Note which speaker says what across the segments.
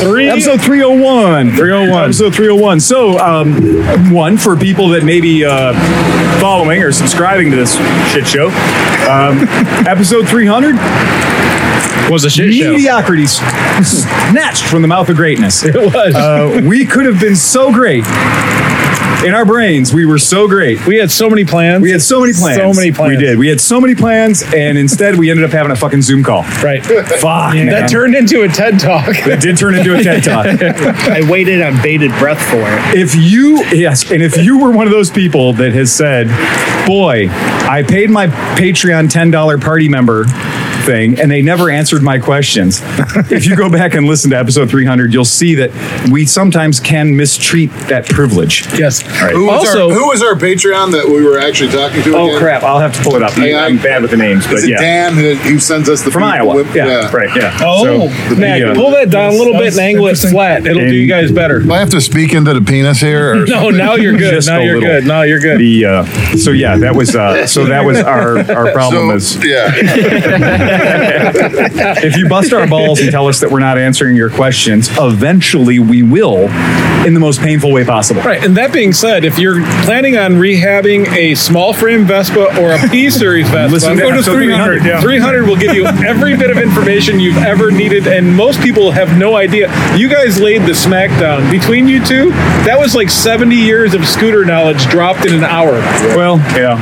Speaker 1: 301. Episode 301. So, um, one, for people that may be uh, following or subscribing to this shit show, um, episode 300
Speaker 2: was a shit show.
Speaker 1: mediocrity s- snatched from the mouth of greatness. It was. Uh, we could have been so great. In our brains, we were so great.
Speaker 2: We had so many plans.
Speaker 1: We had so many plans.
Speaker 2: So many plans.
Speaker 1: We did. We had so many plans, and instead we ended up having a fucking Zoom call.
Speaker 2: Right.
Speaker 1: Fuck. man.
Speaker 2: That turned into a TED talk.
Speaker 1: It did turn into a TED talk.
Speaker 3: I waited on bated breath for it.
Speaker 1: If you yes, and if you were one of those people that has said, "Boy, I paid my Patreon ten dollar party member thing, and they never answered my questions." if you go back and listen to episode three hundred, you'll see that we sometimes can mistreat that privilege.
Speaker 2: yes.
Speaker 4: Who was,
Speaker 2: Also,
Speaker 4: our, who was our Patreon that we were actually talking to?
Speaker 1: Oh
Speaker 4: again?
Speaker 1: crap! I'll have to pull it up. I,
Speaker 4: Yeah,
Speaker 1: am
Speaker 4: I-
Speaker 1: bad with the names,
Speaker 4: Is
Speaker 1: but
Speaker 4: it
Speaker 1: yeah,
Speaker 4: Dan uh, who, who sends us the
Speaker 1: from
Speaker 4: people
Speaker 1: Iowa.
Speaker 4: with-
Speaker 1: Yeah, right. Yeah.
Speaker 2: oh,
Speaker 1: So, uh,
Speaker 2: Mac,
Speaker 1: yeah.
Speaker 2: pull that down a little bit and angle it flat. It'll do you guys better.
Speaker 4: Do I have to speak into the penis here? Or
Speaker 2: No, now you're good.
Speaker 1: Just
Speaker 2: now
Speaker 1: a
Speaker 2: you're
Speaker 1: little.
Speaker 2: good. Now you're good.
Speaker 1: The uh, so yeah, that was uh, so that was our our problem
Speaker 4: so,
Speaker 1: is
Speaker 4: yeah.
Speaker 1: if you bust our balls and tell us that we're not answering your questions, eventually we will in the most painful way possible.
Speaker 2: Right, and that being said, if you're planning on rehabbing a small frame Vespa or a P series Vespa,
Speaker 1: Listen to
Speaker 2: go to
Speaker 1: episode
Speaker 2: 300.
Speaker 1: 300, yeah.
Speaker 2: 300 will give you every bit of information you've ever needed, and most people have no idea. You guys laid the smackdown between you two. That was like 70 years of scooter knowledge dropped in an hour.
Speaker 1: Well, yeah.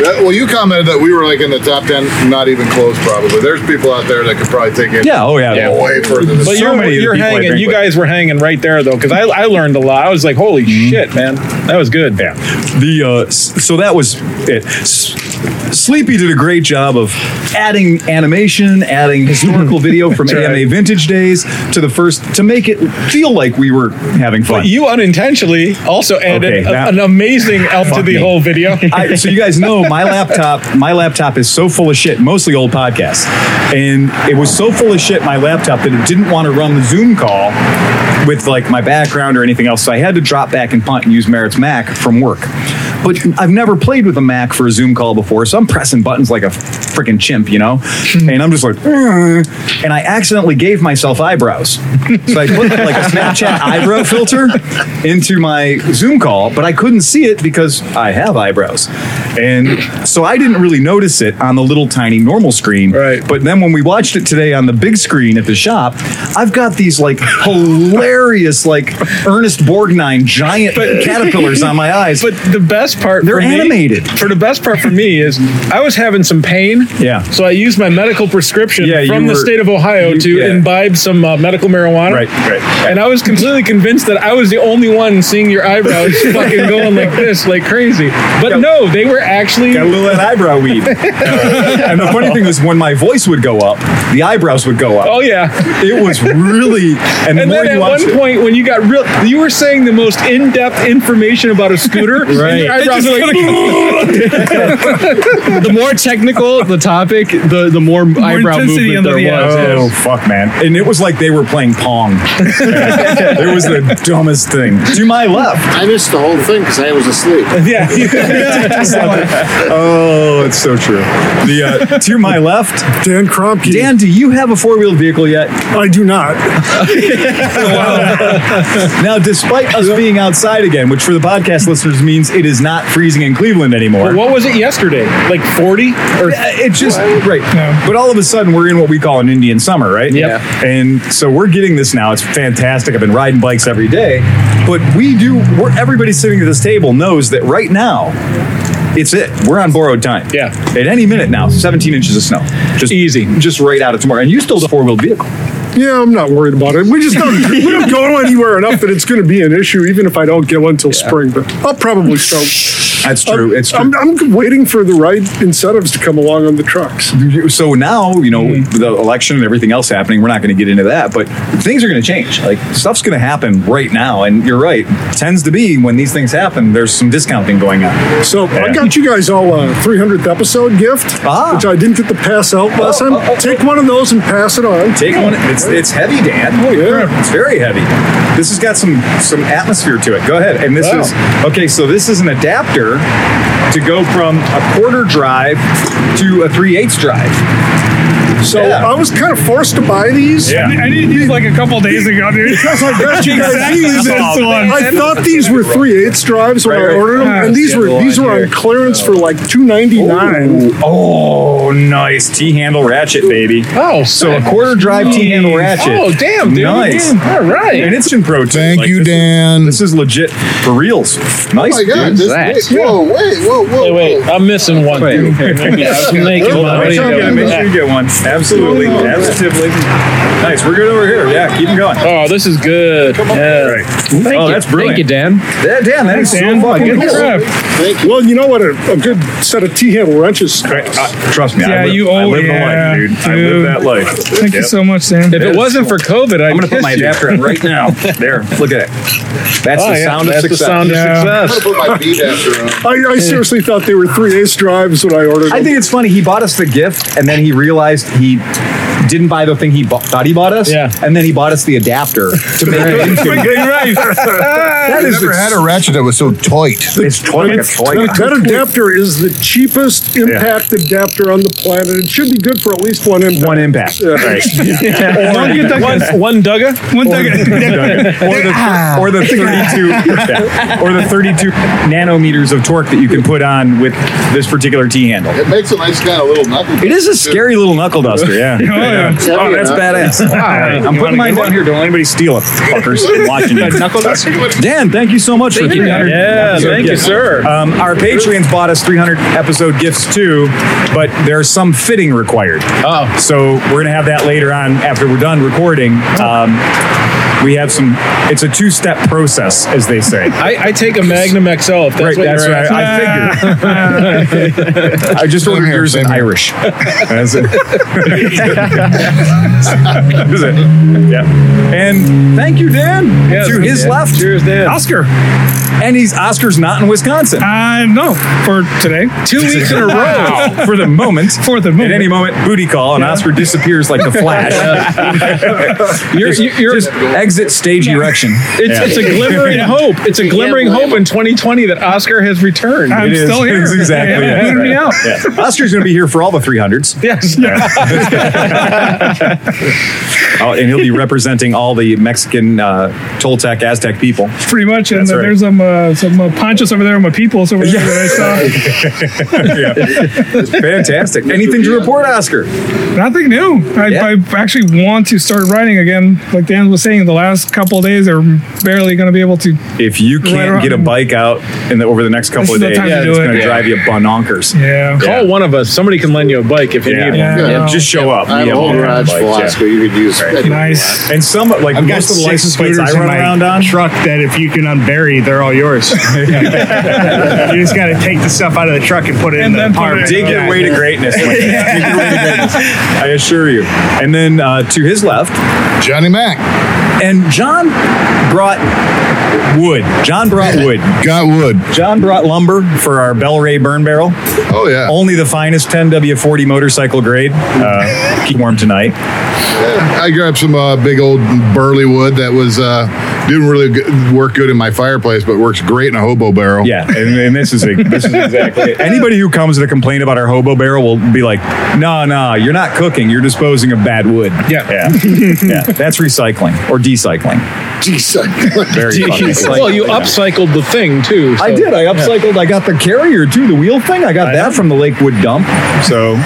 Speaker 4: That- well, you commented that we were like in the top 10, not even close probably. There's people out there that could probably take it
Speaker 1: Yeah. Oh, yeah.
Speaker 4: way further than
Speaker 2: But
Speaker 1: So
Speaker 2: you're,
Speaker 1: many of the
Speaker 2: you're
Speaker 1: people I
Speaker 2: hanging.
Speaker 1: drink
Speaker 2: You
Speaker 1: with.
Speaker 2: guys were hanging right there though, because I, I learned a lot. I was like, holy shit, man, that was good.
Speaker 1: Mm-hmm. Yeah. The uh, s- so that was it. S- Sleepy did a great job of adding animation, adding historical video from
Speaker 2: right.
Speaker 1: AMA Vintage Days to the first to make it feel like we were having fun.
Speaker 2: But you unintentionally also added
Speaker 1: Okay,
Speaker 2: a-
Speaker 1: that-
Speaker 2: an amazing elf to
Speaker 1: Fuck
Speaker 2: the
Speaker 1: me.
Speaker 2: whole video.
Speaker 1: I, so you guys know my laptop my laptop is so full of shit mostly old podcasts and it was so full of shit my laptop that it didn't want to run the zoom call with like my background or anything else so i had to drop back and punt and use merritt's mac from work but i've never played with a mac for a zoom call before so i'm pressing buttons like a freaking chimp you know and i'm just like "Uh," and i accidentally gave myself eyebrows so i put like a snapchat eyebrow filter into my zoom call but i couldn't see it because i have eyebrows and so i didn't really notice it on the little tiny normal screen
Speaker 2: Right.
Speaker 1: but then when we watched it today on the big screen at the shop i've got these like hilarious like ernest borgnine giant caterpillars on my eyes
Speaker 2: But the best part
Speaker 1: They're
Speaker 2: for me-
Speaker 1: animated.
Speaker 2: for the best part for me is I was having some pain.
Speaker 1: Yeah.
Speaker 2: So I used my medical prescription
Speaker 1: Yeah, you
Speaker 2: from the
Speaker 1: were-
Speaker 2: state of Ohio
Speaker 1: you-
Speaker 2: to
Speaker 1: yeah.
Speaker 2: imbibe some uh, medical marijuana.
Speaker 1: Right, right.
Speaker 2: And I was completely convinced that I was the only one seeing your eyebrows fucking going like this, like crazy. But no, they were actually.
Speaker 1: Got a little of that eyebrow weed. and the funny thing is, when my voice would go up, the eyebrows would go up.
Speaker 2: Oh yeah.
Speaker 1: It was really, and the
Speaker 2: And
Speaker 1: more
Speaker 2: then
Speaker 1: you
Speaker 2: at
Speaker 1: watch
Speaker 2: one
Speaker 1: it,
Speaker 2: point when you got real, you were saying the most in-depth information about a scooter. And your eyebrows were like,
Speaker 5: the more technical the topic, the the more, eyebrow
Speaker 2: intensity
Speaker 5: movement
Speaker 2: under
Speaker 5: there
Speaker 2: the
Speaker 5: was.
Speaker 1: oh fuck, man! And it was like they were playing pong. it was the dumbest thing. To my left,
Speaker 6: I missed the whole thing because I was asleep.
Speaker 1: oh, it's so true. The uh, to my left,
Speaker 7: Dan Kromke.
Speaker 1: Dan. Do you have a four-wheeled vehicle yet?
Speaker 7: I do not.
Speaker 1: Now, despite us being outside again, which for the podcast listeners means it is not freezing in Cleveland anymore.
Speaker 2: what was it yesterday? Like forty or
Speaker 1: Yeah, It's just right. But all of a sudden, we're in what we call an Indian summer, right?
Speaker 2: Yep.
Speaker 1: And so we're getting this now. It's fantastic. I've been riding bikes every day, but we do. We're everybody sitting at this table knows that right now, it's it. We're on borrowed time.
Speaker 2: Yeah.
Speaker 1: At any minute now, 17 inches of snow. Just
Speaker 2: Easy.
Speaker 1: Just right out of tomorrow. And you still have a four wheeled vehicle.
Speaker 7: Yeah, I'm not worried about it. We just don't we don't go anywhere enough that it's going to be an issue, even if I don't get one till spring. But I'll probably start.
Speaker 1: That's true. it's true.
Speaker 7: I'm, I'm waiting for the right incentives to come along on the trucks.
Speaker 1: so now you know with the election and everything else happening we're not going to get into that but things are going to change like stuff's going to happen right now and you're right tends to be when these things happen there's some discounting going on
Speaker 7: So I got you guys all a 300th episode gift,
Speaker 1: Ah.
Speaker 7: which I didn't get to pass out last
Speaker 1: Oh,
Speaker 7: time.
Speaker 1: oh, oh,
Speaker 7: Take one of those and pass it on.
Speaker 1: take one it's it's heavy dan oh
Speaker 7: yeah.
Speaker 1: it's very heavy this has got some some atmosphere to it go ahead and this
Speaker 2: Wow.
Speaker 1: is okay so this is an adapter to go from a quarter drive to a three eighths drive
Speaker 7: So
Speaker 1: Yeah.
Speaker 7: I was kind of forced to buy these.
Speaker 2: Yeah.
Speaker 8: I did these like a couple days ago, dude.
Speaker 7: Because I got you guys
Speaker 8: Exactly.
Speaker 7: these.
Speaker 8: That's the one.
Speaker 7: I thought these were three eighths drives when
Speaker 1: Right, right.
Speaker 7: I ordered them,
Speaker 8: Ah,
Speaker 7: and these were
Speaker 1: yeah,
Speaker 7: these
Speaker 1: the
Speaker 7: were
Speaker 1: line
Speaker 7: on clearance for like two ninety nine.
Speaker 1: Oh, nice T handle ratchet, baby.
Speaker 2: Oh,
Speaker 1: So a quarter drive T handle ratchet.
Speaker 2: Oh, damn, dude.
Speaker 1: Nice.
Speaker 2: All right.
Speaker 1: And it's in pro. too.
Speaker 4: Thank
Speaker 1: Like,
Speaker 4: you,
Speaker 1: this is-
Speaker 4: Dan.
Speaker 1: This is legit for reals. Nice.
Speaker 4: Oh my god,
Speaker 1: dude.
Speaker 4: this, wait, whoa, wait, whoa, whoa,
Speaker 2: Wait, wait,
Speaker 4: whoa.
Speaker 2: I'm missing one.
Speaker 1: Wait.
Speaker 2: Yeah, I was making
Speaker 1: Hold
Speaker 2: one.
Speaker 1: on,
Speaker 2: What
Speaker 1: make
Speaker 2: are you
Speaker 1: sure you get-
Speaker 2: doing?
Speaker 1: make sure you get one. Absolutely, absolutely. Nice. We're good over here. Yeah, keep 'em going.
Speaker 2: Oh, this is good. Yeah.
Speaker 1: oh,
Speaker 5: you.
Speaker 1: that's brilliant.
Speaker 5: Thank you, Dan.
Speaker 1: Yeah, damn, that is so
Speaker 2: Dan,
Speaker 1: fucking
Speaker 2: good
Speaker 1: cool.
Speaker 2: crap.
Speaker 7: Well, you know what? A, a good set of T handle wrenches.
Speaker 1: Right, uh, trust me.
Speaker 8: Yeah,
Speaker 1: I live,
Speaker 8: you-
Speaker 1: I
Speaker 8: oh,
Speaker 1: live
Speaker 8: yeah,
Speaker 1: the life, dude. I live
Speaker 8: dude.
Speaker 1: that life.
Speaker 8: Thank you
Speaker 1: Yep.
Speaker 8: so much, Sam.
Speaker 2: If it wasn't for COVID, I'd
Speaker 1: I'm gonna put
Speaker 2: kiss
Speaker 1: my
Speaker 2: you.
Speaker 1: adapter on right now. There, look at it. That's
Speaker 2: Oh,
Speaker 1: the
Speaker 2: yeah,
Speaker 1: sound
Speaker 2: that's
Speaker 1: of success.
Speaker 2: the sound of
Speaker 8: Yeah.
Speaker 4: I'm gonna
Speaker 2: success.
Speaker 4: put my beat after him.
Speaker 7: I, I seriously thought they were three eighths drives when I ordered
Speaker 1: I
Speaker 7: them.
Speaker 1: think it's funny. He bought us the gift, and then he realized he didn't buy the thing he bought, thought he bought us.
Speaker 2: Yeah.
Speaker 1: And then he bought us the adapter to make it into. that
Speaker 4: I've
Speaker 1: is
Speaker 4: never had a ratchet that was so tight.
Speaker 1: it's toy, like a toy.
Speaker 7: That, that adapter is the cheapest impact adapter on the planet. It should be good for at least one impact.
Speaker 1: One impact. Right.
Speaker 8: Don't get that
Speaker 2: One, one Dugga?
Speaker 8: one thing.
Speaker 1: or the or the 32 yeah, or the 32 nanometers of torque that you can put on with this particular T handle.
Speaker 4: It makes a nice kind of little knuckle.
Speaker 1: It is a scary little knuckle duster, yeah. Oh, that's badass. I'm putting mine down here. Don't let anybody steal it, fuckers. I'm watching you. knuckle duster. Dan, thank you so much for
Speaker 5: you,
Speaker 1: 300
Speaker 2: Yeah,
Speaker 1: episode
Speaker 2: thank you,
Speaker 1: gifts.
Speaker 2: sir.
Speaker 1: Um, our Patreons bought us 300 episode gifts too, but there's some fitting required.
Speaker 2: Oh.
Speaker 1: So we're gonna have that later on after we're done recording. Um, we have some. It's a two-step process, as they say.
Speaker 2: I, I take a Magnum XL if that's
Speaker 1: Right,
Speaker 2: what
Speaker 1: that's
Speaker 2: you're
Speaker 1: right.
Speaker 2: asking.
Speaker 1: I figured. I just ordered
Speaker 4: here,
Speaker 1: yours in
Speaker 4: same here.
Speaker 1: Irish. That's it. Is it? Yeah. And thank you, Dan.
Speaker 2: Yeah,
Speaker 1: to his
Speaker 2: yeah.
Speaker 1: left,
Speaker 2: Cheers, Dan.
Speaker 1: Oscar. And he's Oscar's not in Wisconsin.
Speaker 8: Uh, no, for today.
Speaker 2: Two weeks in a row.
Speaker 1: Wow. For the moment.
Speaker 8: For the
Speaker 1: At
Speaker 8: moment.
Speaker 1: any moment, booty call, and Oscar disappears like the flash.
Speaker 2: You're, you're,
Speaker 1: Just exit stage erection.
Speaker 2: it's, it's a glimmering hope. It's a glimmering hope in 2020 that Oscar has returned.
Speaker 8: I'm
Speaker 1: It is.
Speaker 8: still here.
Speaker 1: It's exactly.
Speaker 8: Yeah, booted me out.
Speaker 1: Yeah. Oscar's going to be here for all the 300s.
Speaker 8: Yes.
Speaker 1: Oh, and he'll be representing all the Mexican uh, Toltec Aztec people.
Speaker 8: Pretty much, and
Speaker 1: That's
Speaker 8: then
Speaker 1: right.
Speaker 8: there's some uh, some uh, ponchos over there, and my peoples over there that I
Speaker 1: Fantastic. Anything to report, Oscar?
Speaker 8: saw. Nothing new. I,
Speaker 1: Yeah.
Speaker 8: I actually want to start writing again. Like Dan was saying, the last couple of days are barely going to be able to.
Speaker 1: If you can't
Speaker 8: Right
Speaker 1: get a
Speaker 8: on.
Speaker 1: bike out in the, over the next couple
Speaker 8: This
Speaker 1: of
Speaker 8: is the
Speaker 1: days,
Speaker 8: time to do
Speaker 1: it's
Speaker 8: it.
Speaker 1: going to
Speaker 8: Yeah.
Speaker 1: drive you bonkers.
Speaker 8: Yeah.
Speaker 2: Call one of us. Somebody can lend you a bike if you
Speaker 1: Yeah.
Speaker 2: need one.
Speaker 8: Yeah.
Speaker 4: Yeah,
Speaker 8: no.
Speaker 1: Just show up.
Speaker 6: I have
Speaker 1: Yeah,
Speaker 6: a whole
Speaker 1: we'll
Speaker 6: garage
Speaker 1: bike,
Speaker 6: full
Speaker 1: yeah.
Speaker 6: of Oscar you could use.
Speaker 8: nice.
Speaker 1: And some, like
Speaker 3: I've got
Speaker 1: most of the
Speaker 3: six
Speaker 1: license plates I
Speaker 3: scooters in
Speaker 1: run
Speaker 3: my
Speaker 1: around on.
Speaker 3: truck that if you can unbury, they're all yours. you just got to take the stuff out of the truck and put it
Speaker 8: And
Speaker 3: in
Speaker 8: then
Speaker 3: the park.
Speaker 8: put it-
Speaker 1: Dig your way to greatness. my man. Dig your way to greatness. I assure you. And then uh, to his left,
Speaker 4: Johnny Mac
Speaker 1: and John brought wood. John brought wood.
Speaker 4: got wood.
Speaker 1: John brought lumber for our Bell Ray burn barrel.
Speaker 4: Oh yeah.
Speaker 1: Only the finest 10W40 motorcycle grade. Uh, keep warm tonight.
Speaker 4: I grabbed some uh, big old burley wood that was uh, didn't really good, work good in my fireplace, but works great in a hobo barrel.
Speaker 1: Yeah, and, and this is a, this is exactly it. anybody who comes to complain about our hobo barrel will be like, no, no, you're not cooking. You're disposing of bad wood.
Speaker 2: Yeah.
Speaker 1: yeah, yeah. That's recycling or decycling.
Speaker 4: Jeez.
Speaker 1: Very funny.
Speaker 2: Well, you upcycled the thing too. so-
Speaker 1: I did. I upcycled. I got the carrier too, the wheel thing. I got that from the Lakewood dump. So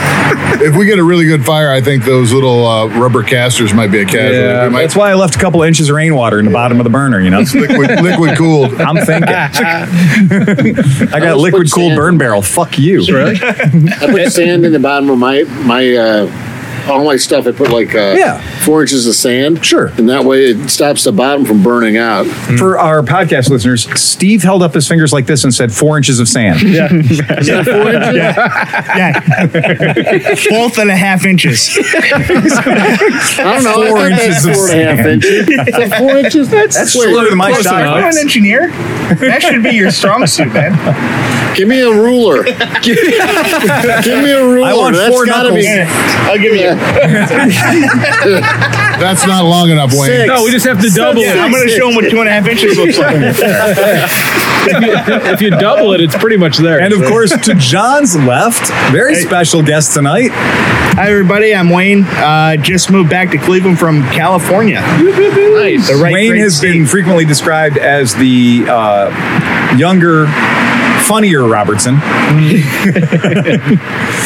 Speaker 4: if we get a really good fire, I think those little uh, rubber casters might be a casualty.
Speaker 1: yeah,
Speaker 4: We might
Speaker 1: uh, that's why I left a couple of inches of rainwater in the bottom of the burner. You know,
Speaker 4: liquid, liquid cooled.
Speaker 1: I'm thinking. I got liquid cooled
Speaker 6: sand.
Speaker 1: burn barrel. Fuck you.
Speaker 2: Really?
Speaker 6: I put sand in the bottom of my my uh, all my stuff. I put like uh,
Speaker 1: Yeah.
Speaker 6: four inches of sand.
Speaker 1: Sure.
Speaker 6: and that way it stops the bottom from burning out.
Speaker 3: Mm-hmm.
Speaker 1: For our podcast listeners, Steve held up his fingers like this and said, four inches of sand. Yeah.
Speaker 3: Yeah. Both and a half inches.
Speaker 6: I don't know. I
Speaker 1: Four
Speaker 6: think that's
Speaker 1: inches of
Speaker 6: four and a half inches. Is that four inches. That's,
Speaker 1: slower than my
Speaker 6: close
Speaker 1: shot.
Speaker 6: enough.
Speaker 3: Are you an engineer? That should be your strong suit, man.
Speaker 6: Give me a ruler. give me a ruler.
Speaker 1: want four
Speaker 6: That's gotta be.
Speaker 1: knuckles.
Speaker 3: I'll give you
Speaker 4: That's not long enough, Wayne.
Speaker 2: No, we just have to double it.
Speaker 3: I'm going to show them what two and a half inches looks like.
Speaker 2: if you double it, it's pretty much there.
Speaker 1: And of course, to John's left, very special guest tonight.
Speaker 3: Hi, everybody. I'm Wayne. Uh, just moved back to Cleveland from California. nice. The right
Speaker 1: Wayne
Speaker 3: great
Speaker 1: has
Speaker 3: state.
Speaker 1: been frequently described as the uh, younger, funnier Robertson.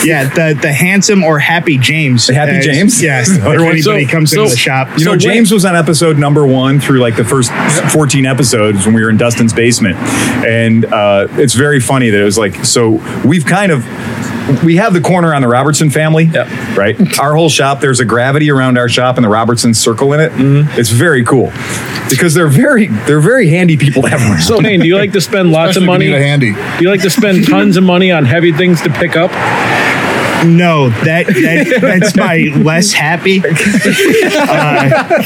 Speaker 3: Yeah, the, the handsome or happy James.
Speaker 1: The happy
Speaker 3: Uh,
Speaker 1: James?
Speaker 3: Yes. if
Speaker 1: Everyone-
Speaker 3: anybody
Speaker 2: so-
Speaker 3: comes
Speaker 2: so-
Speaker 3: into the shop.
Speaker 1: You know,
Speaker 2: So
Speaker 1: James was on episode number one through like the first 14 episodes when we were in Dustin's basement. And uh, it's very funny that it was like, so we've kind of. We have the corner on the Robertson family, right? Our whole shop, there's a gravity around our shop and the Robertson circle in it. It's very cool because they're very they're very handy people to have around.
Speaker 2: So, Wayne, do you like to spend lots of
Speaker 4: Especially if
Speaker 2: money?
Speaker 4: you need a handy.
Speaker 2: Do you like to spend tons of money on heavy things to pick up?
Speaker 3: No, that, that that's my less happy. Uh,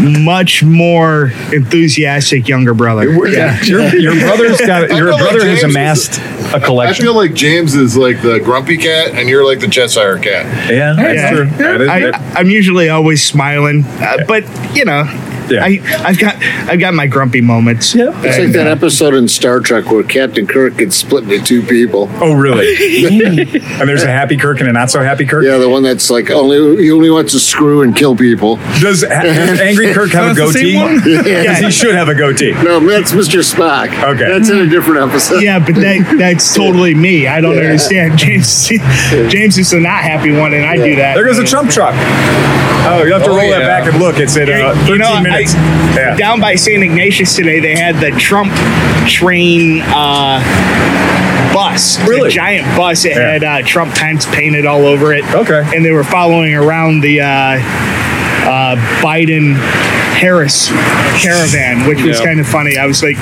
Speaker 3: much more enthusiastic younger brother.
Speaker 1: Yeah. Your, your brother's got your
Speaker 4: feel like
Speaker 1: brother
Speaker 4: James
Speaker 1: has
Speaker 4: is-
Speaker 1: amassed a
Speaker 4: I
Speaker 1: collection.
Speaker 4: feel like James is like the grumpy cat, and you're like the Cheshire cat.
Speaker 1: yeah, that's
Speaker 3: Yeah.
Speaker 1: true. That is-
Speaker 3: I,
Speaker 1: that-
Speaker 3: I'm usually always smiling, uh, but you know,
Speaker 1: Yeah.
Speaker 3: I, I've got I've got my grumpy moments. Yep.
Speaker 6: It's like that episode in Star Trek where Captain Kirk gets split into two people.
Speaker 1: oh, really? and there's a happy Kirk and a not so happy Kirk.
Speaker 6: Yeah, the one that's like only he only wants to screw and kill people.
Speaker 1: Does, does angry Kirk have a
Speaker 8: That's the same
Speaker 1: goatee?
Speaker 8: one?
Speaker 1: Because he should have a goatee.
Speaker 6: No, that's Mr. Spock.
Speaker 1: Okay.
Speaker 6: that's in a different episode.
Speaker 3: Yeah, but that that's totally me. I don't understand. James James is the not happy one, and I do that.
Speaker 1: There goes a Trump truck. Oh, you have to roll that back and look. It's at uh, 13
Speaker 3: You know, I-
Speaker 1: minutes. yeah.
Speaker 3: down by St. Ignatius today, they had the Trump train uh, bus. It's a
Speaker 1: Really?
Speaker 3: giant bus. It
Speaker 1: Yeah.
Speaker 3: had uh, Trump tents painted all over it.
Speaker 1: Okay.
Speaker 3: And they were following around the uh, uh, Biden Harris caravan, which was
Speaker 2: Yeah.
Speaker 3: kind of funny. I was like,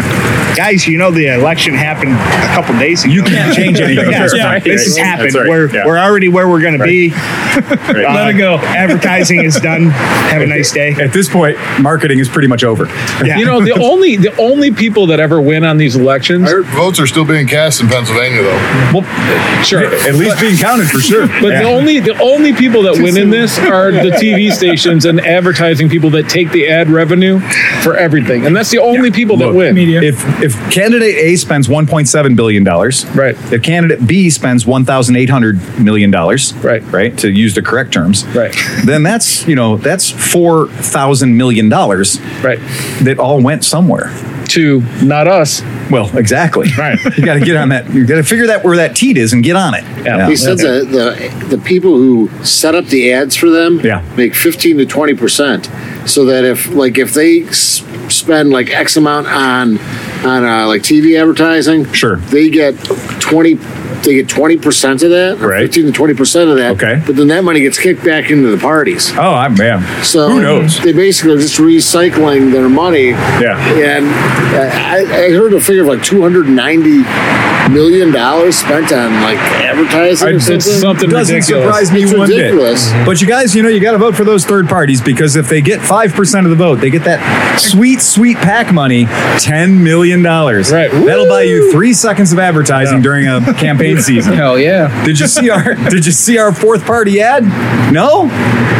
Speaker 3: guys, you know, the election happened a couple days ago.
Speaker 1: You can't change anything.
Speaker 3: Yeah,
Speaker 1: That's right.
Speaker 3: This has
Speaker 1: That's
Speaker 3: happened.
Speaker 1: right.
Speaker 3: We're,
Speaker 1: Yeah.
Speaker 3: we're already where we're going to be.
Speaker 1: Right.
Speaker 3: Let it go. Advertising is done. Have a nice day.
Speaker 1: At this point, marketing is pretty much over.
Speaker 3: Yeah.
Speaker 2: You know, the only the only people that ever win on these
Speaker 4: I
Speaker 2: elections.
Speaker 4: heard votes are still being cast in Pennsylvania, though.
Speaker 2: Sure.
Speaker 1: At least being counted for sure.
Speaker 2: But
Speaker 1: Yeah.
Speaker 2: the only the only people that win in this are the TV stations and advertising people that take the ad revenue for everything, and that's the only people that
Speaker 1: Look,
Speaker 2: win.
Speaker 8: media.
Speaker 1: If if candidate A spends 1.7 billion dollars,
Speaker 2: Right.
Speaker 1: If candidate B spends 1,800 million dollars,
Speaker 2: Right.
Speaker 1: Right. To use the correct terms,
Speaker 2: Right.
Speaker 1: Then that's you know that's four thousand million dollars,
Speaker 2: Right.
Speaker 1: That all went somewhere.
Speaker 2: To not us.
Speaker 1: Well, exactly.
Speaker 2: Right.
Speaker 1: you got to get on that. You got to figure that where that teat is and get on it.
Speaker 2: Yeah.
Speaker 6: He said that the the people who set up the ads for them
Speaker 1: Yeah.
Speaker 6: make fifteen to twenty percent, so that if like if they s- spend like X amount on on uh, like TV advertising,
Speaker 1: Sure.
Speaker 6: they get twenty. They get twenty percent of that, or
Speaker 1: Right.
Speaker 6: Fifteen to twenty percent of that.
Speaker 1: Okay.
Speaker 6: but then that money gets kicked back into the parties.
Speaker 1: Oh, I'm yeah.
Speaker 6: So
Speaker 1: Who knows?
Speaker 6: They basically are just recycling their money.
Speaker 1: Yeah.
Speaker 6: And uh, I, I heard a figure of like two hundred ninety million dollars spent on like advertising or something.
Speaker 2: It's something
Speaker 1: Doesn't
Speaker 2: ridiculous.
Speaker 1: surprise me
Speaker 6: It's
Speaker 1: one
Speaker 6: ridiculous.
Speaker 1: bit. But you guys, you know, you got to vote for those third parties because if they get five percent of the vote, they get that sweet, sweet pack money, ten million dollars.
Speaker 2: Right.
Speaker 1: That'll buy you three seconds of advertising during a campaign season.
Speaker 5: Hell yeah.
Speaker 1: Did you see our Did you see our fourth party ad? No.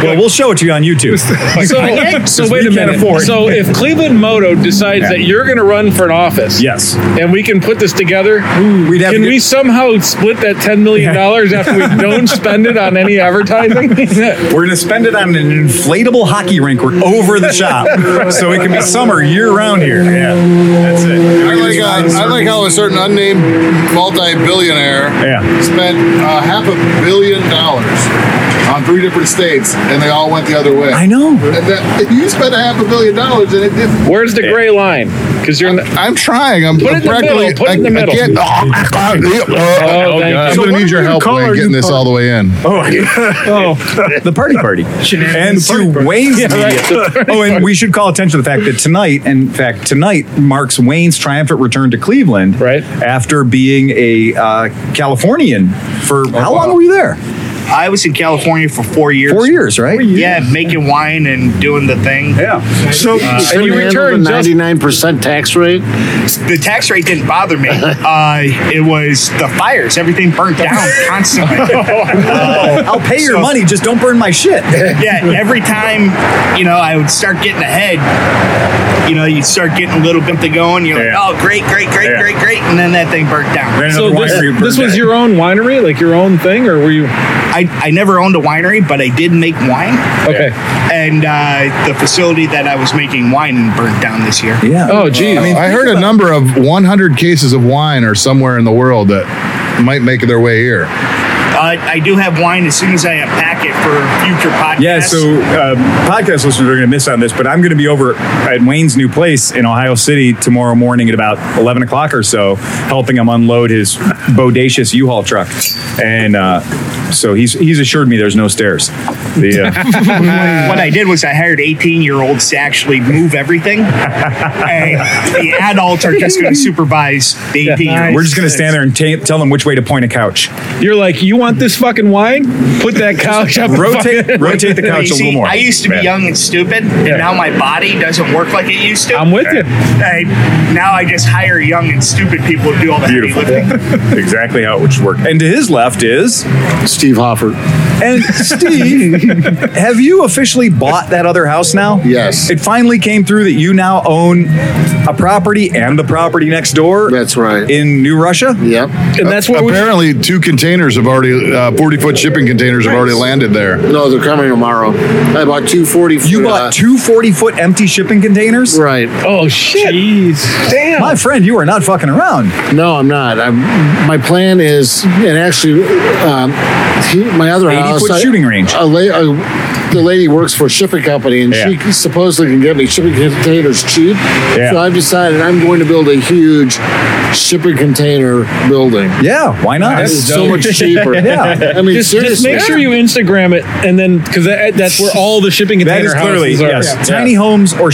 Speaker 1: Well, we'll show it to you on YouTube.
Speaker 2: So, so wait a
Speaker 1: we can't
Speaker 2: minute.
Speaker 1: afford.
Speaker 2: So if Cleveland Moto decides
Speaker 1: Yeah.
Speaker 2: that you're going to run for an office,
Speaker 1: Yes.
Speaker 2: and we can put this together,
Speaker 1: We'd have
Speaker 2: can
Speaker 1: to
Speaker 2: we
Speaker 1: get-
Speaker 2: somehow split that ten million dollars after we don't spend it on any advertising?
Speaker 1: We're going to spend it on an inflatable hockey rink We're over the shop, so it can be summer year round here. Yeah, that's it.
Speaker 4: I like, uh, I like how a certain unnamed multi-billionaire
Speaker 1: Yeah.
Speaker 4: spent uh, half a billion dollars on three different states, and they all went the other way.
Speaker 1: I know.
Speaker 4: And that, you spent a half a billion dollars, and it didn't.
Speaker 2: Where's the gray line? Because you're in the,
Speaker 4: I'm trying. I'm
Speaker 2: Put it in the
Speaker 4: practically-
Speaker 2: middle, put it in the
Speaker 4: I- I
Speaker 2: middle.
Speaker 4: can't-
Speaker 2: Oh, thank
Speaker 4: uh, I'm
Speaker 2: you.
Speaker 4: going to need your help
Speaker 7: call
Speaker 4: in
Speaker 7: our
Speaker 4: getting
Speaker 7: new
Speaker 4: this all the way in.
Speaker 1: Oh, oh, the party party. And to Wayne's media. Oh, and we should call attention to the fact that tonight, in fact, tonight marks Wayne's triumphant return to Cleveland.
Speaker 2: Right.
Speaker 1: Oh, After being a uh, Californian for how long were you there?
Speaker 3: I was in California for four years.
Speaker 1: Four years, right?
Speaker 3: Yeah, making wine and doing the thing.
Speaker 2: Yeah.
Speaker 7: So,
Speaker 2: And you return just
Speaker 6: ninety-nine percent tax rate.
Speaker 3: The tax rate didn't bother me. Uh, it was the fires. Everything burnt down constantly.
Speaker 1: I'll pay your
Speaker 3: So-
Speaker 1: money, just don't burn my shit.
Speaker 3: yeah, every time, you know, I would start getting ahead, you know, you start getting a little bit to going, you're
Speaker 1: Yeah.
Speaker 3: like, oh, great, great, great,
Speaker 1: Yeah.
Speaker 3: great, great. And then that thing burnt down.
Speaker 1: Ran
Speaker 2: so
Speaker 1: another
Speaker 2: this,
Speaker 1: winery,
Speaker 2: this
Speaker 1: burned
Speaker 2: was
Speaker 1: it.
Speaker 2: your own winery, like your own thing, or were you
Speaker 3: I, I never owned a winery, but I did make wine.
Speaker 2: okay?
Speaker 3: And uh, the facility that I was making wine in burnt down this year.
Speaker 1: Yeah.
Speaker 5: Oh, geez.
Speaker 1: I mean,
Speaker 4: I heard a number of 100 cases of wine are somewhere in the world that might make their way here.
Speaker 3: Uh, I do have wine as soon as I unpack it for future podcasts.
Speaker 1: Yeah, so uh, podcast listeners are going to miss on this, but I'm going to be over at Wayne's new place in Ohio City tomorrow morning at about 11 o'clock or so, helping him unload his bodacious U-Haul truck. And uh, so he's he's assured me there's no stairs. The, uh,
Speaker 3: what I did was I hired 18 year olds to actually move everything. and the adults are just going to supervise the 18 year olds.
Speaker 1: we're just going to stand there and ta tell them which way to point a couch.
Speaker 2: You're like, you want this fucking wine? Put that couch up.
Speaker 1: Rotate rotate the
Speaker 3: But
Speaker 1: couch
Speaker 3: you
Speaker 1: a little
Speaker 3: see,
Speaker 1: more.
Speaker 3: I used to be
Speaker 1: Yeah.
Speaker 3: young and stupid, and now my body doesn't work like it used to.
Speaker 2: I'm with you.
Speaker 3: I, now I just hire young and stupid people to do all the heavy
Speaker 1: Beautiful.
Speaker 3: lifting.
Speaker 1: exactly how it should work. And to his left is
Speaker 6: Steve Hoffer.
Speaker 1: And Steve, have you officially bought that other house now?
Speaker 6: Yes.
Speaker 1: It finally came through that you now own a property and the property next door.
Speaker 6: That's right.
Speaker 1: In New Russia?
Speaker 6: Yep.
Speaker 2: And that's what we
Speaker 4: Apparently, two containers have already, uh, 40 foot shipping containers have already landed there.
Speaker 6: No, they're coming tomorrow. I bought two forty.
Speaker 1: You bought two 40 foot empty shipping containers?
Speaker 6: Uh, Right.
Speaker 2: Oh shit! Jeez. Damn.
Speaker 1: My friend, you are not fucking around.
Speaker 6: No, I'm not. I'm, my plan is, and actually, um, he, my other
Speaker 1: 80
Speaker 6: house,
Speaker 1: foot
Speaker 6: Uh, I-
Speaker 1: shooting range.
Speaker 6: A la- a, the lady works for a shipping company, and
Speaker 1: Yeah.
Speaker 6: she supposedly can get me shipping containers cheap.
Speaker 1: Yeah.
Speaker 6: So I've decided I'm going to build a huge shipping container building.
Speaker 1: Yeah, why not?
Speaker 6: It's so much cheaper.
Speaker 1: Yeah.
Speaker 6: I mean,
Speaker 2: Just,
Speaker 6: seriously.
Speaker 2: just make sure you Instagram it, and then because that, that's where all the shipping
Speaker 1: That
Speaker 2: container
Speaker 1: is clearly,
Speaker 2: houses are.
Speaker 1: yes. Tiny homes or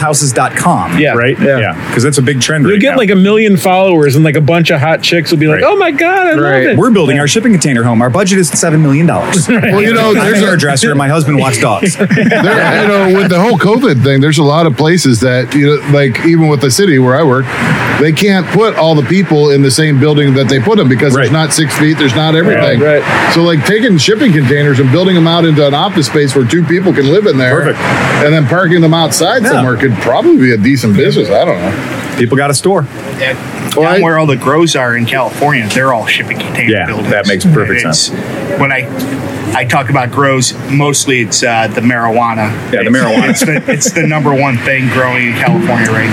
Speaker 1: shippingcontainershouses.com.
Speaker 2: Yeah.
Speaker 1: Right?
Speaker 2: Yeah.
Speaker 1: Because that's a big trend
Speaker 2: You'll
Speaker 1: right
Speaker 2: get
Speaker 1: now.
Speaker 2: like a million followers, and like a bunch of hot chicks will be like,
Speaker 1: Right.
Speaker 2: "Oh my god, I
Speaker 5: Right.
Speaker 2: love it."
Speaker 1: We're building our shipping container home. Our budget is $7 million.
Speaker 4: Well, you know,
Speaker 1: I'm
Speaker 4: there's
Speaker 1: a
Speaker 4: a,
Speaker 1: hairdresser and my husband walks dogs.
Speaker 4: there, you know, with the whole COVID thing, there's a lot of places that, you know, like even with the city where I work, they can't put all the people in the same building that they put them because
Speaker 1: Right.
Speaker 4: there's not six feet, there's not everything.
Speaker 2: right.
Speaker 4: So, like taking shipping containers and building them out into an office space where two people can live in there,
Speaker 1: Perfect.
Speaker 4: and then parking them outside
Speaker 1: Yeah.
Speaker 4: somewhere could probably be a decent business. I don't know.
Speaker 1: People got a store.
Speaker 3: Down where all the grows are in California, they're all shipping container
Speaker 1: Yeah,
Speaker 3: buildings.
Speaker 1: that makes perfect
Speaker 3: It's- When I I talk about grows, mostly it's uh, the marijuana.
Speaker 1: Yeah, the
Speaker 3: It's-
Speaker 1: marijuana.
Speaker 3: It's the, it's the number one thing growing in California right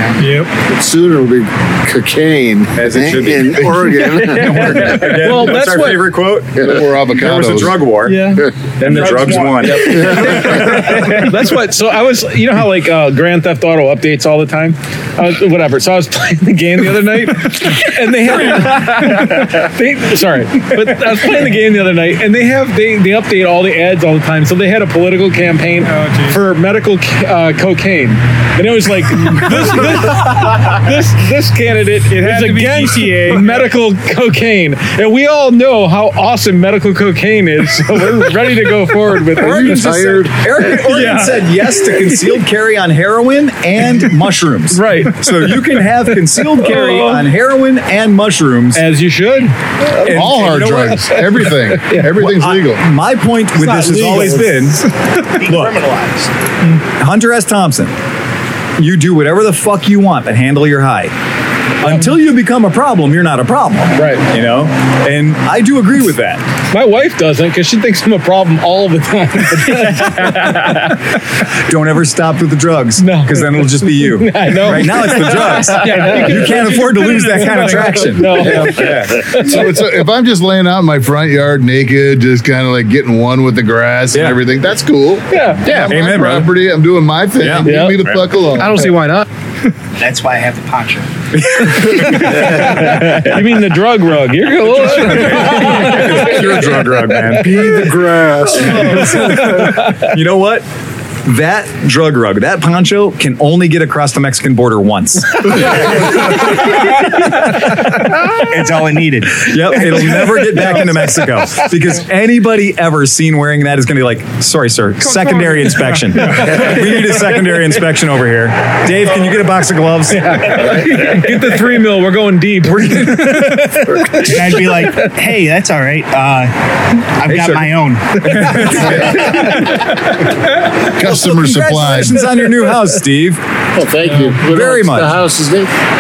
Speaker 3: now.
Speaker 6: Soon it'll be cocaine
Speaker 1: As it should be.
Speaker 6: in Oregon.
Speaker 1: well,
Speaker 2: that's
Speaker 1: our
Speaker 2: what-
Speaker 1: favorite quote.
Speaker 4: Or
Speaker 1: There was
Speaker 4: avocados.
Speaker 1: a drug war.
Speaker 2: yeah.
Speaker 1: And the drugs, won.
Speaker 2: That's what. So I was, you know how like uh, Grand Theft Auto updates all the time, I was, whatever. So I was playing the game the other night, and they have. They, sorry, but I was playing the game the other night, and they have they they update all the ads all the time. So they had a political campaign for medical ca- uh, cocaine, and it was like this this this, this candidate is against medical cocaine, and we all know how awesome medical cocaine is. So we're ready to go forward with it.
Speaker 1: Oregon just said, Eric Oregon said yes to concealed carry on heroin and mushrooms.
Speaker 2: Right.
Speaker 1: So you can have concealed carry
Speaker 2: Oh.
Speaker 1: on heroin and mushrooms.
Speaker 2: As you should.
Speaker 1: And-
Speaker 4: all
Speaker 1: and
Speaker 4: hard
Speaker 1: you know what?
Speaker 4: drugs, everything, everything's
Speaker 1: I-
Speaker 4: legal.
Speaker 1: my point with
Speaker 3: not
Speaker 1: this has
Speaker 3: legal.
Speaker 1: always been
Speaker 3: Decriminalized.
Speaker 1: Hunter S. Thompson, you do whatever the fuck you want, but handle your high. Until you become a problem, you're not a problem.
Speaker 2: Right.
Speaker 1: You know? And I do agree with that.
Speaker 2: My wife doesn't because she thinks I'm a problem all the time.
Speaker 1: Don't ever stop with the drugs.
Speaker 2: No.
Speaker 1: Because then it'll just be you.
Speaker 2: I know.
Speaker 1: Right now it's the drugs. You can't afford to lose that kind of traction.
Speaker 2: No.
Speaker 4: So it's if I'm just laying out in my front yard naked, just kind of like getting one with the grass
Speaker 1: Yeah.
Speaker 4: and everything, that's cool.
Speaker 2: Yeah.
Speaker 4: yeah.
Speaker 1: Amen,
Speaker 4: my
Speaker 1: brother.
Speaker 4: property. I'm doing my thing.
Speaker 1: Yeah.
Speaker 4: Leave
Speaker 2: Yeah.
Speaker 4: me the fuck alone.
Speaker 5: I don't see why not.
Speaker 3: That's why I have the poncho.
Speaker 2: You mean the drug rug? You're a little.
Speaker 1: You're a drug rug, man.
Speaker 7: be the grass.
Speaker 1: You know what? that drug rug, that poncho can only get across the Mexican border once.
Speaker 3: It's all it needed.
Speaker 1: Yep, it'll never get back into Mexico because anybody ever seen wearing that is going to be like, sorry, sir, secondary inspection. we need a secondary inspection over here. Dave, can you get a box of gloves?
Speaker 2: Get the three mil. We're going deep.
Speaker 3: And I'd be like, hey, that's all right. Uh, I've got
Speaker 1: sir.
Speaker 3: my own.
Speaker 4: Customer supplies.
Speaker 1: Congratulations on your new house, Steve.
Speaker 6: Well, thank you But
Speaker 1: Very
Speaker 6: it's
Speaker 1: much.
Speaker 6: The house is.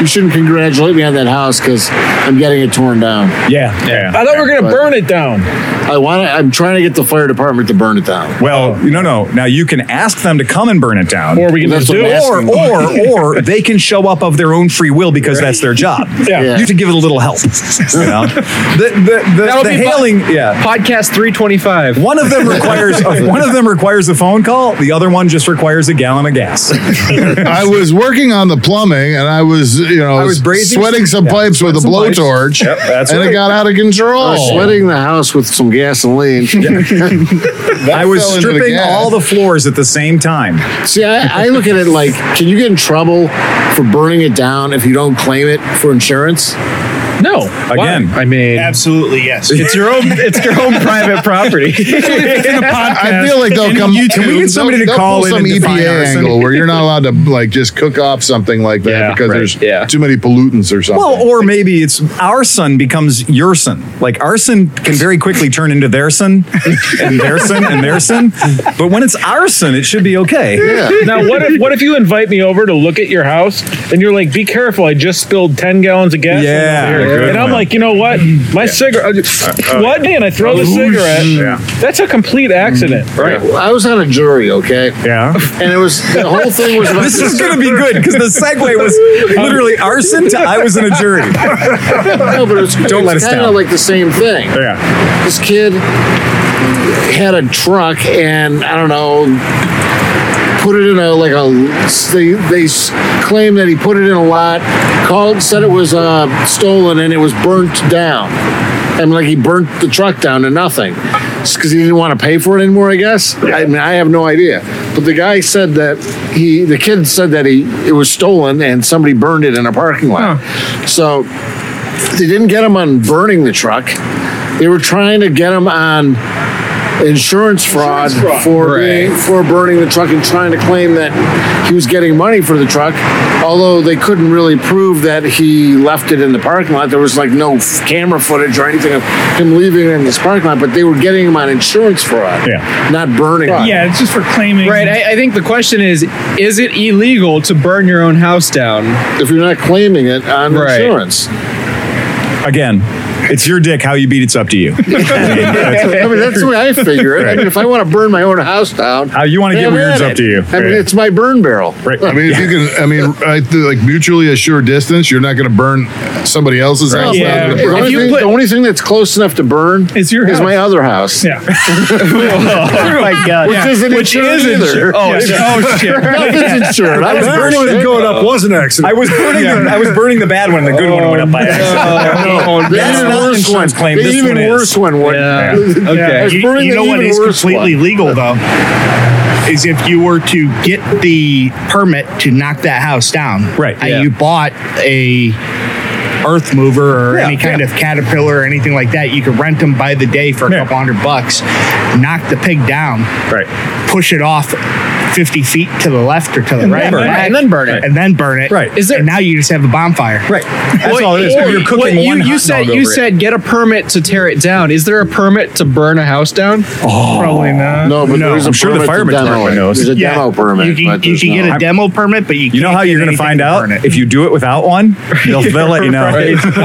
Speaker 6: You shouldn't congratulate me on that house because I'm getting it torn down.
Speaker 1: Yeah, yeah.
Speaker 2: I thought we were gonna
Speaker 6: But-
Speaker 2: burn it down.
Speaker 6: I want. I'm trying to get the fire department to burn it down.
Speaker 1: Well, no, no. Now you can ask them to come and burn it down.
Speaker 2: Or we can
Speaker 6: That's
Speaker 2: just do
Speaker 6: what I'm
Speaker 2: it.
Speaker 1: or
Speaker 6: asking.
Speaker 1: or or they can show up of their own free will because that's their job.
Speaker 2: Yeah.
Speaker 6: Yeah.
Speaker 1: You should give it a little help. You know? The the, the,
Speaker 5: That'll
Speaker 1: the
Speaker 5: be fun.
Speaker 1: hailing yeah.
Speaker 5: Podcast 325.
Speaker 1: One of them requires one of them requires a phone call, the other one just requires a gallon of gas.
Speaker 4: I was working on the plumbing and I was, you know,
Speaker 1: I was brazing-
Speaker 4: sweating some
Speaker 1: yeah,
Speaker 4: pipes with a
Speaker 1: sweating some pipes.
Speaker 4: blowtorch.
Speaker 1: Yep, that's
Speaker 4: and
Speaker 1: right.
Speaker 4: it got out of control.
Speaker 6: I was sweating the house with some gasoline.
Speaker 1: I was
Speaker 4: fell into the
Speaker 1: stripping
Speaker 4: gas.
Speaker 1: all the floors at the same time.
Speaker 6: See, I, I look at it like, can you get in trouble for burning it down if you don't claim it for insurance?
Speaker 5: No.
Speaker 1: Again.
Speaker 5: I mean,
Speaker 3: Absolutely, yes.
Speaker 5: it's your own. It's your own private property.
Speaker 4: I feel like they'll come.
Speaker 1: Can we get somebody to
Speaker 4: they'll
Speaker 1: call
Speaker 4: pull
Speaker 1: in
Speaker 4: some
Speaker 1: and define
Speaker 4: EPA
Speaker 1: arson?
Speaker 4: angle where you're not allowed to like just cook off something like that
Speaker 5: Yeah,
Speaker 4: because
Speaker 5: right,
Speaker 4: there's
Speaker 5: yeah.
Speaker 4: too many pollutants or something.
Speaker 1: Well, or maybe it's our son becomes your son. Like our son can very quickly turn into their son and their son and their son. But when it's our son, it should be okay.
Speaker 4: yeah.
Speaker 2: Now what if what if you invite me over to look at your house and you're like, be careful, I just spilled ten gallons of gas.
Speaker 1: Yeah,
Speaker 2: over
Speaker 1: good
Speaker 2: here." and I'm
Speaker 1: one.
Speaker 2: like, you know what? My cigarette what man, I throw the cigarette.
Speaker 1: Yeah.
Speaker 2: That's a complete accident.
Speaker 1: Right.
Speaker 6: I was on a jury, okay,
Speaker 1: Yeah.
Speaker 6: and it was the whole thing was about
Speaker 1: This is going to be good because the segue was literally arson to I was in a jury.
Speaker 6: no, but it's,
Speaker 1: Don't
Speaker 6: it's
Speaker 1: let us
Speaker 6: kinda
Speaker 1: down.
Speaker 6: like the same thing.
Speaker 1: Yeah.
Speaker 6: This kid had a truck, and I don't know, put it in a like a they they s- claim that he put it in a lot, called said it was uh, stolen and it was burnt down. And like he burnt the truck down to nothing because he didn't want to pay for it anymore. I guess. I mean, I have no idea. But the guy said that he, the kid said that he it was stolen and somebody burned it in a parking lot. So they didn't get him on burning the truck. They were trying to get him on insurance fraud, for being, for burning the truck and trying to claim that he was getting money for the truck, although they couldn't really prove that he left it in the parking lot. There was like no f- camera footage or anything of him leaving it in this parking lot, but they were getting him on insurance fraud,
Speaker 1: Yeah.
Speaker 6: not burning. it.
Speaker 8: yeah, it's just for claiming.
Speaker 5: Right. I, I think the question is: Is it illegal to burn your own house down?
Speaker 6: if you're not claiming it on
Speaker 5: Right.
Speaker 6: insurance.
Speaker 1: Again, it's your dick. How you beat it's up to you.
Speaker 6: I mean, that's the way I figure it. I mean, if I want to burn my own house down,
Speaker 1: How you wanna get
Speaker 6: have
Speaker 1: weird's
Speaker 6: at
Speaker 1: up
Speaker 6: it.
Speaker 1: to you.
Speaker 6: I mean,
Speaker 1: Yeah.
Speaker 6: it's my burn barrel.
Speaker 1: Right.
Speaker 4: I mean, if you can, I mean, I th- like mutually assured distance, you're not going to burn somebody else's house.
Speaker 8: Yeah.
Speaker 4: Not gonna
Speaker 6: The
Speaker 4: burn-
Speaker 6: only,
Speaker 8: you
Speaker 6: thing,
Speaker 8: put-
Speaker 6: the only thing that's close enough to burn
Speaker 8: It's your
Speaker 6: is
Speaker 8: house.
Speaker 6: my other house.
Speaker 8: Yeah.
Speaker 7: Oh my God.
Speaker 6: Which isn't insured either.
Speaker 5: Oh, it's-
Speaker 8: Oh shit.
Speaker 6: Nothing's insured. I was
Speaker 7: That
Speaker 6: burning
Speaker 7: one
Speaker 6: it.
Speaker 7: going up was an
Speaker 1: I
Speaker 7: accident.
Speaker 1: was burning. The, I was burning the bad one. The good one went up by accident.
Speaker 6: The
Speaker 1: That's
Speaker 6: even
Speaker 1: not an
Speaker 6: worse one.
Speaker 1: insurance claim.
Speaker 6: The
Speaker 1: This
Speaker 6: even
Speaker 1: one is.
Speaker 6: worse one. would-
Speaker 5: Yeah.
Speaker 6: I
Speaker 5: Okay.
Speaker 6: was
Speaker 3: You,
Speaker 6: burning
Speaker 3: you
Speaker 6: the
Speaker 3: know what
Speaker 6: even
Speaker 3: is
Speaker 6: worse one.
Speaker 3: completely legal though is if you were to get the permit to knock that house down.
Speaker 1: Right,
Speaker 3: and
Speaker 1: yeah.
Speaker 3: You bought a earth mover or
Speaker 1: Yeah,
Speaker 3: any kind of caterpillar or anything like that. You could rent them by the day for a
Speaker 1: Yeah.
Speaker 3: couple hundred bucks. Knock the pig down.
Speaker 1: Right.
Speaker 3: Push it off. 50 feet to the left or to the right,
Speaker 1: burn it.
Speaker 3: back,
Speaker 5: And then burn it.
Speaker 3: and then burn it.
Speaker 1: Right.
Speaker 5: Is there-
Speaker 3: and now you just have a bonfire.
Speaker 1: Right. That's
Speaker 5: Well,
Speaker 1: all it is.
Speaker 5: or-
Speaker 1: You're cooking
Speaker 5: what you,
Speaker 1: one
Speaker 5: you
Speaker 1: hot
Speaker 5: said
Speaker 1: dog
Speaker 5: you
Speaker 1: over it.
Speaker 5: said get a permit to tear it down. Is there a permit to burn a house down?
Speaker 8: Probably not.
Speaker 6: No, but
Speaker 1: No,
Speaker 6: there's a
Speaker 1: I'm sure the
Speaker 6: permit to
Speaker 1: fire department
Speaker 6: demo it.
Speaker 1: knows.
Speaker 6: There's a demo permit.
Speaker 3: You can,
Speaker 6: but
Speaker 3: you
Speaker 6: there's
Speaker 3: can
Speaker 6: no-
Speaker 3: get a demo permit, but you
Speaker 1: You know
Speaker 3: can't
Speaker 1: how
Speaker 3: get
Speaker 1: you're going to
Speaker 3: anything
Speaker 1: find out
Speaker 3: burn it.
Speaker 1: if you do it without one. They'll, they'll let you know.
Speaker 2: Yeah,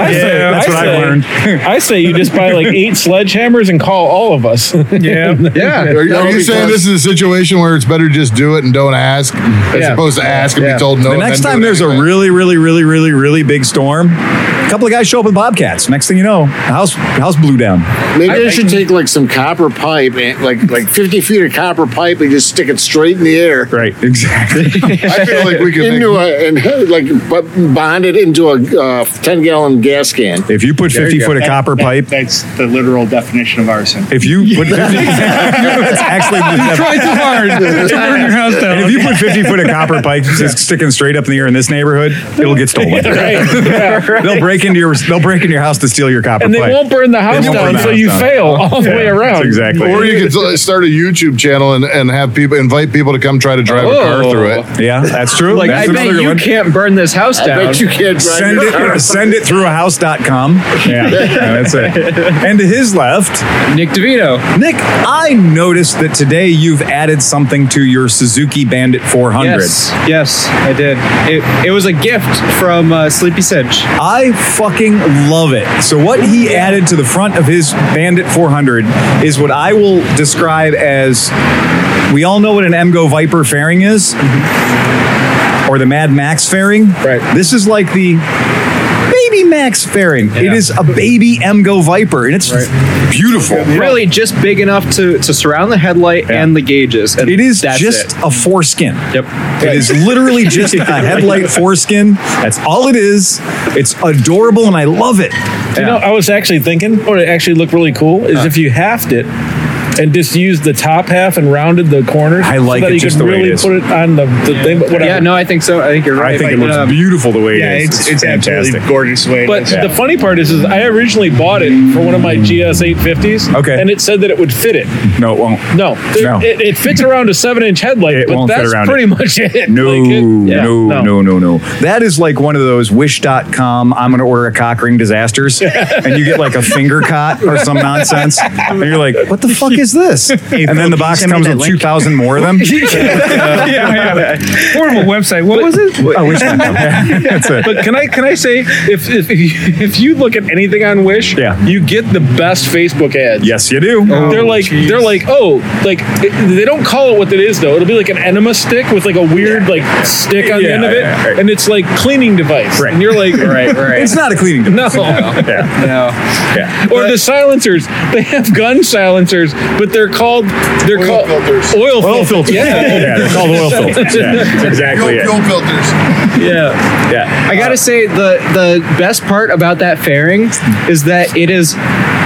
Speaker 1: That's what
Speaker 2: say-
Speaker 1: I've learned.
Speaker 2: I say you just buy like eight sledgehammers and call all of us.
Speaker 8: Yeah.
Speaker 5: Yeah.
Speaker 4: Are, you-
Speaker 6: No,
Speaker 4: are you
Speaker 6: because-
Speaker 4: saying this is a situation where it's better just do it and don't ask, as
Speaker 5: Yeah.
Speaker 4: opposed to ask and
Speaker 5: Yeah.
Speaker 4: be told no?
Speaker 1: The
Speaker 4: and
Speaker 1: next
Speaker 4: then do
Speaker 1: time
Speaker 4: it
Speaker 1: there's a
Speaker 4: anyway?
Speaker 1: really, really, really, really, really big storm, A couple of guys show up with bobcats. Next thing you know, the house the house blew down.
Speaker 6: Maybe I, should take like some copper pipe, and, like like fifty feet of copper pipe, and just stick it straight in the air
Speaker 1: Right, exactly.
Speaker 4: I feel like we could
Speaker 6: into
Speaker 4: make.
Speaker 6: a and like bu- bond it into a uh, ten gallon gas can.
Speaker 1: if you put fifty foot of copper pipe,
Speaker 3: That's the literal definition of arson.
Speaker 1: if you put fifty, that's actually the def-
Speaker 8: Try too hard to burn your house
Speaker 1: And if
Speaker 8: down.
Speaker 1: you put 50 foot of copper pipe just sticking straight up in the air in this neighborhood, it'll get stolen. They'll break into your they'll break into your house to steal your copper
Speaker 2: and they
Speaker 1: pipe.
Speaker 2: won't burn the house
Speaker 1: won't burn
Speaker 2: down,
Speaker 1: the
Speaker 2: so
Speaker 1: house
Speaker 2: you
Speaker 1: down.
Speaker 2: fail all the way
Speaker 1: Yeah,
Speaker 2: around.
Speaker 1: that's exactly.
Speaker 4: Or you could s- start a YouTube channel and, and have people invite people to come try to drive a car
Speaker 2: Oh.
Speaker 4: through it.
Speaker 1: yeah, that's true.
Speaker 5: Like,
Speaker 1: that's
Speaker 5: I bet you can't burn this house
Speaker 6: I
Speaker 5: down.
Speaker 6: bet you can't drive
Speaker 1: Send
Speaker 6: your car.
Speaker 1: it, send it through a house.com. Yeah, yeah, that's it. And to his left,
Speaker 5: Nick DeVito.
Speaker 1: Nick, I noticed that today you've added something to your Suzuki Bandit 400.
Speaker 5: Yes, yes, I did. It, it was a gift from uh, Sleepy Cinch.
Speaker 1: I fucking love it. So what he added to the front of his Bandit 400 is what I will describe as we all know what an MGO Viper fairing is or the Mad Max fairing.
Speaker 2: Right.
Speaker 1: This is like the baby Max fairing. It is a baby MGO Viper and it's beautiful.
Speaker 5: Really, just big enough to, to surround the headlight and the gauges. And
Speaker 1: It is
Speaker 5: that's
Speaker 1: just
Speaker 5: it.
Speaker 1: a foreskin.
Speaker 5: Yep.
Speaker 1: It is literally just a headlight foreskin. That's all it is. It's adorable and I love it.
Speaker 2: You know, I was actually thinking, what it actually looked really cool is if you halved it and just used the top half and rounded the corners.
Speaker 1: I like it
Speaker 2: you
Speaker 1: just
Speaker 2: could
Speaker 1: the way it
Speaker 2: really
Speaker 1: is.
Speaker 2: put it on the, the thing. But whatever.
Speaker 5: Yeah, no, I think so. I think you're right.
Speaker 1: I think it
Speaker 5: But,
Speaker 1: looks
Speaker 5: uh,
Speaker 1: beautiful the way it is.
Speaker 3: yeah, it's, it's, absolutely gorgeous the way. it
Speaker 2: But
Speaker 3: is.
Speaker 2: the funny part is, is I originally bought it for one of my GS 850s.
Speaker 1: Okay.
Speaker 2: And it said that it would fit it.
Speaker 1: No, it won't.
Speaker 2: No,
Speaker 1: No.
Speaker 2: It, it fits around a seven inch headlight,
Speaker 1: It
Speaker 2: but
Speaker 1: won't fit
Speaker 2: that's
Speaker 1: around
Speaker 2: pretty much it.
Speaker 1: No,
Speaker 2: Like it- yeah,
Speaker 1: no, no, no, no. That is like one of those wish.com, I'm going to order a cock ring disasters. and you get like a finger cot or some nonsense. And you're like, what the fuck is this? And then the box comes with 2,000 more of them.
Speaker 8: yeah, yeah. Horrible website. What was it?
Speaker 1: I wish I know. That's it.
Speaker 2: But can I can I say if if, if you- if you look at anything on Wish,
Speaker 1: Yeah.
Speaker 2: you get the best Facebook ads.
Speaker 1: Yes, you do.
Speaker 2: they're like they're like oh like it, they don't call it what it is though. It'll be like an enema stick with like a weird like stick on the
Speaker 1: Yeah,
Speaker 2: end of it,
Speaker 1: yeah, right.
Speaker 2: and it's like cleaning device.
Speaker 1: Right.
Speaker 2: And you're like right right.
Speaker 1: It's not a cleaning
Speaker 2: No.
Speaker 1: device. Yeah.
Speaker 5: No.
Speaker 1: yeah.
Speaker 2: Or the silencers. They have gun silencers, but they're called they're called
Speaker 4: filters.
Speaker 2: oil,
Speaker 1: Oil
Speaker 2: filters.
Speaker 1: filters.
Speaker 2: Yeah.
Speaker 1: yeah, they're called oil filters. Yeah, that's
Speaker 6: Oh,
Speaker 1: exactly it.
Speaker 4: Fuel filters.
Speaker 5: Yeah.
Speaker 1: Yeah.
Speaker 5: I gotta say the the best part about that fairing is that it is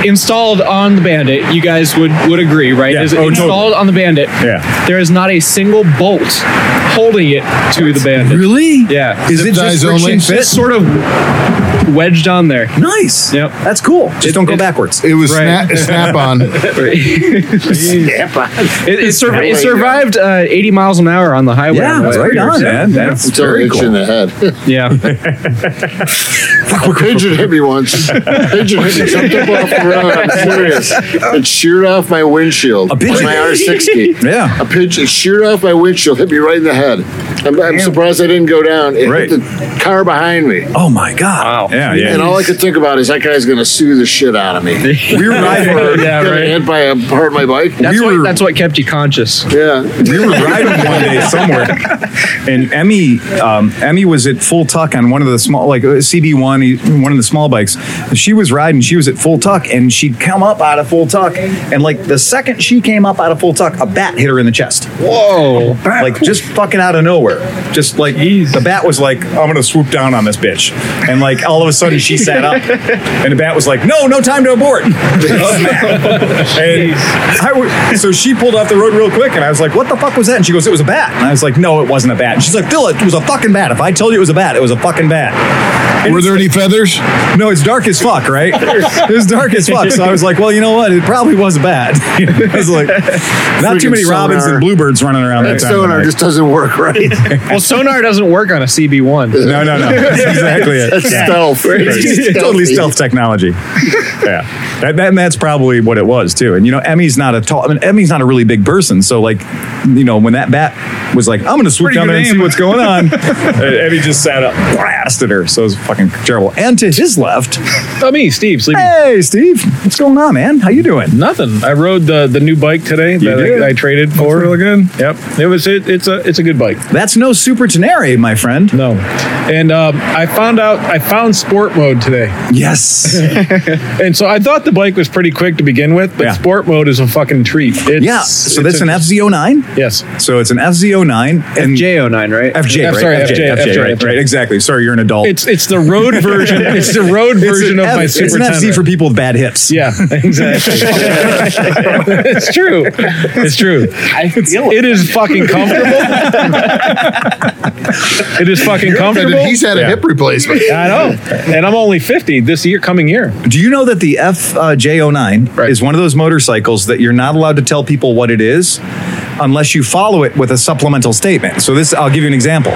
Speaker 5: installed on the Bandit. You guys would would agree, right?
Speaker 1: Yeah.
Speaker 5: It is
Speaker 1: Oh,
Speaker 5: installed
Speaker 1: totally.
Speaker 5: on the Bandit.
Speaker 1: Yeah.
Speaker 5: There is not a single bolt holding it to the Bandit.
Speaker 1: Really?
Speaker 5: Yeah.
Speaker 1: Is it
Speaker 4: Zip ties
Speaker 1: just
Speaker 4: only?
Speaker 1: only?
Speaker 5: It's
Speaker 1: Fit?
Speaker 5: just sort of wedged on there.
Speaker 1: Nice.
Speaker 5: Yep.
Speaker 1: That's cool. Just
Speaker 5: It-
Speaker 1: don't go
Speaker 5: it-
Speaker 1: backwards.
Speaker 4: It was
Speaker 5: Right.
Speaker 4: snap, snap on.
Speaker 5: It, it, sur- it survived uh, 80 miles an hour on the highway.
Speaker 1: yeah,
Speaker 5: on the way
Speaker 1: right
Speaker 5: up
Speaker 1: on,
Speaker 5: here,
Speaker 1: man. That's
Speaker 6: Until
Speaker 1: very
Speaker 6: it hits you
Speaker 1: cool.
Speaker 6: in the head.
Speaker 5: so- Yeah.
Speaker 6: A pigeon hit me once. A pigeon hit me. Jumped up off the road. I'm serious. It sheared off my windshield.
Speaker 1: A pigeon-
Speaker 6: My R60.
Speaker 1: Yeah.
Speaker 6: A pigeon sheared off my windshield. Hit me right in the head. I'm, I'm surprised I didn't go down. It
Speaker 1: Right.
Speaker 6: hit the car behind me.
Speaker 1: Oh my god! Wow. Yeah,
Speaker 6: And
Speaker 1: yeah.
Speaker 6: all I could think about is that guy's gonna sue the shit out of me.
Speaker 1: We were riding.
Speaker 6: yeah, right. Hit by a part of my bike.
Speaker 5: That's,
Speaker 1: We were-
Speaker 5: what, that's what kept you conscious.
Speaker 6: Yeah.
Speaker 1: we were riding one day somewhere, and Emmy um, Emmy was at full tuck on one of the small like CB one e, one of the small bikes. She was riding. She was at full tuck, and she'd come up out of full tuck, and like the second she came up out of full tuck, a bat hit her in the chest.
Speaker 5: Whoa.
Speaker 1: Like just fucking out of nowhere. Just like the bat was like, I'm gonna swoop down on this bitch. And like all of a sudden she sat up and the bat was like, No, no time to abort. and I w- so she pulled off the road real quick and I was like, What the fuck was that? And she goes, It was a bat. And I was like, No, it wasn't a bat. And she's like, Phil, it was a fucking bat. If I told you it was a bat, it was a fucking bat. And
Speaker 4: Were
Speaker 1: it's
Speaker 4: there any feathers?
Speaker 1: no, it's dark as fuck, right? it was dark as fuck. So I was like, well, you know what? It probably was bad. I was like, not too
Speaker 6: Freaking
Speaker 1: many robins
Speaker 6: sonar.
Speaker 1: and bluebirds running around that
Speaker 6: That
Speaker 1: time. of
Speaker 6: sonar
Speaker 1: night.
Speaker 6: just doesn't work right.
Speaker 5: Well, sonar doesn't work on a CB1.
Speaker 1: No, no, no. That's exactly it.
Speaker 6: That's
Speaker 1: Yeah.
Speaker 6: stealth.
Speaker 1: It's
Speaker 6: It's
Speaker 1: totally
Speaker 6: stealthy.
Speaker 1: stealth technology. yeah, that, that- that's probably what it was too. And you know, Emmy's not a tall. I mean, Emmy's not a really big person, so like, you know, when that bat was like, I'm going to swoop
Speaker 8: Pretty
Speaker 1: down
Speaker 8: good
Speaker 1: there and
Speaker 8: aim.
Speaker 1: see what's going on, uh, Emmy just sat up, blasted her. So it was fucking terrible. And to his left,
Speaker 2: Oh, me, Steve, sleeping.
Speaker 1: hey Steve, what's going on, man? How you doing?
Speaker 2: Nothing. I rode the the new bike today that
Speaker 1: did?
Speaker 2: I, I traded for.
Speaker 8: really good.
Speaker 2: Yep. It was it, it's a it's a good bike.
Speaker 1: That's no super tenere, my friend.
Speaker 2: No. And um, I found out I found sport mode today.
Speaker 1: Yes.
Speaker 2: And so I thought the bike was pretty quick to begin with, but
Speaker 1: Yeah.
Speaker 2: sport mode is a fucking treat. It's,
Speaker 1: yeah. So
Speaker 2: it's
Speaker 1: that's
Speaker 2: a-
Speaker 1: an FZ09.
Speaker 2: Yes.
Speaker 1: So it's an FZ09 and
Speaker 5: J09, right?
Speaker 1: FJ,
Speaker 2: I'm
Speaker 1: right?
Speaker 2: sorry,
Speaker 1: FJ,
Speaker 2: FJ,
Speaker 1: FJ,
Speaker 2: FJ,
Speaker 1: right, right, exactly. Sorry, you're an adult.
Speaker 2: It's it's the road version. It's the road
Speaker 1: It's
Speaker 2: version
Speaker 1: an
Speaker 2: of my
Speaker 1: F-
Speaker 2: super
Speaker 1: It's an FZ
Speaker 2: Tenere.
Speaker 1: for people with bad hips.
Speaker 2: Yeah, exactly. it's true. It's true.
Speaker 3: I feel it.
Speaker 2: It is fucking comfortable. it is fucking
Speaker 4: And
Speaker 2: comfortable.
Speaker 4: he's had a hip replacement.
Speaker 2: I know. And I'm only 50 this year, coming year.
Speaker 1: Do you know that the uh, FJ09
Speaker 2: Right.
Speaker 1: is one of those motorcycles that you're not allowed to tell people what it is unless you follow it with a supplemental statement? So this, I'll give you an example.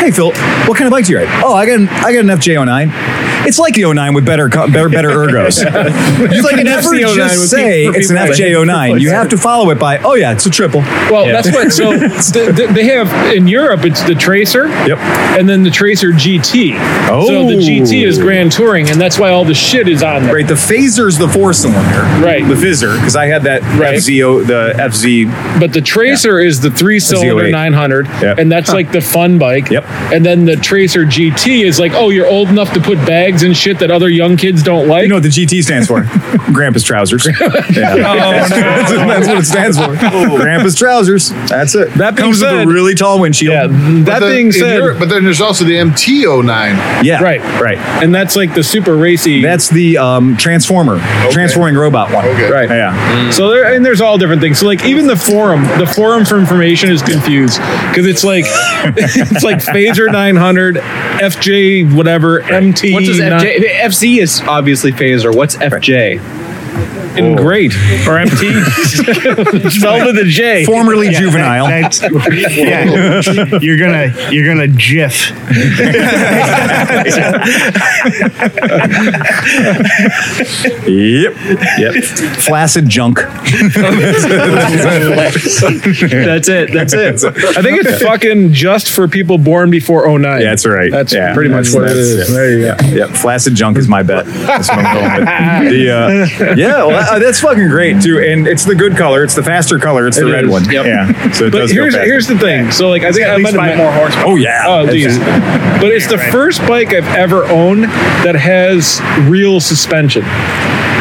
Speaker 1: Hey Phil, what kind of bike do you ride? Oh, I got an I got an FJ09. It's like the 09 with better co- better better ergos. you like can never
Speaker 2: FZ09
Speaker 1: just
Speaker 2: with
Speaker 1: oh say
Speaker 2: people- for
Speaker 1: it's an
Speaker 2: people that-
Speaker 1: FJ09. You have to follow it by oh yeah, it's a triple.
Speaker 2: Well, that's what. So th- th- they have in Europe, it's the Tracer.
Speaker 1: Yep.
Speaker 2: And then the Tracer GT. So the GT is Grand Touring, and that's why all the shit is on there.
Speaker 1: Right, the phaser's the four cylinder.
Speaker 2: Right.
Speaker 1: The fizzer, because I had that
Speaker 2: Right.
Speaker 1: FZO, the FZ.
Speaker 2: But the Tracer is the three cylinder
Speaker 1: 08.
Speaker 2: 900,
Speaker 1: Yeah.
Speaker 2: and that's like the fun bike.
Speaker 1: Yep.
Speaker 2: And then the Tracer GT is like, oh, you're old enough to put bags and shit that other young kids don't like.
Speaker 1: You know what the GT stands for? Grandpa's trousers. Yeah.
Speaker 2: Oh,
Speaker 1: that's, that's what it stands for. Grandpa's trousers. That's it.
Speaker 2: That being
Speaker 1: comes with a
Speaker 2: said-
Speaker 1: really tall windshield.
Speaker 2: yeah. That
Speaker 4: But the-
Speaker 2: being
Speaker 4: in
Speaker 2: said,
Speaker 4: Europe- but then there's also the MT09.
Speaker 1: Yeah.
Speaker 2: Right.
Speaker 1: Right.
Speaker 2: and that's like the super racy.
Speaker 1: That's the um, transformer, transforming robot one.
Speaker 4: Okay.
Speaker 2: right.
Speaker 1: Yeah.
Speaker 2: So there, and there's all different things. So like even the forum, the forum for information is confused because it's like it's like Phaser 900, FJ whatever, MT.
Speaker 5: What does
Speaker 2: not-
Speaker 5: FJ? FC is obviously phaser. What's Oh. FJ?
Speaker 2: and great or MT? Spelled with a J.
Speaker 1: Formerly juvenile.
Speaker 3: That's, yeah, you're gonna you're gonna jiff.
Speaker 1: Yep. Yep. Flaccid junk.
Speaker 5: That's it. That's it.
Speaker 2: I think it's fucking just for people born before 09.
Speaker 1: That's right.
Speaker 2: That's
Speaker 1: Yeah.
Speaker 2: pretty much
Speaker 1: That's-
Speaker 2: what it
Speaker 1: that's
Speaker 2: is.
Speaker 1: it.
Speaker 2: There you go.
Speaker 1: Yep, flaccid junk is my bet. That's what I'm going with. The, uh, yeah, well, that- uh, that's fucking great too, and it's the good color. It's the faster color. It's the
Speaker 2: It
Speaker 1: red
Speaker 2: is,
Speaker 1: one.
Speaker 2: yep.
Speaker 1: Yeah, so it
Speaker 2: But
Speaker 1: does go
Speaker 2: here's
Speaker 1: faster.
Speaker 2: here's the thing. So like I think I might have met-
Speaker 3: horsepower.
Speaker 1: oh yeah,
Speaker 2: Oh,
Speaker 1: That's-
Speaker 2: geez. But it's the first bike I've ever owned that has real suspension.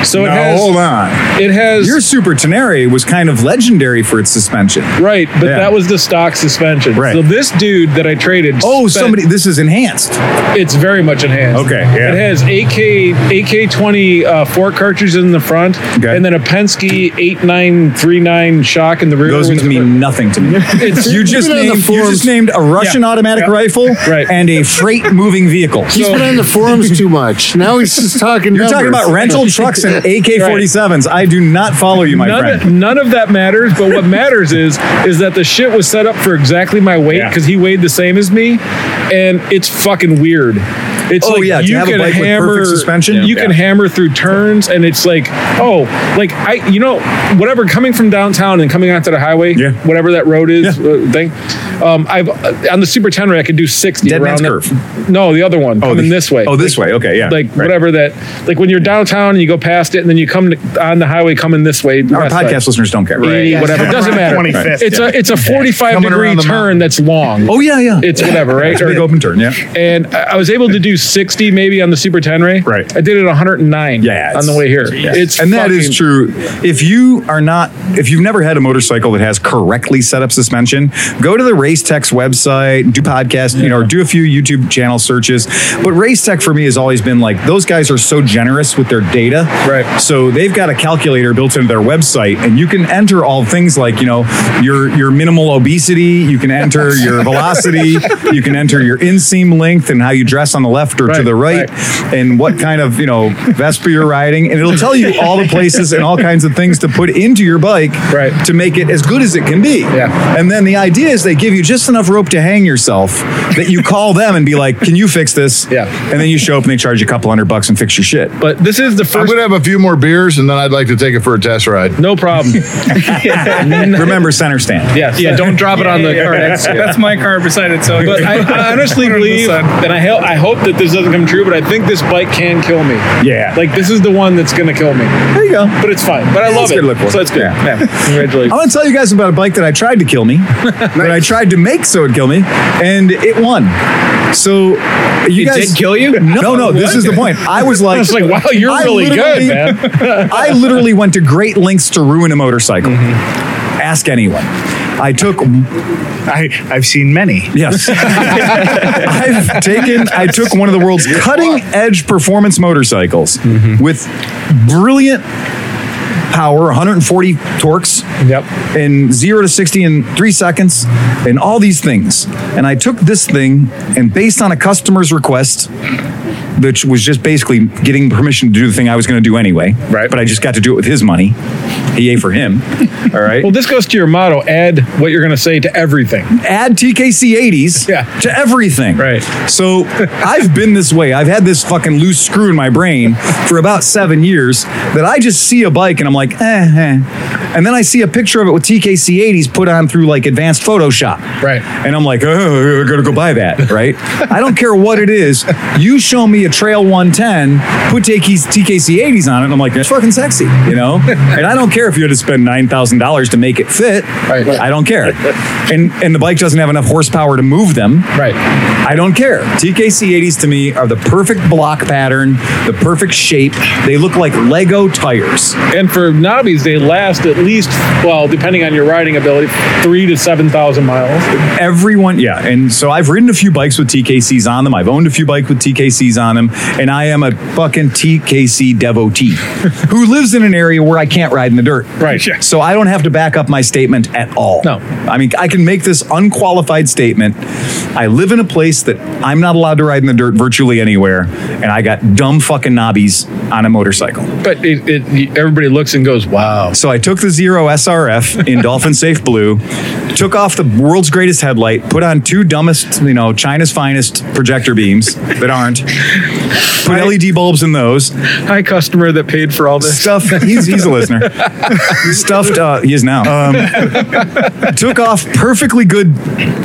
Speaker 2: So it
Speaker 1: Now,
Speaker 2: has.
Speaker 1: hold on.
Speaker 2: It has.
Speaker 1: Your Super Tenere was kind of legendary for its suspension.
Speaker 2: right, but
Speaker 1: Yeah.
Speaker 2: that was the stock suspension.
Speaker 1: Right.
Speaker 2: So this dude that I traded.
Speaker 1: Oh,
Speaker 2: spent-
Speaker 1: somebody, this is enhanced.
Speaker 2: It's very much enhanced.
Speaker 1: Okay, yeah.
Speaker 2: It has AK AK twenty uh, four cartridges in the front,
Speaker 1: Okay.
Speaker 2: and then a Penske eight nine three nine shock in the rear.
Speaker 1: Those means
Speaker 2: with the-
Speaker 1: mean nothing to me. you just
Speaker 6: on the
Speaker 1: named you
Speaker 6: forums.
Speaker 1: just named a Russian automatic rifle
Speaker 2: Right.
Speaker 1: and a freight moving vehicle.
Speaker 6: He's been on the forums too much. Now he's just talking.
Speaker 1: You're talking
Speaker 6: numbers.
Speaker 1: about rental trucks and AK-47s. I do not follow you, my
Speaker 2: None,
Speaker 1: friend.
Speaker 2: of- none of that matters, but what matters is is that the shit was set up for exactly my weight
Speaker 1: Yeah.
Speaker 2: because he weighed the same as me, and it's fucking weird. It's
Speaker 1: Oh,
Speaker 2: like
Speaker 1: yeah, to
Speaker 2: you
Speaker 1: have a
Speaker 2: can
Speaker 1: bike with perfect
Speaker 2: hammer
Speaker 1: suspension?
Speaker 2: You
Speaker 1: Yeah.
Speaker 2: can hammer through turns, and it's like oh, like I you know whatever coming from downtown and coming onto the highway,
Speaker 1: Yeah.
Speaker 2: whatever that road is uh, thing. Um, I've uh, on the Super Tenere I could do sixty.
Speaker 1: Dead
Speaker 2: around
Speaker 1: man's
Speaker 2: that-
Speaker 1: curve.
Speaker 2: No, the other one. coming
Speaker 1: the-
Speaker 2: this way.
Speaker 1: Oh, this
Speaker 2: Like-
Speaker 1: way. Okay, yeah.
Speaker 2: Like
Speaker 1: Right.
Speaker 2: whatever that, like when you're downtown and you go past it, and then you come to, on the highway coming this way.
Speaker 1: Our
Speaker 2: west side.
Speaker 1: podcast listeners don't care.
Speaker 2: Right. Whatever. It doesn't matter.
Speaker 3: 25th,
Speaker 2: It's a it's a 45
Speaker 4: Coming
Speaker 2: degree
Speaker 4: around the
Speaker 2: turn
Speaker 4: mountain.
Speaker 2: that's long.
Speaker 1: Oh yeah, yeah.
Speaker 2: It's whatever, right?
Speaker 1: It's a big open turn. Yeah.
Speaker 2: and I I was able to do 60 maybe on the Super Tenere.
Speaker 1: Right.
Speaker 2: I did it 109
Speaker 1: Yeah,
Speaker 2: on the
Speaker 1: it's-
Speaker 2: way here. It's
Speaker 1: and that is
Speaker 2: fucking-
Speaker 1: true. If you are not, if you've never had a motorcycle that has correctly set up suspension, go to the Race Tech's website, do podcast, you know, or do a few YouTube channel searches. But Race Tech for me has always been like those guys are so generous with their data,
Speaker 2: Right.
Speaker 1: So they've got a calculator built into their website, and you can enter all things like you know your your minimal obesity, you can enter your velocity, you can enter your inseam length and how you dress on the left or to
Speaker 2: Right,
Speaker 1: the right,
Speaker 2: right.
Speaker 1: and what kind of you know Vespa you're riding, and it'll tell you all the places and all kinds of things to put into your bike
Speaker 2: Right.
Speaker 1: to make it as good as it can be.
Speaker 2: Yeah.
Speaker 1: And then the idea is they give you you just enough rope to hang yourself that you call them and be like, "Can you fix this?"
Speaker 2: Yeah.
Speaker 1: and then you show up and they charge you a couple hundred bucks and fix your shit.
Speaker 2: But this is the
Speaker 4: I'm
Speaker 2: first.
Speaker 4: gonna have a few more beers and then I'd like to take it for a test ride.
Speaker 2: No problem.
Speaker 1: Remember center stand.
Speaker 2: yes.
Speaker 5: Yeah, don't drop it on the car next to you.
Speaker 8: That's my car beside it. So
Speaker 2: But I, I honestly believe, and I, hel- I hope that this doesn't come true, but I think this bike can kill me.
Speaker 1: Yeah.
Speaker 2: Like, this is the one that's going to kill me.
Speaker 1: There you go.
Speaker 2: But it's fine. But I love
Speaker 1: That's
Speaker 2: it.
Speaker 1: good to look for.
Speaker 2: so it's good.
Speaker 1: Yeah.
Speaker 2: Yeah. Congratulations.
Speaker 1: I want to tell you guys about a bike that I tried to kill me, that I tried to make so it'd kill me, and it won. So you
Speaker 5: It
Speaker 1: guys
Speaker 5: did kill you?
Speaker 1: No, no. This is the point. I was like,
Speaker 2: I was like, wow, you're
Speaker 1: I
Speaker 2: really
Speaker 1: literally-
Speaker 2: good, man.
Speaker 1: I literally went to great lengths to ruin a motorcycle.
Speaker 2: Mm-hmm.
Speaker 1: Ask anyone. I took
Speaker 3: I, I've seen many.
Speaker 1: Yes. I've taken, I took one of the world's cutting edge performance motorcycles
Speaker 2: Mm-hmm.
Speaker 1: with brilliant power, 140 torques,
Speaker 2: Yep.
Speaker 1: and zero to 60 in three seconds, and all these things. And I took this thing, and based on a customer's request, which was just basically getting permission to do the thing I was going to do anyway.
Speaker 2: Right.
Speaker 1: But I just got to do it with his money. Yay for him. All right.
Speaker 2: Well, this goes to your motto add what you're going to say to everything.
Speaker 1: add TKC 80s
Speaker 2: Yeah.
Speaker 1: to everything.
Speaker 2: Right.
Speaker 1: So I've been this way. I've had this fucking loose screw in my brain for about seven years that I just see a bike and I'm like, eh, eh. And then I see a picture of it with TKC 80s put on through like advanced Photoshop.
Speaker 2: Right.
Speaker 1: And I'm like, oh, I gotta go buy that. Right. I don't care what it is. You show me a Trail 110, put TKC 80s on it, and I'm like, that's fucking sexy, you know? And I don't care if you had to spend $9,000 to make it fit.
Speaker 2: Right.
Speaker 1: I don't care. And and the bike doesn't have enough horsepower to move them.
Speaker 2: Right.
Speaker 1: I don't care. TKC 80s to me are the perfect block pattern, the perfect shape. They look like Lego tires.
Speaker 2: And for knobbies, they last at least, well, depending on your riding ability, three to 7,000 miles.
Speaker 1: Everyone, yeah. And so I've ridden a few bikes with TKCs on them. I've owned a few bikes with TKCs on them, and I am a fucking TKC devotee who lives in an area where I can't ride in the dirt.
Speaker 2: Right. Yeah.
Speaker 1: So I don't have to back up my statement at all.
Speaker 2: No.
Speaker 1: I mean, I can make this unqualified statement. I live in a place that I'm not allowed to ride in the dirt virtually anywhere, and I got dumb fucking knobbies on a motorcycle.
Speaker 2: But it, it, everybody looks and goes, wow.
Speaker 1: So I took the Zero SRF in Dolphin Safe Blue, took off the world's greatest headlight, put on two dumbest, you know, China's finest projector beams that aren't, put LED bulbs in those,
Speaker 2: Hi, customer that paid for all this.
Speaker 1: stuff. He's, he's a listener. Stuffed. Uh, he is now. Um, took off perfectly good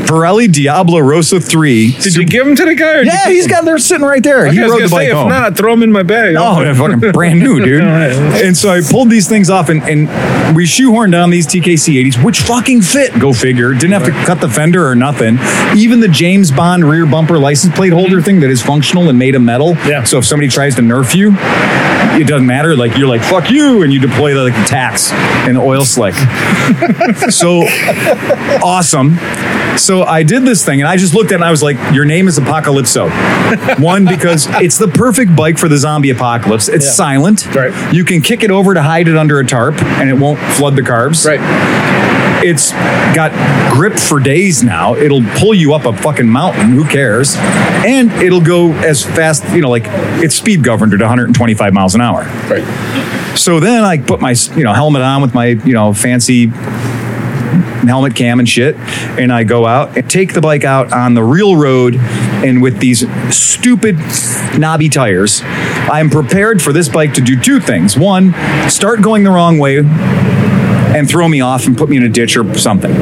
Speaker 1: Pirelli Diablo Rosa three.
Speaker 2: Did you give them to the guy? Or did
Speaker 1: Yeah,
Speaker 2: you-
Speaker 1: he's got there sitting right there. He
Speaker 2: I was
Speaker 1: rode
Speaker 2: gonna
Speaker 1: the
Speaker 2: say,
Speaker 1: bike
Speaker 2: if
Speaker 1: home.
Speaker 2: not, throw them in my bag.
Speaker 1: Oh, they're fucking brand new, dude. And so I pulled these things off and, and we shoehorned down these TKC 80s, which fucking fit. Go figure. Didn't have to cut the fender or nothing. Even the James Bond rear bumper license plate holder thing that is functional and made of metal.
Speaker 2: Yeah.
Speaker 1: So if somebody tries to nerf you, it doesn't matter. Like you're like, fuck you. And you deploy the, like, the tax and oil slick. so awesome. So I did this thing and I just looked at it and I was like, your name is Apocalypso. One, because it's the perfect bike for the zombie apocalypse. It's silent.
Speaker 2: Right.
Speaker 1: You can kick it over to hide it under a tarp and it won't flood the carbs.
Speaker 2: Right.
Speaker 1: It's got grip for days now. It'll pull you up a fucking mountain. Who cares? And it'll go as fast, you know, like it's speed governed at 125 miles an hour.
Speaker 2: Right.
Speaker 1: So then I put my you know helmet on with my you know fancy helmet cam and shit, and I go out and take the bike out on the real road, and with these stupid knobby tires, I am prepared for this bike to do two things: one, start going the wrong way. And throw me off and put me in a ditch or something.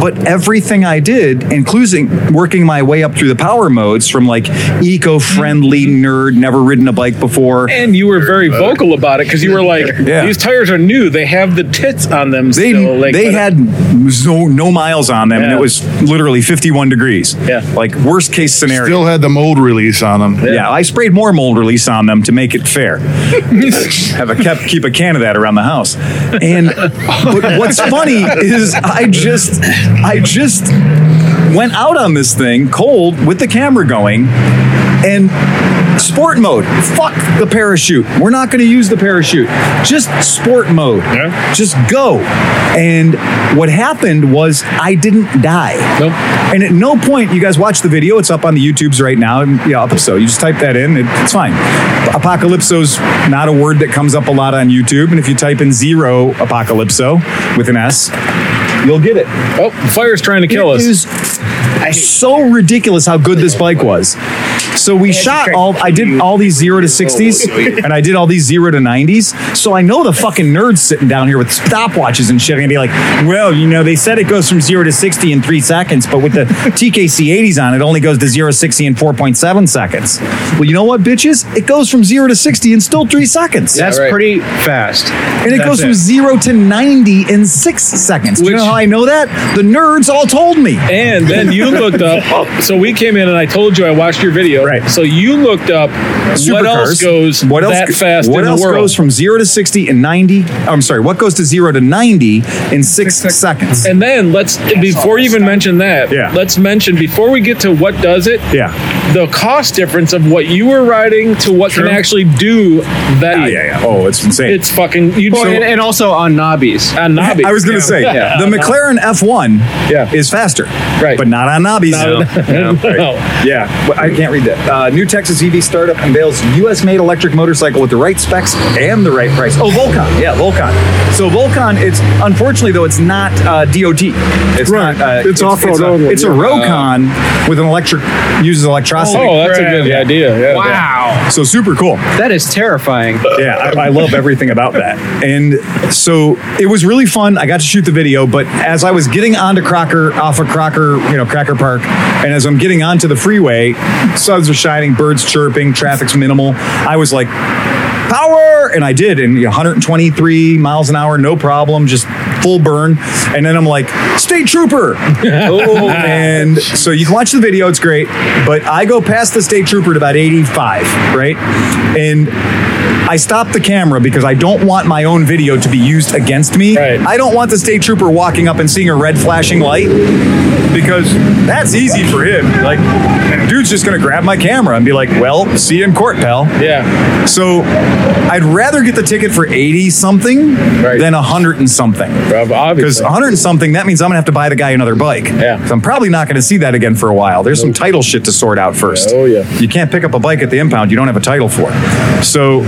Speaker 1: But everything I did, including working my way up through the power modes from like eco friendly nerd, never ridden a bike before.
Speaker 2: And you were very vocal about it because you were like,
Speaker 1: Yeah.
Speaker 2: these tires are new. They have the tits on them
Speaker 1: They,
Speaker 2: still. Like,
Speaker 1: they
Speaker 2: but-
Speaker 1: had no, no miles on them, and
Speaker 2: Yeah.
Speaker 1: it was literally 51 degrees.
Speaker 2: Yeah.
Speaker 1: Like, worst case scenario.
Speaker 4: Still had the mold release on them.
Speaker 1: yeah. I sprayed more mold release on them to make it fair. Have a kept keep a can of that around the house. And but what's funny is I just I just went out on this thing cold with the camera going and sport mode. Fuck the parachute. We're not going to use the parachute. Just sport mode.
Speaker 2: Yeah.
Speaker 1: Just go. And what happened was I didn't die.
Speaker 2: Nope.
Speaker 1: And at no point, you guys watch the video. It's up on the YouTubes right now. And yeah, episode. You just type that in. It, it's fine. Apocalypso's not a word that comes up a lot on YouTube. And if you type in zero apocalypso with an S, You'll get it.
Speaker 2: Oh, fire's trying to kill
Speaker 1: It
Speaker 2: us.
Speaker 1: is so ridiculous how good this bike was. So we shot all. I did all these zero to sixties, and I did all these zero to nineties. So I know the fucking nerds sitting down here with stopwatches and shit are gonna be like, "Well, you know, they said it goes from zero to sixty in three seconds, but with the TKC eighties on, it only goes to zero to sixty in four point seven seconds." Well, you know what, bitches? It goes from zero to sixty in still three seconds,
Speaker 5: That's
Speaker 2: right.
Speaker 5: pretty fast.
Speaker 1: and it goes from zero to ninety in six seconds. Do you
Speaker 2: Which-
Speaker 1: know how I know that? The nerds all told me.
Speaker 2: And then you looked up. So we came in, and I told you I watched your video.
Speaker 1: Right.
Speaker 2: So you looked up what else
Speaker 1: Supercars.
Speaker 2: goes
Speaker 1: What else
Speaker 2: that
Speaker 1: go-
Speaker 2: fast
Speaker 1: What
Speaker 2: in
Speaker 1: else
Speaker 2: the world.
Speaker 1: goes from zero to sixty in ninety? I'm sorry. What goes to zero to ninety in six
Speaker 8: Six
Speaker 1: seconds?
Speaker 2: and then let's before you even mention that.
Speaker 1: Yeah.
Speaker 2: Let's mention before we get to what does it.
Speaker 1: yeah.
Speaker 2: The cost difference of what you were riding to what
Speaker 1: True.
Speaker 2: can actually do that.
Speaker 1: Yeah, yeah, yeah. Oh, it's insane.
Speaker 2: It's fucking you.
Speaker 5: Well,
Speaker 2: So,
Speaker 5: and, and also on knobbies.
Speaker 2: on knobby.
Speaker 1: I was gonna say
Speaker 2: Yeah.
Speaker 1: the McLaren F1
Speaker 2: Yeah.
Speaker 1: is faster,
Speaker 2: Right.
Speaker 1: But not on knobbies.
Speaker 2: No.
Speaker 1: Yeah, Well, I can't read that. Uh, new Texas EV startup unveils U.S.-made electric motorcycle with the right specs and the right price. Oh, Volcon. Yeah, Volcon. So Volcon, it's unfortunately though it's not uh, DOT. It's
Speaker 7: Right.
Speaker 1: not. Uh,
Speaker 7: It's off-road
Speaker 1: It's, a,
Speaker 7: only,
Speaker 1: it's a
Speaker 7: yeah.
Speaker 1: Rocon with an electric uses electricity.
Speaker 2: Oh, that's a good
Speaker 1: Yeah.
Speaker 2: idea. Yeah, yeah.
Speaker 5: Wow.
Speaker 1: So super cool
Speaker 5: That is terrifying.
Speaker 1: yeah, I, I love everything about that. And so it was really fun. I got to shoot the video, but as I was getting onto Crocker, off of Crocker, you know, Cracker Park, and as I'm getting onto the freeway, suns are shining, birds chirping, traffic's minimal. I was like, power! And I did, and you know, 123 miles an hour, no problem, just full burn. And then I'm like, state trooper! oh, and so you can watch the video, it's great. But I go past the state trooper at about 85, right? And I stopped the camera because I don't want my own video to be used against me.
Speaker 2: Right.
Speaker 1: I don't want the state trooper walking up and seeing a red flashing light because that's easy for him. Like, dude's just gonna grab my camera and be like, well, see you in court, pal.
Speaker 2: Yeah.
Speaker 1: So I'd rather get the ticket for 80 something
Speaker 2: Right.
Speaker 1: than 100 and something.
Speaker 2: Rob,
Speaker 1: Because
Speaker 2: Obviously.
Speaker 1: 100 and something, that means I'm gonna have to buy the guy another bike.
Speaker 2: Yeah.
Speaker 1: 'Cause I'm probably not gonna see that again for a while. There's some title shit to sort out first.
Speaker 2: Oh, yeah.
Speaker 1: You can't pick up a bike at the impound you don't have a title for. So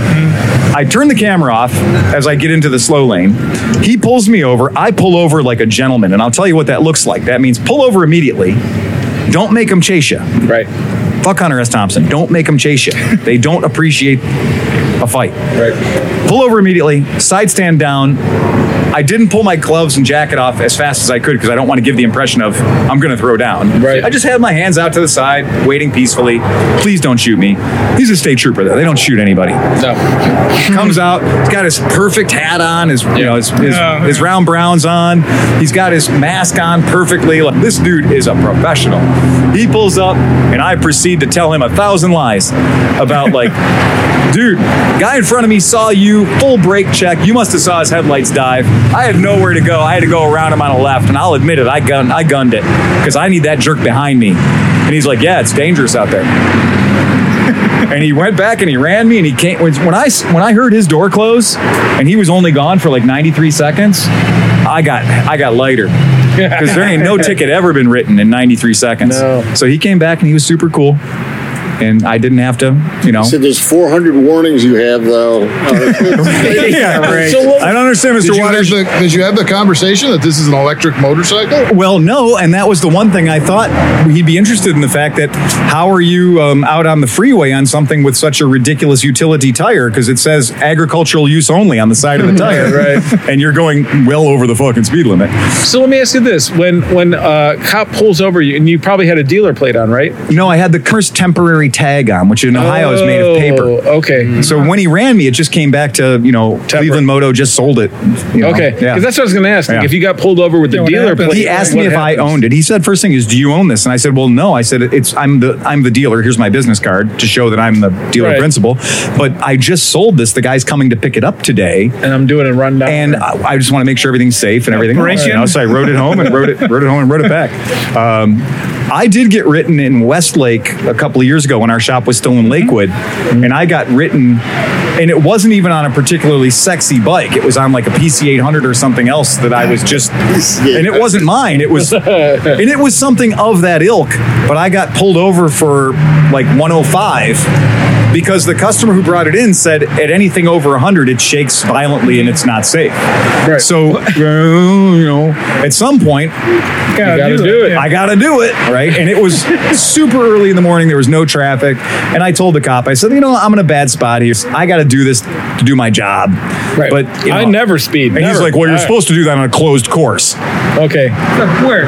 Speaker 1: I turn the camera off as I get into the slow lane. He pulls me over. I pull over like a gentleman, and I'll tell you what that looks like. That means pull over immediately. Don't make him chase you.
Speaker 2: Right.
Speaker 1: Fuck Hunter S. Thompson. Don't make them chase you. They don't appreciate a fight. Right. Pull over immediately, side stand down. I didn't pull my gloves and jacket off as fast as I could because I don't want to give the impression of I'm going to throw down.
Speaker 2: Right.
Speaker 1: I just had my hands out to the side, waiting peacefully. Please don't shoot me. He's a state trooper, though. They don't shoot anybody.
Speaker 2: No.
Speaker 1: Comes out, he's got his perfect hat on, his you know his his,
Speaker 8: Yeah.
Speaker 1: his round browns on. He's got his mask on perfectly. Like this dude is a professional. He pulls up, and I proceed to tell him a thousand lies about like, dude, guy in front of me saw you full brake check. You must have saw his headlights dive. I had nowhere to go. I had to go around him on a left, and I'll admit it, I gunned I gunned it because I need that jerk behind me. And he's like, yeah, it's dangerous out there and he went back and he ran me and he came when when I s- when I heard his door close and he was only gone for like 93 seconds I got I got lighter because there ain't no ticket ever been written in 93 seconds
Speaker 2: No.
Speaker 1: so he came back and he was super cool and I didn't have to you know
Speaker 6: So there's 400 warnings you have, though.
Speaker 1: yeah, right. I don't understand
Speaker 4: Did
Speaker 1: Mr.
Speaker 4: you, have
Speaker 1: Waters
Speaker 4: the, did you have the conversation that this is an electric motorcycle?
Speaker 1: Well, no, and that was the one thing I thought he'd be interested in the fact that how are you um, out on the freeway on something with such a ridiculous utility tire because it says agricultural use only on the side of the tire, right? And you're going well over the fucking speed limit.
Speaker 2: So let me ask you this: when when a cop pulls over you, and you probably had a dealer plate on, right?
Speaker 1: No, I had the cursed temporary tag on, which in Ohio is made of paper. Mm-hmm.
Speaker 2: Oh, Okay.
Speaker 1: So when he ran me, it just came back to you know Cleveland Moto just sold it. you know?
Speaker 2: Okay.
Speaker 1: yeah.
Speaker 2: Because that's what I was going to ask. Like,
Speaker 1: Yeah.
Speaker 2: if you got pulled over with the
Speaker 8: Yeah, what
Speaker 2: dealer
Speaker 8: happens?
Speaker 2: plate,
Speaker 1: he asked me if I owned it. He said, first thing is, do you own this? And I said, well, no. I said, it's I'm the I'm the dealer. Here's my business card to show that I'm the dealer
Speaker 2: Right.
Speaker 1: principal. But I just sold this. The guy's coming to pick it up today,
Speaker 2: and I'm doing a rundown.
Speaker 1: and I, I just want to make sure everything's safe and everything. else, you know? So I wrote it home and wrote it wrote it home and wrote it back. Um, I did get written in Westlake a couple of years ago when our shop was still in Lakewood, and I got written. And it wasn't even on a particularly sexy bike. It was on like a PC 800 or something else that I was just and it wasn't mine. It was, and it was something of that ilk. But I got pulled over for like 105 because the customer who brought it in said at anything over 100 it shakes violently and it's not safe. Right. So you know, at some point
Speaker 8: gotta do it.
Speaker 1: I gotta do it, right? And it was super early in the morning. There was no traffic, and I told the cop, I said, you know, I'm in a bad spot here. I gotta do this to do my job.
Speaker 2: Right.
Speaker 1: But you
Speaker 2: I
Speaker 1: know-
Speaker 2: never speed.
Speaker 1: And he's
Speaker 2: never.
Speaker 1: like, well, you're
Speaker 2: All right.
Speaker 1: supposed to do that on a closed course.
Speaker 2: Okay.
Speaker 8: Where?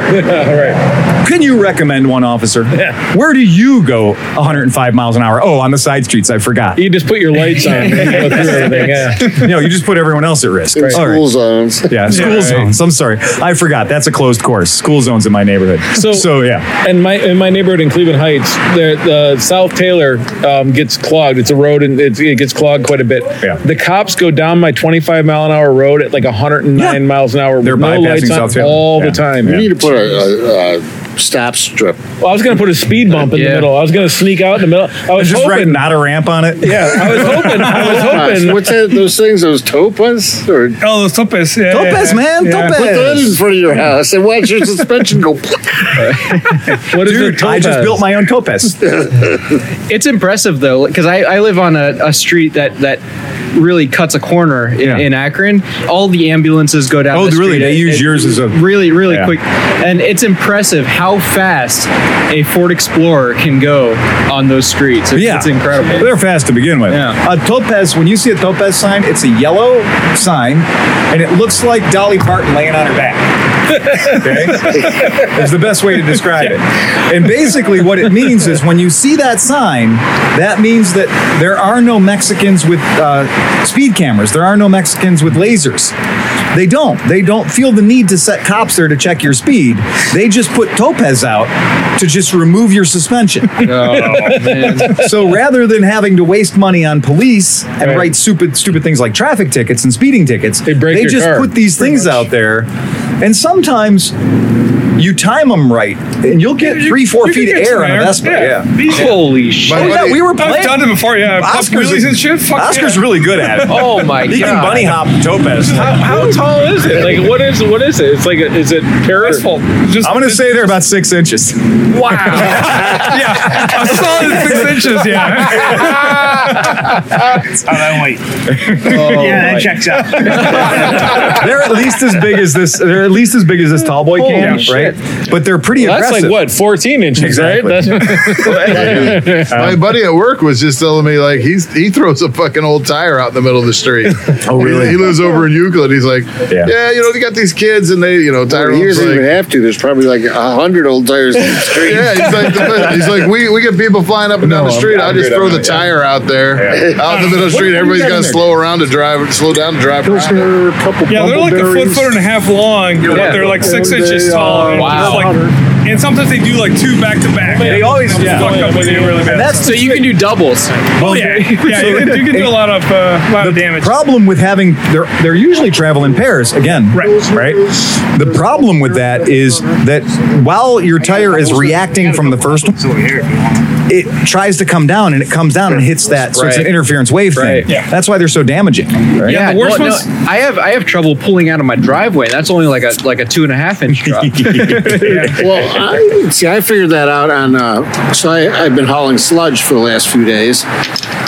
Speaker 2: All right.
Speaker 1: Can you recommend one officer?
Speaker 2: Yeah.
Speaker 1: Where do you go 105 miles an hour? Oh, on the side streets. I forgot.
Speaker 2: You just put your lights on and you go through everything. Yeah.
Speaker 1: you know, you just put everyone else at risk. All right.
Speaker 6: School zones.
Speaker 1: Yeah, school
Speaker 2: right.
Speaker 1: zones. I'm sorry, I forgot. That's a closed course. School zones in my neighborhood. So,
Speaker 2: So-
Speaker 1: so yeah,
Speaker 2: And my in my neighborhood in Cleveland Heights, there, the South Taylor um, gets clogged. It's a road and it's, it gets clogged quite a bit.
Speaker 1: Yeah.
Speaker 2: The cops go down my 25 mile an hour road at like 109
Speaker 1: Yeah.
Speaker 2: miles an hour.
Speaker 1: They're
Speaker 2: with
Speaker 1: bypassing
Speaker 2: lights on
Speaker 1: South Taylor.
Speaker 2: all
Speaker 1: Yeah.
Speaker 2: the time.
Speaker 6: You need to put a, a, a stop strip.
Speaker 2: Well, I was gonna put a speed bump in the
Speaker 5: Yeah.
Speaker 2: middle. I was gonna sneak out in the middle. I was
Speaker 1: just right,
Speaker 2: hoping.
Speaker 1: not a ramp on it.
Speaker 2: yeah, I was hoping. I was hoping.
Speaker 6: Uh, What's that, those things? Those topas? Or
Speaker 8: Oh, those topes. Yeah, yeah,
Speaker 1: Topaz,
Speaker 8: yeah.
Speaker 1: man,
Speaker 8: Yeah.
Speaker 1: Topaz.
Speaker 6: put that in front of your house and watch your suspension go.
Speaker 2: What is
Speaker 1: Dude,
Speaker 2: it?
Speaker 1: I just
Speaker 2: Topaz?
Speaker 1: built my own Topaz.
Speaker 5: It's impressive though, because I, I live on a, a street that that really cuts a corner in,
Speaker 1: Yeah.
Speaker 5: in Akron. All the ambulances go down.
Speaker 1: Oh,
Speaker 5: the
Speaker 1: really?
Speaker 5: street.
Speaker 1: They
Speaker 5: It-
Speaker 1: use
Speaker 5: it-
Speaker 1: yours as a-
Speaker 5: really, really
Speaker 1: Yeah.
Speaker 5: quick, and it's impressive how fast a Ford Explorer can go on those streets. It's,
Speaker 1: Yeah.
Speaker 5: it's incredible.
Speaker 1: They're fast to begin with.
Speaker 5: Yeah.
Speaker 1: A Topaz, when you see a Topaz sign, it's a yellow sign, and it looks like Dolly Parton laying on her back. Okay? is the best way to describe it. And basically, what it means is when you see that sign, that means that there are no Mexicans with uh, speed cameras. There are no Mexicans with lasers. They don't. They don't feel the need to set cops there to check your speed. They just put Topaz out to just remove your suspension.
Speaker 2: Oh,
Speaker 1: So rather than having to waste money on police and
Speaker 2: Right.
Speaker 1: write stupid stupid things like traffic tickets and speeding tickets, they,
Speaker 2: break your
Speaker 1: just
Speaker 2: car,
Speaker 1: put these things out there. And sometimes you time them right, and you'll get three, four
Speaker 8: You can
Speaker 1: feet of
Speaker 8: get
Speaker 1: air
Speaker 8: some
Speaker 1: on a Vespa. Yeah.
Speaker 5: Holy shit!
Speaker 1: Oh, yeah, we were
Speaker 8: I've
Speaker 1: playing.
Speaker 8: done it before. Yeah, Pop wheelies and shit. Fuck
Speaker 1: Oscar's really good at it.
Speaker 5: Oh my
Speaker 1: he can bunny hop Topaz.
Speaker 2: How, how tall is it? Like, what is what is it? It's like, a, is it parrot?
Speaker 8: Asphalt. Just
Speaker 1: I'm gonna say they're about six inches.
Speaker 8: a solid six inches. Yeah.
Speaker 3: That's how that went.
Speaker 2: Oh,
Speaker 3: yeah, that checks out.
Speaker 1: They're at least as big as this. They're at least as big as this tall boy
Speaker 2: Holy
Speaker 1: can,
Speaker 2: shit.
Speaker 1: right? But they're pretty
Speaker 2: That's
Speaker 1: aggressive.
Speaker 2: like what 14 inches,
Speaker 1: Exactly.
Speaker 2: right? That's,
Speaker 4: My
Speaker 1: Um,
Speaker 4: buddy at work was just telling me like he's he throws a fucking old tire out in the middle of the street.
Speaker 1: Oh, really?
Speaker 4: He, he lives over in Euclid. He's like,
Speaker 1: Yeah.
Speaker 4: yeah. you know, they got these kids and they, you know, tire.
Speaker 6: He
Speaker 4: looks
Speaker 6: doesn't
Speaker 4: like-
Speaker 6: even have to. There's probably like a hundred old tires in the street.
Speaker 4: yeah, he's like, the, he's like, we, we get people flying up and down the street. i just throw the tire out there, out in the middle of the street. Everybody's got to slow around to drive, slow down to drive.
Speaker 7: Those
Speaker 4: around.
Speaker 7: are a couple
Speaker 8: Yeah, they're like a foot,
Speaker 7: bumbleberries.
Speaker 8: foot and a half long, but they're like six
Speaker 6: uh,
Speaker 8: inches tall. and just, like- and sometimes they do like two back to back.
Speaker 1: They always-
Speaker 8: I'm
Speaker 1: yeah.
Speaker 8: fucked up with you really bad.
Speaker 1: That's
Speaker 5: So you can do doubles.
Speaker 8: oh yeah, yeah. You can, you can do a lot of uh, lot of damage.
Speaker 1: problem with having they're they're usually travel in pairs again right right the problem with that is that while your tire is reacting from the first one
Speaker 3: So here, if you want.
Speaker 1: it tries to come down and it comes down and hits that so it's an
Speaker 5: Right.
Speaker 1: interference wave
Speaker 5: Right.
Speaker 1: thing that's why they're so damaging right?
Speaker 8: Yeah, the worst ones-
Speaker 5: I have I have trouble pulling out of my driveway. That's only like a like a two and a half inch drop.
Speaker 6: Well, I, see, I figured that out on. Uh, so I, I've been hauling sludge for the last few days,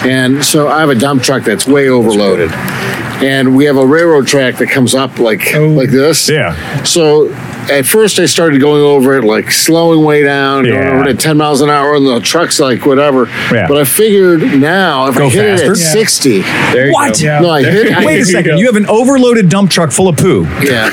Speaker 6: and so I have a dump truck that's way overloaded, and we have a railroad track that comes up like
Speaker 1: Oh,
Speaker 6: like this.
Speaker 1: Yeah.
Speaker 6: So at first I started going over it like slowing way down, going
Speaker 1: Yeah.
Speaker 6: over it at ten miles an hour, and the truck's like whatever.
Speaker 1: Yeah.
Speaker 6: But I figured now if
Speaker 1: Go
Speaker 6: I hit it
Speaker 1: faster?
Speaker 6: at
Speaker 1: Yeah.
Speaker 6: sixty,
Speaker 1: what
Speaker 6: no, I hit. I,
Speaker 1: wait a second you have an overloaded dump truck full of poo
Speaker 6: Yeah.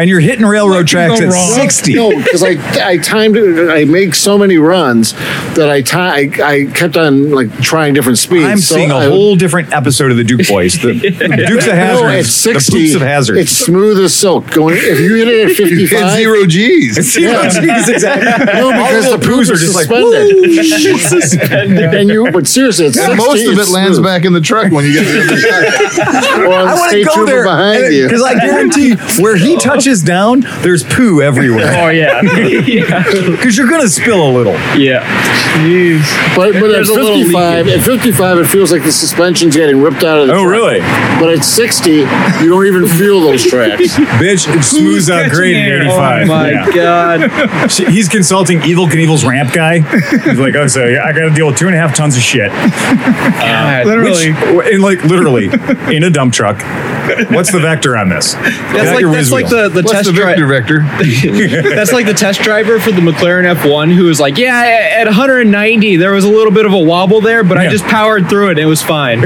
Speaker 1: and you're hitting railroad tracks
Speaker 8: go
Speaker 1: at
Speaker 8: wrong?
Speaker 1: 60
Speaker 6: No, because I I timed it. I make so many runs that I ti- I, I kept on like trying different speeds.
Speaker 1: I'm
Speaker 6: so
Speaker 1: seeing a
Speaker 6: I-
Speaker 1: whole different episode of the Duke Boys. The, the Dukes of
Speaker 6: No,
Speaker 1: Hazard.
Speaker 6: at
Speaker 1: the Poops
Speaker 6: 60,
Speaker 1: of Hazard.
Speaker 6: it's smooth as silk. Going if you hit it at
Speaker 4: You
Speaker 6: 55,
Speaker 4: hit zero G's.
Speaker 1: Zero G's, exactly.
Speaker 6: no, because
Speaker 1: All
Speaker 6: the poos are just
Speaker 1: like,
Speaker 6: suspended. suspended. And you, but seriously, it's
Speaker 4: And most
Speaker 6: 60,
Speaker 4: of it
Speaker 6: it's
Speaker 4: lands
Speaker 6: smooth.
Speaker 4: back in the truck when you get to the other side.
Speaker 1: I
Speaker 6: Or on the
Speaker 1: want to
Speaker 6: state
Speaker 1: go
Speaker 6: trooper
Speaker 1: there
Speaker 6: behind you.
Speaker 1: because I guarantee where he touches down, there's poo everywhere.
Speaker 5: oh yeah,
Speaker 1: Because you're gonna spill a little.
Speaker 5: yeah.
Speaker 6: But, but at
Speaker 5: There's a little
Speaker 6: 55, at 55, it feels like the suspension's getting
Speaker 5: Oh,
Speaker 6: ripped out of the. truck.
Speaker 1: Oh, really,
Speaker 6: But at 60, you don't even feel those tracks.
Speaker 1: bitch? It's smooth Who's
Speaker 8: catching
Speaker 1: upgrading
Speaker 8: air?
Speaker 1: 85?
Speaker 5: Oh my
Speaker 1: Yeah.
Speaker 5: god.
Speaker 1: She- He's consulting Evil Knievel's ramp guy. He's like, oh, so yeah, I got to deal with two and a half tons of shit.
Speaker 5: God.
Speaker 8: Literally.
Speaker 1: Which, and like literally in a dump truck. What's the vector on this?
Speaker 5: That's like, that's like the, the
Speaker 4: What's
Speaker 5: test
Speaker 4: the Victor
Speaker 5: driver.
Speaker 4: Vector?
Speaker 5: That's like the test driver for the McLaren F1 who was like, yeah, at 190 there was a little bit of a wobble there, but I
Speaker 1: Yeah.
Speaker 5: just powered through it and it was fine.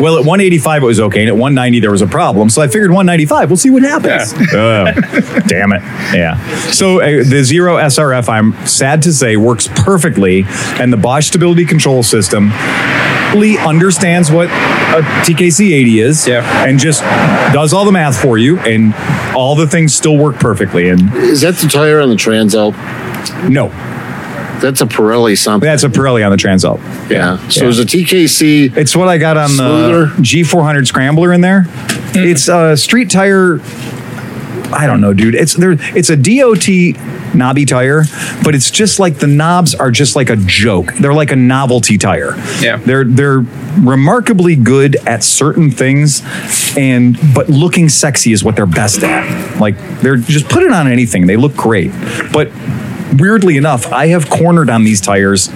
Speaker 1: well, at 185 it was okay, and at 190 there was a problem. So I figured 195, we'll see what happens. Ugh, damn it. Yeah. So uh, the Zero SRF, I'm sad to say, works perfectly, and the Bosch stability control system really understands what a TKC80 is
Speaker 5: Yeah.
Speaker 1: and just does all the math for you and all the things still work perfectly and
Speaker 6: Is that the tire on the Transalp?
Speaker 1: no
Speaker 6: That's a Pirelli something.
Speaker 1: that's a Pirelli on the Transalp
Speaker 6: yeah. So
Speaker 1: yeah.
Speaker 6: is a TKC.
Speaker 1: It's what I got on uh,
Speaker 6: Smoother.
Speaker 1: the G400 Scrambler in there. It's a street tire. I don't know, dude. It's there. It's a DOT knobby tire, but it's just like the knobs are just like a joke. They're like a novelty tire.
Speaker 5: Yeah.
Speaker 1: They're they're remarkably good at certain things, and but looking sexy is what they're best at. Like they're just put it on anything. They look great, but. Weirdly enough, I have cornered on these tires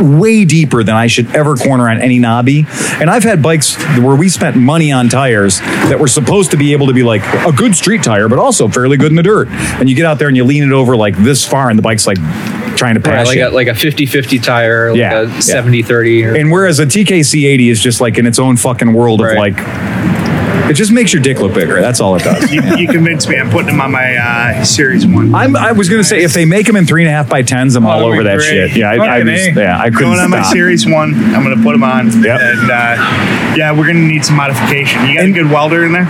Speaker 1: way deeper than I should ever corner on any knobby. And I've had bikes where we spent money on tires that were supposed to be able to be like a good street tire, but also fairly good in the dirt. And you get out there and you lean it over like this far, and the bike's like trying to
Speaker 5: Yeah,
Speaker 1: pass
Speaker 5: like
Speaker 1: you.
Speaker 5: a, like a 50-50 tire, like
Speaker 1: Yeah, yeah.
Speaker 5: a 70-30. or-
Speaker 1: and whereas a TKC 80 is just like in its own fucking world
Speaker 5: Right.
Speaker 1: of like, it just makes your dick look bigger. That's all it does.
Speaker 3: You, you convinced me. I'm putting them on my uh, series one.
Speaker 1: I'm, I was gonna say if they make them in three and a half by tens, I'm all
Speaker 8: that'd
Speaker 1: over
Speaker 8: be
Speaker 1: that
Speaker 8: great.
Speaker 1: shit. Yeah, I, I
Speaker 8: Fucking
Speaker 1: was,
Speaker 8: A.
Speaker 1: yeah, I couldn't
Speaker 3: Going on my
Speaker 1: stop.
Speaker 3: series one. I'm going to put them on.
Speaker 1: Yep.
Speaker 3: And uh, yeah, we're going to need some modification. You got a good welder in there?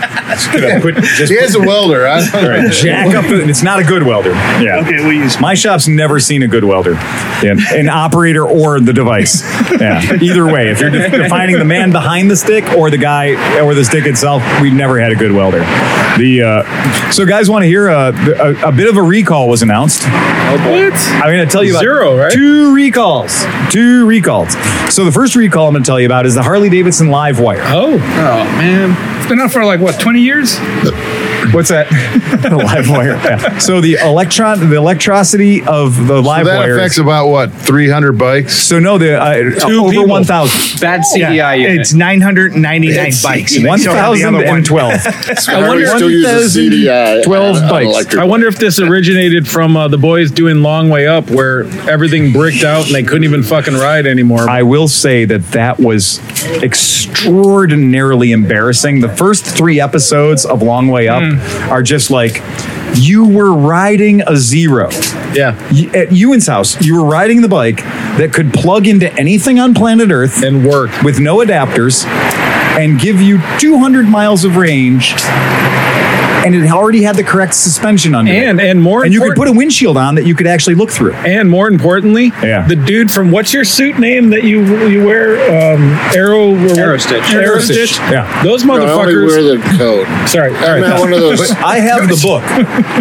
Speaker 4: He has a welder. I,
Speaker 1: Jack up, the- it's not a good welder. Yeah.
Speaker 3: Okay, we'll use.
Speaker 1: My shop's never seen a good welder, Yeah, an operator or the device. Yeah, either way, if you're de- defining the man behind the stick or the guy or the stick itself, we've never had a good welder. The uh, so guys want to hear uh, a, a bit of a recall was announced.
Speaker 2: What?
Speaker 1: I'm going to tell you about
Speaker 2: Zero, right?
Speaker 1: Two recalls, two recalls. So the first recall I'm going to tell you about is the Harley Davidson Live Wire.
Speaker 2: Oh. Oh, man.
Speaker 8: It's been out for like, what, 20 years?
Speaker 1: What's that? the Live Wire. Yeah. So the electron, the electricity of the Live
Speaker 4: that
Speaker 1: Wire.
Speaker 4: affects about what, 300 bikes?
Speaker 1: so no, the uh, over
Speaker 2: people.
Speaker 1: one thousand.
Speaker 5: Bad
Speaker 3: Oh,
Speaker 5: CDI unit.
Speaker 3: It's 999 bikes. They still have the other one.
Speaker 1: 1,012.
Speaker 5: I wonder
Speaker 6: Still uses CDI.
Speaker 1: 12
Speaker 6: on- on
Speaker 1: bikes.
Speaker 6: electric.
Speaker 2: I wonder if this originated from uh, the boys doing Long Way Up where everything bricked out and they couldn't even fucking ride anymore.
Speaker 1: I will say that that was extraordinarily embarrassing. The first three episodes of Long Way Up
Speaker 2: Hmm.
Speaker 1: are just like, you were riding a zero.
Speaker 2: yeah.
Speaker 1: Y- At Ewan's house, you were riding the bike that could plug into anything on planet Earth
Speaker 2: And work.
Speaker 1: with no adapters and give you 200 miles of range. And it already had the correct suspension under it.
Speaker 2: And and more
Speaker 1: And you could put
Speaker 2: important-
Speaker 1: a windshield on that you could actually look through.
Speaker 2: And more importantly,
Speaker 1: Yeah.
Speaker 2: the dude from what's your suit name that you you wear? Um, Arrow
Speaker 5: Arrowstitch.
Speaker 2: Arrowstitch.
Speaker 1: Yeah.
Speaker 2: Those
Speaker 6: No, I only wear
Speaker 2: motherfuckers.
Speaker 6: the coat.
Speaker 2: Sorry. All
Speaker 6: I'm
Speaker 2: right.
Speaker 6: not one of those.
Speaker 1: I have the book.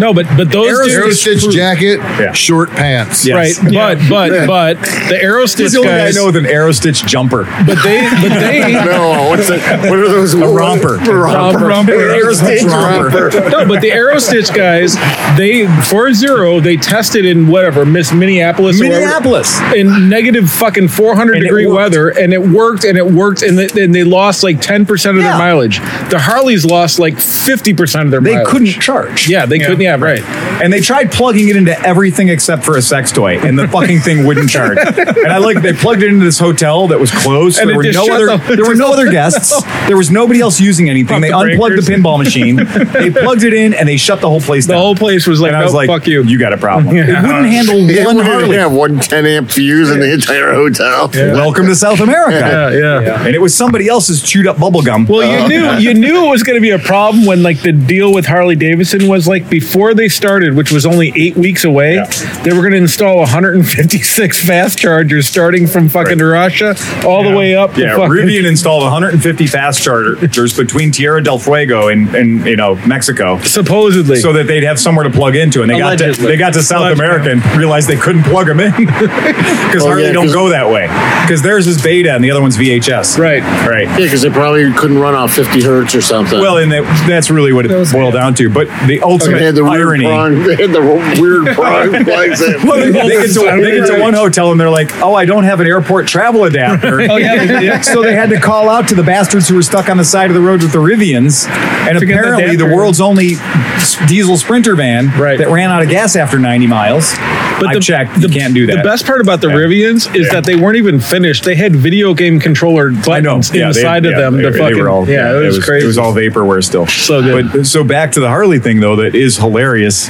Speaker 2: No, but but those
Speaker 4: Arrow
Speaker 2: dudes.
Speaker 4: stitch jacket,
Speaker 1: Yeah.
Speaker 4: short pants.
Speaker 2: Right.
Speaker 1: Yes.
Speaker 2: But but but the
Speaker 1: He's
Speaker 2: Arrowstitch
Speaker 1: the only guy I
Speaker 2: guys.
Speaker 1: know with an arrow stitch jumper.
Speaker 2: But they but they.
Speaker 6: No, what's that? What are those? A
Speaker 1: romper.
Speaker 6: romper.
Speaker 1: Arrow stitch romper.
Speaker 2: No, but the Arrow Stitch guys, they for zero, they tested in whatever Miss Minneapolis, or wherever-
Speaker 1: Minneapolis.
Speaker 2: in negative fucking 400
Speaker 1: And it
Speaker 2: degree
Speaker 1: worked.
Speaker 2: weather, and it worked, and it worked, and, they- and they lost like 10% of
Speaker 1: Yeah.
Speaker 2: their mileage. The Harleys lost like 50% of their
Speaker 1: They
Speaker 2: mileage.
Speaker 1: couldn't charge.
Speaker 2: Yeah, they couldn't. Yeah, right.
Speaker 1: And they tried plugging it into everything except for a sex toy, and the fucking thing wouldn't charge. And I like they plugged it into this hotel that was closed.
Speaker 2: And
Speaker 1: there
Speaker 2: it
Speaker 1: were
Speaker 2: just
Speaker 1: no
Speaker 2: shut
Speaker 1: other
Speaker 2: the-
Speaker 1: there were no other guests. There was nobody else using anything.
Speaker 2: Pump
Speaker 1: They
Speaker 2: the
Speaker 1: unplugged
Speaker 2: breakers.
Speaker 1: the pinball machine. They plugged it in and they shut the whole place
Speaker 2: The
Speaker 1: down.
Speaker 2: whole place was like,
Speaker 1: and I
Speaker 2: no,
Speaker 1: was like,
Speaker 2: fuck you.
Speaker 1: You got a problem. It wouldn't handle
Speaker 6: Yeah,
Speaker 1: one
Speaker 6: we didn't
Speaker 1: Harley.
Speaker 6: have one 10 amp fuse in the entire hotel.
Speaker 1: Welcome to South America.
Speaker 2: Yeah, yeah.
Speaker 1: And it was somebody else's chewed up bubble gum.
Speaker 2: Well, you knew you knew it was going to be a problem when like the deal with Harley Davidson was like before they started, which was only eight weeks away. They were going to install 156 fast chargers starting from fucking Russia all the way up. to
Speaker 1: Yeah,
Speaker 2: fucking-
Speaker 1: Rivian installed 150 fast chargers between Tierra del Fuego and, and you know Mexico.
Speaker 2: supposedly.
Speaker 1: So that they'd have somewhere to plug into, and they got to
Speaker 2: Allegedly.
Speaker 1: they got to South America and realized they couldn't plug them in because hardly
Speaker 6: Oh, yeah,
Speaker 1: don't
Speaker 6: 'cause-
Speaker 1: go that way. Because theirs is beta and the other one's VHS.
Speaker 2: Right.
Speaker 1: right.
Speaker 6: Yeah, because they probably couldn't run off 50 hertz or something.
Speaker 1: Well, and that, that's really what it
Speaker 8: That was-
Speaker 1: boiled down to. But the ultimate
Speaker 6: they had the weird
Speaker 1: irony.
Speaker 6: prong. They had the weird prong plugs in.
Speaker 1: Well, they, they get to, they get to one hotel and they're like, "Oh, I don't have an airport travel adapter."
Speaker 8: Oh, yeah, they did.
Speaker 1: so they had to call out to the bastards who were stuck on the side of the road with the Rivians, and
Speaker 8: To get the
Speaker 1: apparently the
Speaker 8: adapter.
Speaker 1: world's only s- diesel sprinter van
Speaker 2: Right.
Speaker 1: that ran out of gas after 90 miles. I
Speaker 2: the-
Speaker 1: checked. you can't do that.
Speaker 2: The best part about the Rivians is that they weren't even finished. They had video game controller
Speaker 1: I know.
Speaker 2: buttons
Speaker 1: they-
Speaker 2: inside
Speaker 1: yeah,
Speaker 2: of them.
Speaker 1: They,
Speaker 2: to
Speaker 1: they
Speaker 2: fucking,
Speaker 1: were all,
Speaker 2: yeah, it was, crazy.
Speaker 1: It was all vaporware still.
Speaker 2: So good.
Speaker 1: But, so back to the Harley thing though, that is hilarious.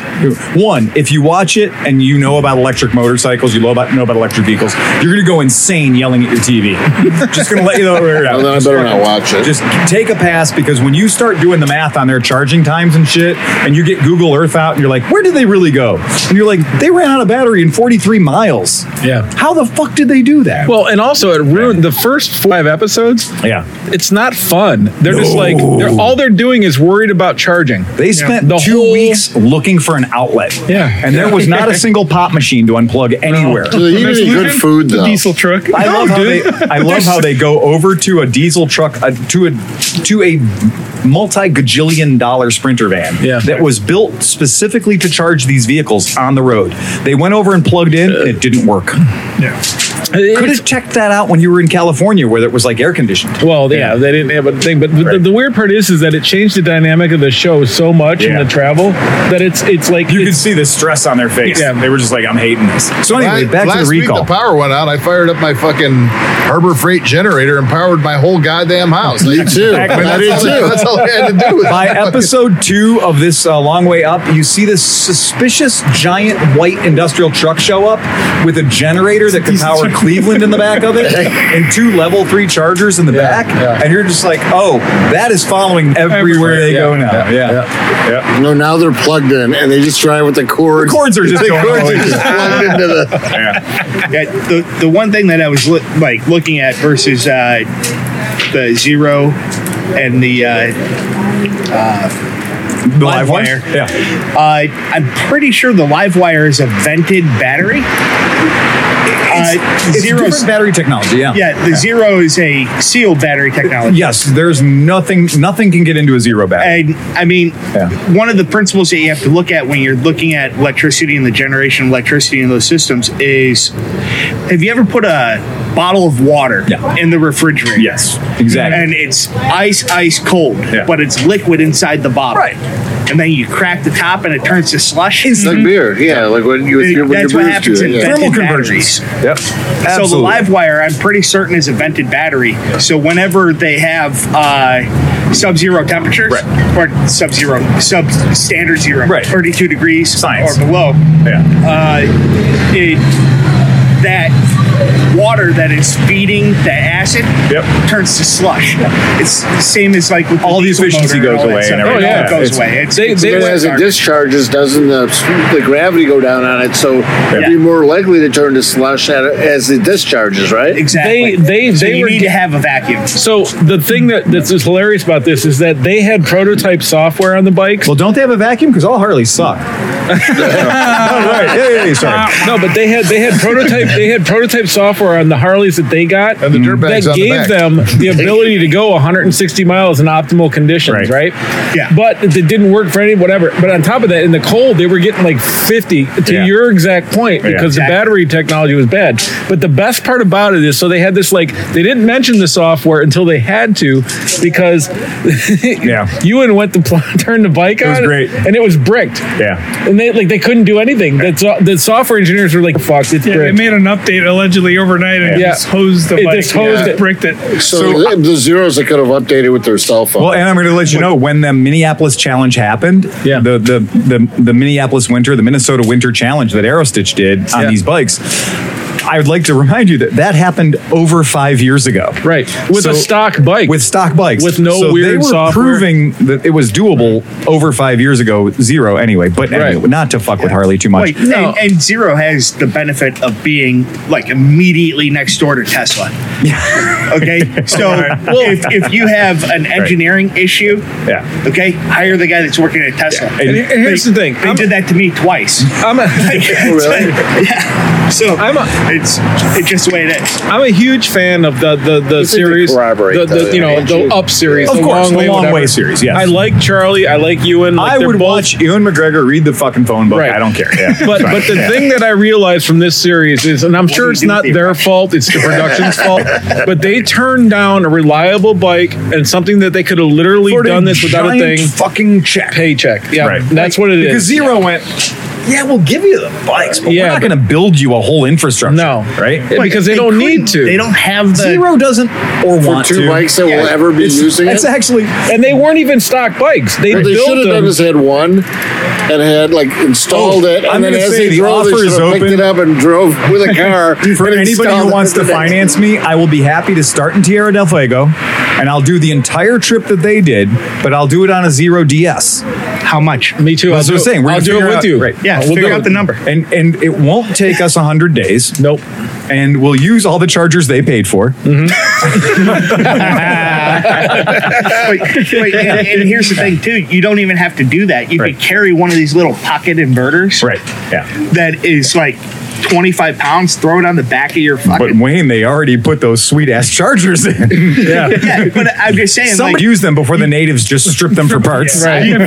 Speaker 1: One, if you watch it and you know about electric motorcycles, you know about know about electric vehicles, you're gonna go insane yelling at your TV. Just gonna let you know. where it
Speaker 6: Well, then I
Speaker 1: out.
Speaker 6: better not watch it.
Speaker 1: Just take a pass because when you start doing the math on their charging times and shit, and you get Google Earth out and you're like, where did they really go? And you're like, they ran out of battery in 43 miles.
Speaker 2: Yeah.
Speaker 1: How the fuck did they do that?
Speaker 2: well, and also it ruined the first five episodes.
Speaker 1: yeah.
Speaker 2: It's not fun. They're just like they're all they're doing is worried about charging.
Speaker 1: They spent
Speaker 2: The
Speaker 1: two
Speaker 2: whole-
Speaker 1: weeks looking for an outlet.
Speaker 2: Yeah.
Speaker 1: And there was not a single pop machine to unplug anywhere.
Speaker 6: So they eat any good food,
Speaker 8: the
Speaker 6: though.
Speaker 8: diesel truck.
Speaker 1: I love how they I love how they go over to a diesel truck uh, to a to a multi gajillion dollar sprinter van
Speaker 2: Yeah.
Speaker 1: that was built specifically to charge these vehicles on the road. They went over and plugged in, and it didn't work. Could
Speaker 2: It's-
Speaker 1: have checked that out when you were in California where it was like air conditioned.
Speaker 2: Well, yeah, they didn't have a thing, but the, the weird part is, is that it changed the dynamic of the show so much
Speaker 1: Yeah.
Speaker 2: in the travel that it's it's like
Speaker 1: You
Speaker 2: it's-
Speaker 1: could see the stress on their face.
Speaker 2: Yeah.
Speaker 1: They were just like, I'm hating this. So anyway,
Speaker 4: La-
Speaker 1: back
Speaker 4: last
Speaker 1: to the recall.
Speaker 4: Week the power went out. I fired up my fucking Harbor Freight generator and powered my whole goddamn house. Me
Speaker 6: too. I did too.
Speaker 4: That's all I had to do. Was
Speaker 1: By episode two of this uh, long way up, you see this suspicious giant white industrial truck show up with a generator that can power Cleveland in the back of it and two level three chargers in the back. And you're just like, oh, that is following everywhere they go now. Yeah.
Speaker 6: No, now they're plugged in and they just drive with the cords.
Speaker 1: Cords are just
Speaker 6: the
Speaker 1: going
Speaker 6: cords
Speaker 1: all
Speaker 6: are
Speaker 1: over.
Speaker 6: just plugged into the.
Speaker 3: Yeah, the the one thing that I was look like looking at versus uh, the zero and the uh,
Speaker 1: The live one.
Speaker 3: Livewire.
Speaker 1: Yeah.
Speaker 3: uh, I'm pretty sure the live wire is a vented battery. Uh,
Speaker 1: It's
Speaker 3: zero,
Speaker 1: different battery technology. Yeah.
Speaker 3: yeah, the zero is a sealed battery technology.
Speaker 1: Yes, there's nothing. Nothing can get into a zero battery.
Speaker 3: And I mean,
Speaker 1: Yeah.
Speaker 3: one of the principles that you have to look at when you're looking at electricity and the generation of electricity in those systems is have you ever put a bottle of water
Speaker 1: Yeah.
Speaker 3: in the refrigerator?
Speaker 1: Yes, exactly.
Speaker 3: And it's ice, ice cold,
Speaker 1: Yeah.
Speaker 3: but it's liquid inside the bottle.
Speaker 1: Right.
Speaker 3: And then you crack the top and it turns to slush.
Speaker 6: It's like beer. Yeah, like when you with your, when your
Speaker 3: That's what
Speaker 6: brews
Speaker 3: happens
Speaker 6: do
Speaker 3: in
Speaker 6: it. Yeah.
Speaker 3: vented
Speaker 1: Thermal
Speaker 3: batteries.
Speaker 1: convergence. Yep.
Speaker 3: So the
Speaker 1: Absolutely.
Speaker 3: live wire, I'm pretty certain, is a vented battery. So whenever they have uh, sub-zero temperatures or sub-zero, sub-standard zero,
Speaker 1: Right.
Speaker 3: 32 degrees
Speaker 1: Science.
Speaker 3: or below,
Speaker 1: Yeah.
Speaker 3: uh, it, that water that is feeding the acid
Speaker 1: Yep.
Speaker 3: turns to slush. It's the same as like with
Speaker 1: All the
Speaker 3: diesel
Speaker 1: efficiency
Speaker 3: motor
Speaker 1: goes
Speaker 3: all that
Speaker 1: away and
Speaker 3: stuff.
Speaker 1: everything.
Speaker 3: It all
Speaker 1: Yeah.
Speaker 3: goes
Speaker 1: It's-
Speaker 3: away. It's,
Speaker 2: they-
Speaker 3: it's
Speaker 2: they-
Speaker 6: Then
Speaker 3: bizarre.
Speaker 6: as it discharges, doesn't the, the gravity go down on it? So it'd be more likely to turn to slush at, as it discharges, right?
Speaker 2: They-
Speaker 3: exactly.
Speaker 2: they-
Speaker 3: so
Speaker 2: they
Speaker 3: you
Speaker 2: were
Speaker 3: need
Speaker 2: ge-
Speaker 3: to have a vacuum.
Speaker 2: So the thing that that's just hilarious about this is that they had prototype software on the bikes.
Speaker 1: Well, don't they have a vacuum? Because all Harleys suck. oh, right. Yeah, yeah, yeah, sorry.
Speaker 2: No, but they had they had prototype they had prototype software on the Harleys that they got
Speaker 4: And the dirt bags
Speaker 2: that
Speaker 4: on the
Speaker 2: gave
Speaker 4: back.
Speaker 2: them the ability to go 160 miles in optimal conditions,
Speaker 1: Right.
Speaker 2: right?
Speaker 3: Yeah.
Speaker 2: But it didn't work for any whatever. But on top of that, in the cold, they were getting like 50 to
Speaker 1: Yeah.
Speaker 2: your exact point because
Speaker 3: Exactly.
Speaker 2: the battery technology was bad. But the best part about it is so they had this like they didn't mention the software until they had to because
Speaker 1: Yeah.
Speaker 2: Ewan went to pl- turn the bike
Speaker 1: was
Speaker 2: on
Speaker 1: great.
Speaker 2: and it was bricked.
Speaker 1: Yeah.
Speaker 2: And they like they couldn't do anything. That's the software engineers were like, "Fuck, it's
Speaker 8: Yeah, they
Speaker 2: brick."
Speaker 8: made an update allegedly overnight and
Speaker 2: Yeah.
Speaker 8: just hosed the
Speaker 2: It
Speaker 8: bike.
Speaker 2: just hosed
Speaker 8: yeah.
Speaker 2: it.
Speaker 8: Bricked it.
Speaker 6: So, the, the
Speaker 1: uh,
Speaker 6: zeros that could have updated with their cell phone.
Speaker 1: Well, and I'm going to let you know when the Minneapolis challenge happened.
Speaker 2: Yeah.
Speaker 1: The the the, the Minneapolis winter, the Minnesota winter challenge that Aerostitch did on
Speaker 2: Yeah.
Speaker 1: these bikes. I would like to remind you that that happened over five years ago.
Speaker 2: Right. With
Speaker 1: So-
Speaker 2: a stock bike.
Speaker 1: With stock bikes.
Speaker 2: With no weird
Speaker 1: they were
Speaker 2: software.
Speaker 1: proving that it was doable over five years ago, zero anyway. But
Speaker 2: Right.
Speaker 1: anyway, not to fuck with Harley too much.
Speaker 3: Wait, and, and Zero has the benefit of being like immediately next door to Tesla. Okay, so if, if you have an engineering issue,
Speaker 1: Yeah.
Speaker 3: okay, hire the guy that's working at Tesla.
Speaker 2: and,
Speaker 1: And-
Speaker 2: and here's the thing.
Speaker 3: They
Speaker 2: I'm,
Speaker 3: did that to me twice.
Speaker 2: I'm a,
Speaker 3: yeah. So
Speaker 2: I'm a-
Speaker 3: it's it's just the way it is.
Speaker 2: I'm a huge fan of the the, the series,
Speaker 9: corroborate
Speaker 2: the, the
Speaker 9: that,
Speaker 2: you know
Speaker 9: yeah.
Speaker 2: the up series,
Speaker 1: Of
Speaker 2: the
Speaker 1: course,
Speaker 2: long
Speaker 1: the
Speaker 2: way,
Speaker 1: Long
Speaker 2: whatever.
Speaker 1: Way series, yes.
Speaker 2: I like Charlie. I like Ewan. Like
Speaker 1: I
Speaker 2: they're
Speaker 1: would
Speaker 2: both-
Speaker 1: watch Ewan McGregor read the fucking phone book.
Speaker 2: Right.
Speaker 1: I don't care. Yeah.
Speaker 2: But but the thing that I realized from this series is, and I'm sure
Speaker 3: do
Speaker 2: it's
Speaker 3: you do
Speaker 2: not
Speaker 3: with the
Speaker 2: their fault, it's the production's fault, but they turned down a reliable bike and something that they could have literally
Speaker 1: For the
Speaker 2: done this without a
Speaker 1: giant
Speaker 2: thing.
Speaker 1: Fucking check.
Speaker 2: Paycheck. Yeah,
Speaker 1: Right.
Speaker 2: that's what it
Speaker 1: Because
Speaker 2: is.
Speaker 1: Zero went, yeah, we'll give you the bikes, but
Speaker 2: Yeah,
Speaker 1: we're not
Speaker 2: but-
Speaker 1: going to build you a whole infrastructure.
Speaker 2: No.
Speaker 1: Right?
Speaker 2: Yeah, because they, don't need to.
Speaker 3: They don't have the
Speaker 1: Zero doesn't or
Speaker 6: for
Speaker 1: want
Speaker 6: two
Speaker 1: to.
Speaker 6: bikes that will ever be
Speaker 1: It's-
Speaker 6: using
Speaker 1: that's
Speaker 6: it.
Speaker 1: actually
Speaker 2: and they weren't even stock bikes. They
Speaker 6: What they should
Speaker 2: built
Speaker 6: have done
Speaker 2: them.
Speaker 6: is had one and had like installed
Speaker 1: Oh,
Speaker 6: it, and
Speaker 1: I'm
Speaker 6: then
Speaker 1: gonna
Speaker 6: as
Speaker 1: say
Speaker 6: they
Speaker 1: the
Speaker 6: drove, they
Speaker 1: offer
Speaker 6: should
Speaker 1: is
Speaker 6: have picked
Speaker 1: open.
Speaker 6: it up and drove with a car.
Speaker 1: for
Speaker 6: and
Speaker 1: anybody
Speaker 6: installed
Speaker 1: who
Speaker 6: it
Speaker 1: wants to
Speaker 6: the next-
Speaker 1: finance me, I will be happy to start in Tierra del Fuego, and I'll do the entire trip that they did, but I'll do it on a Zero DS.
Speaker 3: how much.
Speaker 2: Me too.
Speaker 1: That's
Speaker 2: I'll
Speaker 1: what I'm
Speaker 2: do it-
Speaker 1: saying. We're
Speaker 2: I'll
Speaker 1: gonna
Speaker 2: do it
Speaker 1: figure
Speaker 2: with
Speaker 1: out-
Speaker 2: you.
Speaker 1: Right.
Speaker 3: Yeah,
Speaker 2: we'll
Speaker 3: figure
Speaker 2: do
Speaker 3: out
Speaker 2: it.
Speaker 3: the number.
Speaker 1: And and it won't take us hundred days.
Speaker 2: Nope.
Speaker 1: And we'll use all the chargers they paid for.
Speaker 3: Wait, wait, and, and here's the thing too: you don't even have to do that. You
Speaker 1: Right.
Speaker 3: could carry one of these little pocket inverters,
Speaker 1: Yeah.
Speaker 3: That is like 25 pounds. Throw it on the back of your
Speaker 1: But
Speaker 3: fucking.
Speaker 1: Wayne, they already put those sweet ass chargers in. yeah.
Speaker 3: yeah, but I'm just saying,
Speaker 1: Some
Speaker 3: like,
Speaker 1: use them before the natives just strip them for parts.
Speaker 2: Right.
Speaker 3: do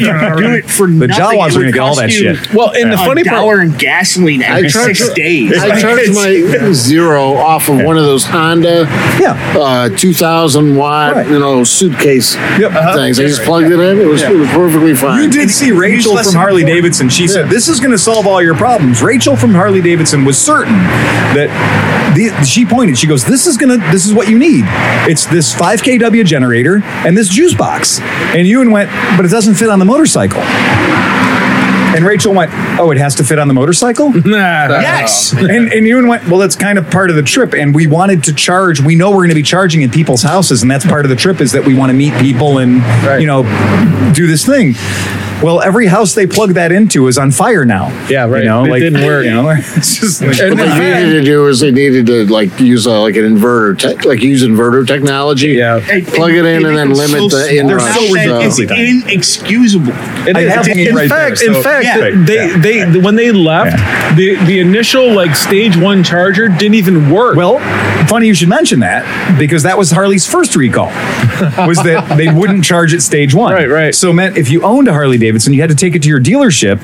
Speaker 3: it for
Speaker 1: The
Speaker 3: nothing.
Speaker 1: Jawas
Speaker 3: It
Speaker 1: are
Speaker 3: would
Speaker 1: gonna get all
Speaker 3: cost
Speaker 1: that
Speaker 3: you
Speaker 1: shit.
Speaker 2: Well, and the
Speaker 3: a
Speaker 2: funny part
Speaker 3: dollar in gasoline every
Speaker 6: charge-
Speaker 3: six days.
Speaker 6: I charged my zero off of one of those Honda
Speaker 1: Yeah.
Speaker 6: uh, 2,000 watt,
Speaker 1: Right.
Speaker 6: you know, suitcase
Speaker 1: Yep. Uh-huh.
Speaker 6: things. I just plugged it in. It was, it was perfectly fine.
Speaker 1: You did see Rachel
Speaker 3: less
Speaker 1: from
Speaker 3: than
Speaker 1: Harley Davidson. She said, "This is going to solve all your problems." Rachel from Harley Davidson was certain that the, she pointed. She goes, "This is going to. This is what you need. It's this 5 kW generator and this juice box." And Ewan went, "But it doesn't fit on the motorcycle." And Rachel went, "Oh, it has to fit on the motorcycle."
Speaker 2: Oh,
Speaker 3: yes.
Speaker 1: and, and Ewan went, well, that's kind of part of the trip. And we wanted to charge, we know we're going to be charging in people's houses. And that's part of the trip is that we want to meet people and, you know, do this thing. Well, every house they plug that into is on fire now.
Speaker 2: Yeah, right.
Speaker 1: You know,
Speaker 2: It
Speaker 1: like,
Speaker 2: didn't work.
Speaker 1: You know, it's just like,
Speaker 2: And
Speaker 6: What they
Speaker 2: then-
Speaker 6: needed to do is they needed to like use a, like an inverter, tech like use inverter technology.
Speaker 2: Yeah.
Speaker 6: Plug it in and then limit the in
Speaker 1: They're
Speaker 6: rush.
Speaker 1: so ridiculous.
Speaker 3: It's
Speaker 1: ridiculously bad.
Speaker 3: inexcusable.
Speaker 2: It
Speaker 1: I
Speaker 2: is.
Speaker 1: have
Speaker 2: in
Speaker 1: it right
Speaker 2: fact,
Speaker 1: there, so-
Speaker 2: in fact,
Speaker 1: Yeah.
Speaker 2: they
Speaker 1: Yeah.
Speaker 2: they when they left, the the initial like stage one charger didn't even work.
Speaker 1: Well, funny you should mention that because that was Harley's first recall, was that they wouldn't charge at stage one.
Speaker 2: Right, right.
Speaker 1: So meant if you owned a Harley Davidson, you had to take it to your dealership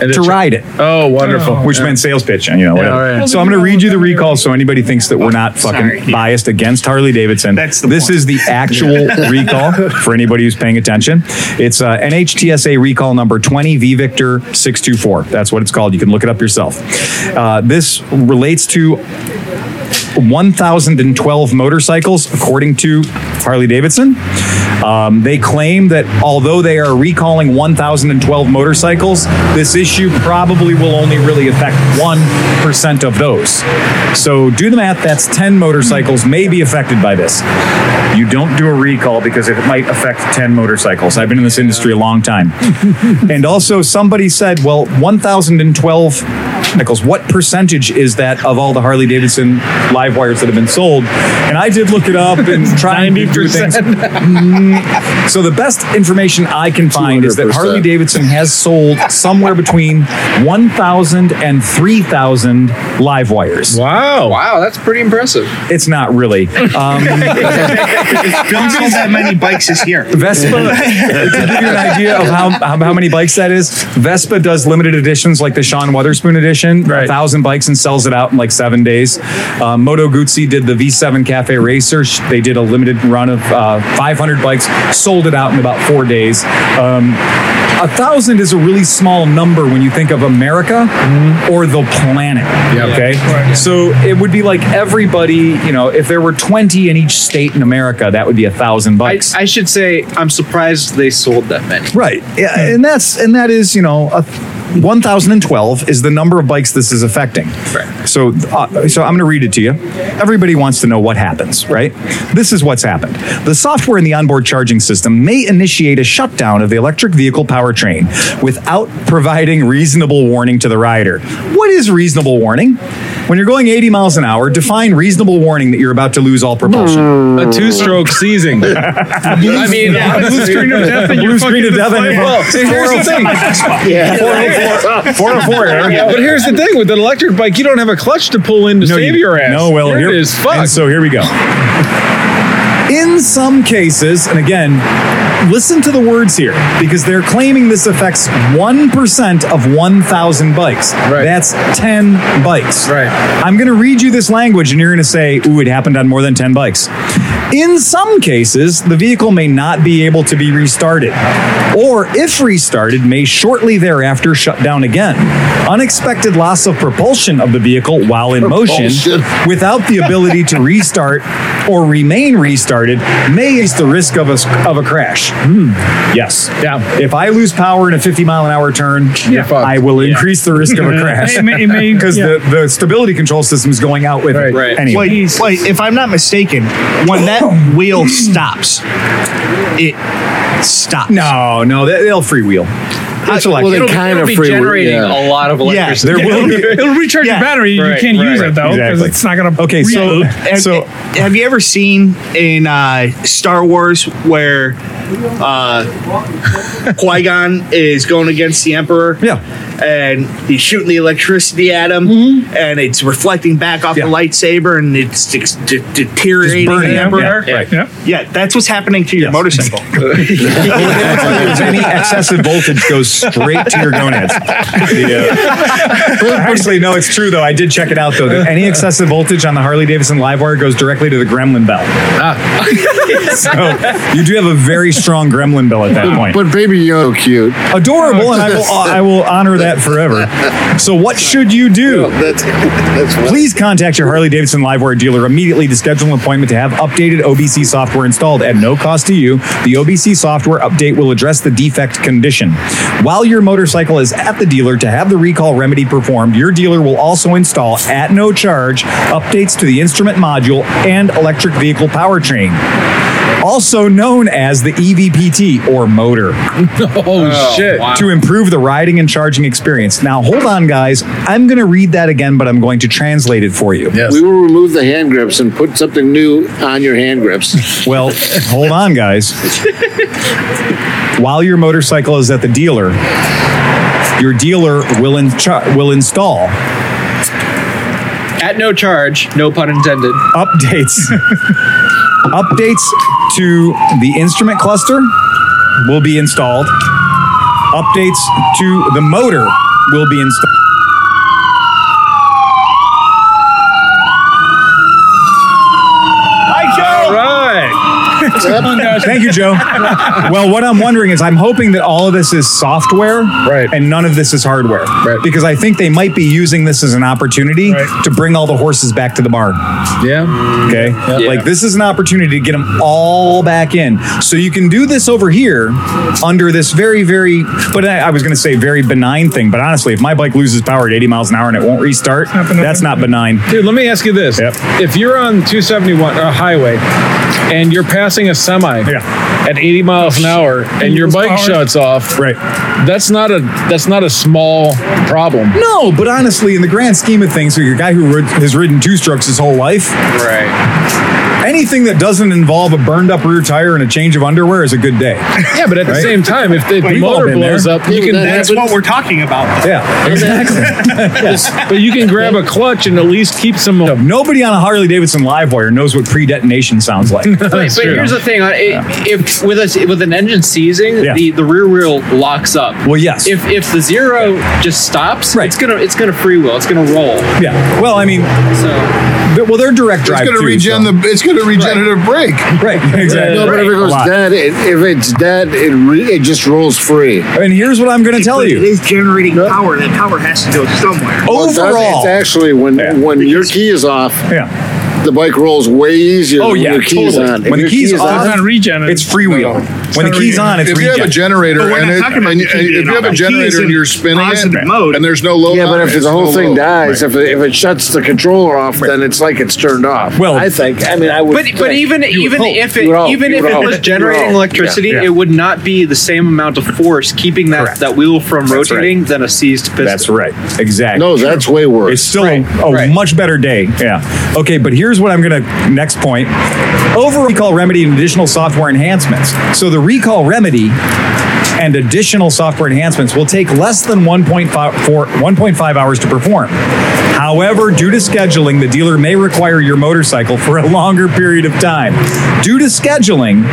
Speaker 1: to
Speaker 2: it's-
Speaker 1: ride it.
Speaker 2: oh, wonderful.
Speaker 1: which meant sales pitch, you know. Whatever.
Speaker 2: all right.
Speaker 1: So I'm going to read you the recall, so anybody thinks that we're not fucking
Speaker 3: Oh, sorry.
Speaker 1: biased against Harley Davidson.
Speaker 3: That's the
Speaker 1: this
Speaker 3: point.
Speaker 1: is the actual recall for anybody who's paying attention. It's uh, NHTSA recall number 20 V Victor 624. That's what it's called. You can look it up yourself. Uh, this relates to 1,012 motorcycles, according to Harley Davidson. Um, they claim that although they are recalling 1,012 motorcycles, this issue probably will only really affect 1% of those. So do the math, that's 10 motorcycles may be affected by this. You don't do a recall because it might affect 10 motorcycles. I've been in this industry a long time. and also, somebody said, well, 1,012 motorcycles, what percentage is that of all the Harley Davidson live wires that have been sold? And I did look it up and try and do things. Mm. So the best information I can find is that
Speaker 6: 200%.
Speaker 1: Harley Davidson has sold somewhere between 1,000 and 3,000 live wires.
Speaker 2: wow.
Speaker 9: Wow, that's pretty impressive.
Speaker 1: It's not really. Um,
Speaker 3: Don't sell that many bikes this year.
Speaker 1: Vespa, to give you an idea of how, how, how many bikes that is, Vespa does limited editions like the Sean Weatherspoon edition, a
Speaker 2: Right.
Speaker 1: thousand bikes and sells it out in like seven days. Uh, Moto Guzzi did the V7 Cafe Racer. Sh- They did a limited run of uh, 500 bikes, sold it out in about four days. Um, a thousand is a really small number when you think of America or the planet. Okay. So it would be like everybody, you know, if there were 20 in each state in America, that would be a thousand
Speaker 9: I,
Speaker 1: bikes.
Speaker 9: I should say I'm surprised they sold that many.
Speaker 1: Right. Yeah, and that's and that is you know a 1,012 is the number of bikes this is affecting. Right. So, uh, so I'm going to read it to you. Everybody wants to know what happens, right? This is what's happened. The software in the onboard charging system may initiate a shutdown of the electric vehicle powertrain without providing reasonable warning to the rider. What is reasonable warning? When you're going 80 miles an hour, define reasonable warning that you're about to lose all propulsion.
Speaker 2: A two-stroke seizing. I mean,
Speaker 8: Blue screen of death and
Speaker 1: Blue
Speaker 8: you're fucking
Speaker 1: screen of death and
Speaker 8: displaying-
Speaker 1: you're
Speaker 2: well, see, here's the thing.
Speaker 1: 404 404 error.
Speaker 2: But here's the thing with an electric bike, you don't have a clutch to pull in to save
Speaker 1: you-
Speaker 2: your ass.
Speaker 1: No, well,
Speaker 2: There
Speaker 1: here,
Speaker 2: it is. Fuck.
Speaker 1: And so here we go. In some cases, and again, listen to the words here because they're claiming this affects 1% of 1,000 bikes.
Speaker 2: Right.
Speaker 1: That's 10 bikes.
Speaker 2: Right.
Speaker 1: I'm going to read you this language and you're going to say, ooh, it happened on more than 10 bikes. In some cases, the vehicle may not be able to be restarted, or if restarted, may shortly thereafter shut down again. Unexpected loss of propulsion of the vehicle while in motion
Speaker 6: Propulsion.
Speaker 1: without the ability to restart or remain restarted may increase the risk of a, of a crash. Hmm. Yes.
Speaker 2: Yeah.
Speaker 1: If I lose power in a 50 mile an hour turn,
Speaker 2: You're fucked.
Speaker 1: I will increase the risk of a crash.
Speaker 8: It may- it may-
Speaker 1: Because
Speaker 8: yeah.
Speaker 1: the, the stability control system is going out with it.
Speaker 2: Right. Right.
Speaker 1: Anyway.
Speaker 3: Wait, wait, if I'm not mistaken, when that wheel stops, it stops.
Speaker 1: No, no, they, they'll freewheel. It's
Speaker 6: well,
Speaker 1: electric.
Speaker 6: they kind of free. Yeah.
Speaker 5: a lot of
Speaker 3: Yeah,
Speaker 1: there will be.
Speaker 8: It'll recharge
Speaker 3: Yeah.
Speaker 8: your battery. You
Speaker 2: Right,
Speaker 8: can't
Speaker 2: right,
Speaker 8: use
Speaker 2: right.
Speaker 8: it though because
Speaker 1: Exactly.
Speaker 8: it's not gonna.
Speaker 1: Okay, so
Speaker 8: reload.
Speaker 3: Have,
Speaker 1: so
Speaker 3: have you ever seen in uh, Star Wars where uh, Qui Gon is going against the Emperor?
Speaker 1: Yeah.
Speaker 3: And he's shooting the electricity at him, and it's reflecting back off
Speaker 1: Mm-hmm. Yeah.
Speaker 3: the lightsaber, and it's de- de- deteriorating
Speaker 1: burning,
Speaker 3: the
Speaker 1: yeah,
Speaker 3: Emperor.
Speaker 1: yeah, right.
Speaker 8: Yeah.
Speaker 3: Yeah, that's what's happening to your
Speaker 1: Yes.
Speaker 3: motorcycle.
Speaker 1: If any excessive voltage goes straight to your gonads. uh, Actually, no, it's true though. I did check it out though. That any excessive voltage on the Harley Davidson live wire goes directly to the gremlin bell. so you do have a very strong gremlin bell at that point.
Speaker 6: But baby Yoda, cute.
Speaker 1: Adorable, and I will I will honor that forever. So what should you do?
Speaker 6: That's that's what.
Speaker 1: Please contact your Harley Davidson LiveWire dealer immediately to schedule an appointment to have updated OBC software installed at no cost to you. The OBC software update will address the defect condition. While your motorcycle is at the dealer to have the recall remedy performed, your dealer will also install at no charge updates to the instrument module and electric vehicle powertrain. Also known as the E EVPT or motor
Speaker 2: oh, shit.
Speaker 1: to improve the riding and charging experience. Now, hold on, guys. I'm going to read that again, but I'm going to translate it for you.
Speaker 6: We will remove the hand grips and put something new on your hand grips.
Speaker 1: Well, hold on, guys. While your motorcycle is at the dealer, your dealer will in will install
Speaker 5: at no charge, no pun intended.
Speaker 1: updates updates to the instrument cluster will be installed. Updates to the motor will be installed.
Speaker 2: All right.
Speaker 1: Thank you, Joe. well, what I'm wondering is, I'm hoping that all of this is software,
Speaker 2: Right.
Speaker 1: and none of this is hardware,
Speaker 2: Right.
Speaker 1: Because I think they might be using this as an opportunity
Speaker 2: Right.
Speaker 1: to bring all the horses back to the barn.
Speaker 2: Yeah.
Speaker 1: Okay. Like this is an opportunity to get them all back in. So you can do this over here under this very, very, but I, I was going to say very benign thing. But honestly, if my bike loses power at 80 miles an hour and it won't restart,
Speaker 8: benign.
Speaker 1: that's not benign.
Speaker 2: Dude, let me ask you this.
Speaker 1: Yep.
Speaker 2: If you're on 271, a highway, and you're passing a semi
Speaker 1: Yeah.
Speaker 2: at 80 miles an hour, and your bike
Speaker 8: Power.
Speaker 2: shuts off,
Speaker 1: Right.
Speaker 2: that's not a that's not a small problem.
Speaker 1: No, but honestly, in the grand scheme of things, for a guy who rid- has ridden two strokes his whole life,
Speaker 2: Right.
Speaker 1: anything that doesn't involve a burned up rear tire and a change of underwear is a good day.
Speaker 2: Yeah, but at the same time, if the, if the
Speaker 1: We've all
Speaker 2: motor
Speaker 1: been there.
Speaker 2: blows up, you
Speaker 6: Yeah,
Speaker 2: can
Speaker 6: that
Speaker 3: That's
Speaker 6: happens.
Speaker 3: what we're talking about.
Speaker 1: Yeah.
Speaker 2: but you can grab a clutch and at least keep some.
Speaker 1: Nobody on a Harley Davidson live wire knows what pre detonation sounds like.
Speaker 5: But, but here's the thing: on it, if with a, with an engine seizing,
Speaker 1: Yeah.
Speaker 5: the, the rear wheel locks up.
Speaker 1: Well, yes.
Speaker 5: If if the zero just stops,
Speaker 1: Right.
Speaker 5: it's gonna it's gonna free wheel. It's gonna roll.
Speaker 1: yeah. Well, I mean,
Speaker 5: So
Speaker 1: they're- well, they're direct drive.
Speaker 4: It's going to
Speaker 1: too,
Speaker 4: regen
Speaker 1: so-
Speaker 4: the. It's going to regenerative brake.
Speaker 1: Right. Exactly.
Speaker 6: No, but if it
Speaker 1: A
Speaker 6: goes
Speaker 1: lot.
Speaker 6: dead, it, if it's dead, it re, it just rolls free.
Speaker 1: And here's what I'm going to tell
Speaker 3: But It
Speaker 1: you.
Speaker 3: is generating power. That power has to go somewhere.
Speaker 6: Well, that's-
Speaker 1: Overall,
Speaker 6: it's actually when when your key is off,
Speaker 1: yeah.
Speaker 6: the bike rolls way easier
Speaker 1: Oh,
Speaker 6: when
Speaker 1: yeah,
Speaker 6: your keys
Speaker 1: totally.
Speaker 6: on. If
Speaker 1: When the
Speaker 6: your
Speaker 1: keys
Speaker 8: So it's
Speaker 1: on-
Speaker 8: not regen.
Speaker 1: It's freewheeling. When the
Speaker 8: not
Speaker 1: key's
Speaker 8: really-
Speaker 1: on, it's
Speaker 4: If you have a
Speaker 1: regen.
Speaker 4: generator
Speaker 3: we're
Speaker 4: and,
Speaker 3: not
Speaker 4: it,
Speaker 3: talking about
Speaker 4: and,
Speaker 3: the
Speaker 4: you-
Speaker 3: key being
Speaker 4: if you
Speaker 3: on.
Speaker 4: have a
Speaker 3: The key is
Speaker 4: generator
Speaker 3: in
Speaker 4: and you're spinning
Speaker 3: positive
Speaker 4: it
Speaker 3: mode.
Speaker 4: and there's no load,
Speaker 6: Yeah, but
Speaker 4: on
Speaker 6: if
Speaker 4: it,
Speaker 6: the
Speaker 4: it's
Speaker 6: whole
Speaker 4: no
Speaker 6: thing
Speaker 4: load.
Speaker 6: dies, if, it, if it shuts the controller off, then it's like it's turned off.
Speaker 1: Well-
Speaker 6: I think. I mean, I would.
Speaker 5: But but
Speaker 6: think.
Speaker 5: even even
Speaker 6: hope.
Speaker 5: if
Speaker 6: You
Speaker 5: it
Speaker 6: would hope.
Speaker 5: even
Speaker 6: You
Speaker 5: if
Speaker 6: would
Speaker 5: it
Speaker 6: hope.
Speaker 5: was
Speaker 6: You would
Speaker 5: generating
Speaker 6: hope.
Speaker 5: electricity,
Speaker 3: Yeah.
Speaker 5: it would not be the same amount of force keeping that,
Speaker 1: Correct.
Speaker 5: that wheel from
Speaker 1: That's
Speaker 5: rotating than a seized piston.
Speaker 1: That's right. Exactly.
Speaker 6: no, that's way
Speaker 1: It's
Speaker 6: worse.
Speaker 1: still a, a
Speaker 5: right.
Speaker 1: much better day. Yeah. Okay, but here's what I'm going to next point. Over recall remedy and additional software enhancements. So the recall remedy and additional software enhancements will take less than 1.5, for 1.5 hours to perform. However, due to scheduling, the dealer may require your motorcycle for a longer period of time. Due to scheduling,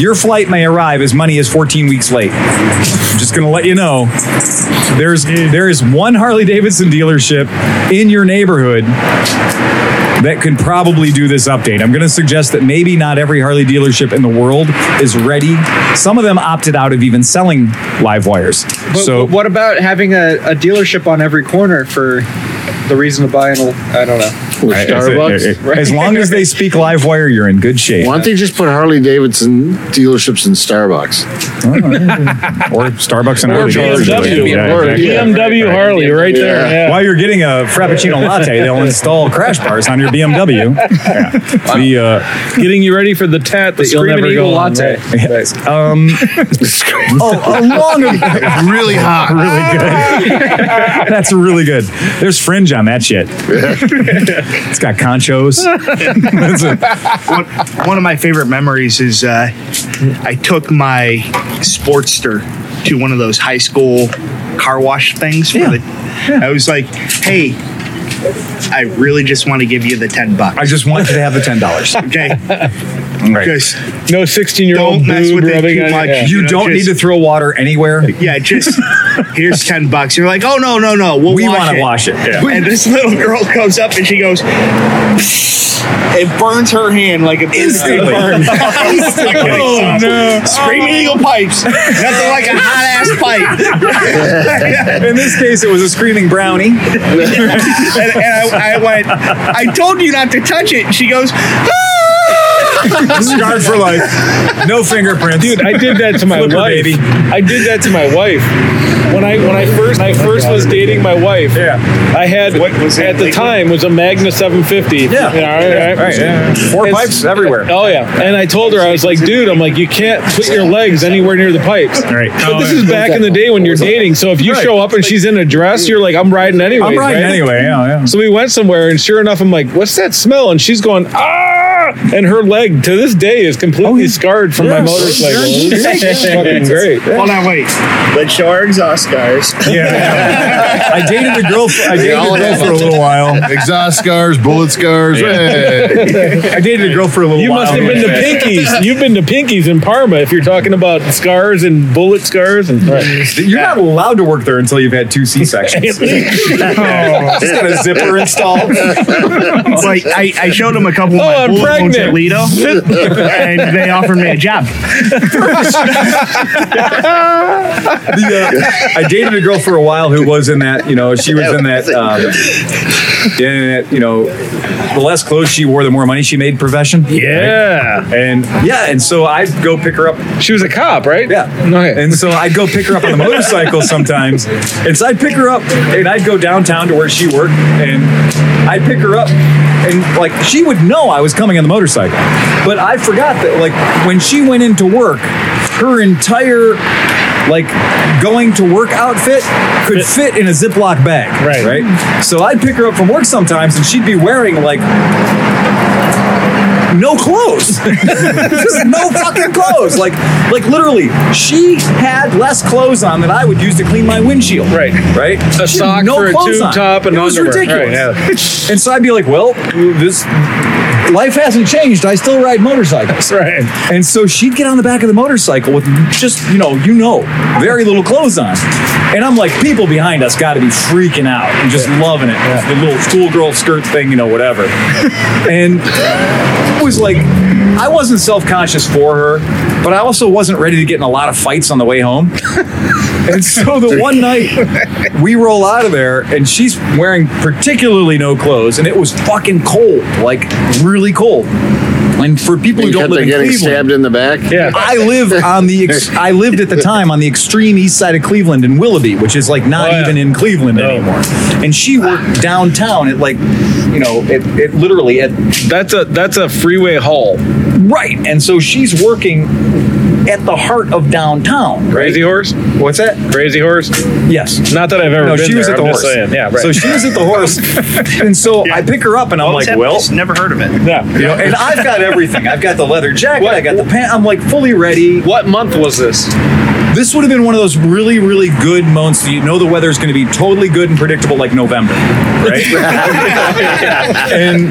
Speaker 1: your flight may arrive as many as 14 weeks late. I'm just going to let you know there's there is one Harley Davidson dealership in your neighborhood that can probably do this update. I'm going to suggest that maybe not every Harley dealership in the world is ready. Some of them opted out of even selling live wires.
Speaker 5: But
Speaker 1: so
Speaker 5: what about having a, a dealership on every corner for the reason to buy an old? I don't know.
Speaker 6: With Starbucks.
Speaker 1: eh, as long as they speak live wire, you're in good shape.
Speaker 6: Why don't they just put Harley Davidson dealerships in Starbucks?
Speaker 1: Or Starbucks and
Speaker 2: Or
Speaker 1: Harley Davidson.
Speaker 2: BMW.
Speaker 1: Yeah,
Speaker 6: Or-
Speaker 1: exactly.
Speaker 6: yeah.
Speaker 2: BMW Harley right there.
Speaker 6: Yeah.
Speaker 2: Yeah.
Speaker 1: While you're getting a frappuccino latte, they'll install crash bars on your BMW. Yeah. The uh,
Speaker 2: Getting you ready for the tat that you'll
Speaker 5: Screaming
Speaker 2: never
Speaker 5: Eagle
Speaker 2: go on,
Speaker 5: latte.
Speaker 2: right?
Speaker 1: Um, oh, along really hot, really good. That's really good. There's fringe on that shit. it's got conchos. That's a-
Speaker 3: one, one of my favorite memories is uh, I took my Sportster to one of those high school car wash things. where
Speaker 1: Yeah.
Speaker 3: they- I was like, hey, I really just want to give you the 10 bucks.
Speaker 1: I just want you to have the ten dollars.
Speaker 3: okay. Just
Speaker 2: No 16 year old
Speaker 3: Don't mess
Speaker 2: boob
Speaker 3: with it
Speaker 2: rubbing
Speaker 3: too
Speaker 2: on
Speaker 3: much.
Speaker 2: Yeah.
Speaker 1: You
Speaker 3: You know,
Speaker 1: don't
Speaker 3: just-
Speaker 1: need to throw water anywhere.
Speaker 3: yeah, just here's 10 bucks. You're like, oh no, no, no. We'll
Speaker 1: We
Speaker 3: wash
Speaker 1: want
Speaker 3: it.
Speaker 1: to wash it. Yeah.
Speaker 3: And this little girl comes up and she goes, it burns her hand like a
Speaker 1: Instantly.
Speaker 3: oh, no. Screaming eagle pipes. Nothing like a hot ass pipe.
Speaker 1: In this case, it was a screaming brownie.
Speaker 3: And, and I, I went, I told you not to touch it. And she goes,
Speaker 1: Scarred for life. No fingerprints.
Speaker 2: Dude, I did that to my
Speaker 1: Flipper
Speaker 2: wife.
Speaker 1: baby.
Speaker 2: I did that to my wife. When I when I first I first was dating my wife,
Speaker 1: Oh Yeah.
Speaker 2: I had
Speaker 3: What was it?
Speaker 2: at the time was a Magna 750.
Speaker 1: Yeah.
Speaker 2: all right, all right.
Speaker 1: Four
Speaker 2: It's-
Speaker 1: pipes everywhere.
Speaker 2: Oh yeah, and I told her I was like, dude, I'm like, you can't put your legs anywhere near the pipes.
Speaker 1: Right.
Speaker 2: But this is back in the day when you're dating, so if you
Speaker 1: Right.
Speaker 2: show up and she's in a dress, you're like, I'm riding anyway.
Speaker 1: I'm riding anyway. Yeah, yeah.
Speaker 2: So we went somewhere, and sure enough, I'm like, "What's that smell?" And she's going, "Ah!" And her leg to this day is completely scarred from my
Speaker 1: Yeah.
Speaker 2: motorcycle. It's fucking great.
Speaker 3: hold on, wait. Let's show our exhaust scars.
Speaker 1: Yeah. I dated a girl. For, I dated
Speaker 4: all
Speaker 1: a girl
Speaker 4: have
Speaker 1: for a little while.
Speaker 4: Exhaust scars, bullet scars. eh.
Speaker 1: I dated a girl for a little
Speaker 2: You
Speaker 1: while.
Speaker 2: must have been to Pinkies. You've been to Pinkies in Parma if you're talking about scars and bullet scars and
Speaker 1: You're not allowed to work there until you've had two C sections. Just got a zipper installed.
Speaker 3: Like, I, I showed him a couple of my
Speaker 2: Oh, I'm
Speaker 3: bullet wounds at
Speaker 2: pregnant.
Speaker 3: Lido, and they offered me a job.
Speaker 1: The, uh, I dated a girl for a while who was in that. You know, she was in that. Um, in that, you know, the less clothes she wore, the more money she made. Profession.
Speaker 2: yeah,
Speaker 1: And yeah, and so I'd go pick her up
Speaker 2: she was a cop, right?
Speaker 1: Yeah.
Speaker 2: Okay.
Speaker 1: And so I'd go pick her up on the motorcycle sometimes. And so I'd pick her up and I'd go downtown to where she worked and I'd pick her up and like she would know I was coming on the motorcycle. But I forgot that like when she went into work, her entire like going to work outfit could fit in a Ziploc bag.
Speaker 2: Right.
Speaker 1: Right. So I'd pick her up from work sometimes and she'd be wearing like no clothes. Just no fucking clothes. Like, like literally, she had less clothes on than I would use to clean my windshield.
Speaker 2: Right.
Speaker 1: Right.
Speaker 2: A
Speaker 1: She had
Speaker 2: sock for a
Speaker 1: clothes
Speaker 2: tube
Speaker 1: on.
Speaker 2: top and
Speaker 1: it was
Speaker 2: underwear.
Speaker 1: ridiculous.
Speaker 2: Right,
Speaker 1: And so I'd be like, well, this life hasn't changed. I still ride motorcycles.
Speaker 2: Right.
Speaker 1: And so she'd get on the back of the motorcycle with just, you know, you know, very little clothes on. And I'm like, people behind us got to be freaking out and just loving it. The little schoolgirl skirt thing, you know, whatever. and it was like, I wasn't self conscious for her, but I also wasn't ready to get in a lot of fights on the way home. And so the one night we roll out of there, and she's wearing particularly no clothes, and it was fucking cold, like really cold. And for people who
Speaker 6: You
Speaker 1: don't
Speaker 6: kept
Speaker 1: live
Speaker 6: on
Speaker 1: in
Speaker 6: getting
Speaker 1: Cleveland,
Speaker 6: stabbed in the back.
Speaker 2: Yeah.
Speaker 1: I live on the ex- I lived at the time on the extreme east side of Cleveland in Willoughby, which is like not
Speaker 2: Oh, yeah.
Speaker 1: even in Cleveland
Speaker 2: No.
Speaker 1: anymore. And she worked downtown at like, you know, it, it literally at
Speaker 2: That's a that's a freeway haul.
Speaker 1: right. And so she's working at the heart of downtown. Right?
Speaker 2: Crazy horse?
Speaker 1: What's that?
Speaker 2: Crazy horse?
Speaker 1: Yes.
Speaker 2: Not that I've ever
Speaker 1: No,
Speaker 2: been
Speaker 1: she was
Speaker 2: there,
Speaker 1: at the
Speaker 2: I'm
Speaker 1: horse.
Speaker 2: Just saying. Yeah, right.
Speaker 1: So she was at the horse, and so I pick her up, and I'm like,
Speaker 3: Except
Speaker 1: "Well,
Speaker 3: just never heard of it.
Speaker 2: yeah.
Speaker 1: you know," and I've got everything. I've got the leather jacket. I got the pant. I'm like fully ready.
Speaker 2: What month was this?
Speaker 1: This would have been one of those really, really good months. that You know, the weather is going to be totally good and predictable, like November, right? and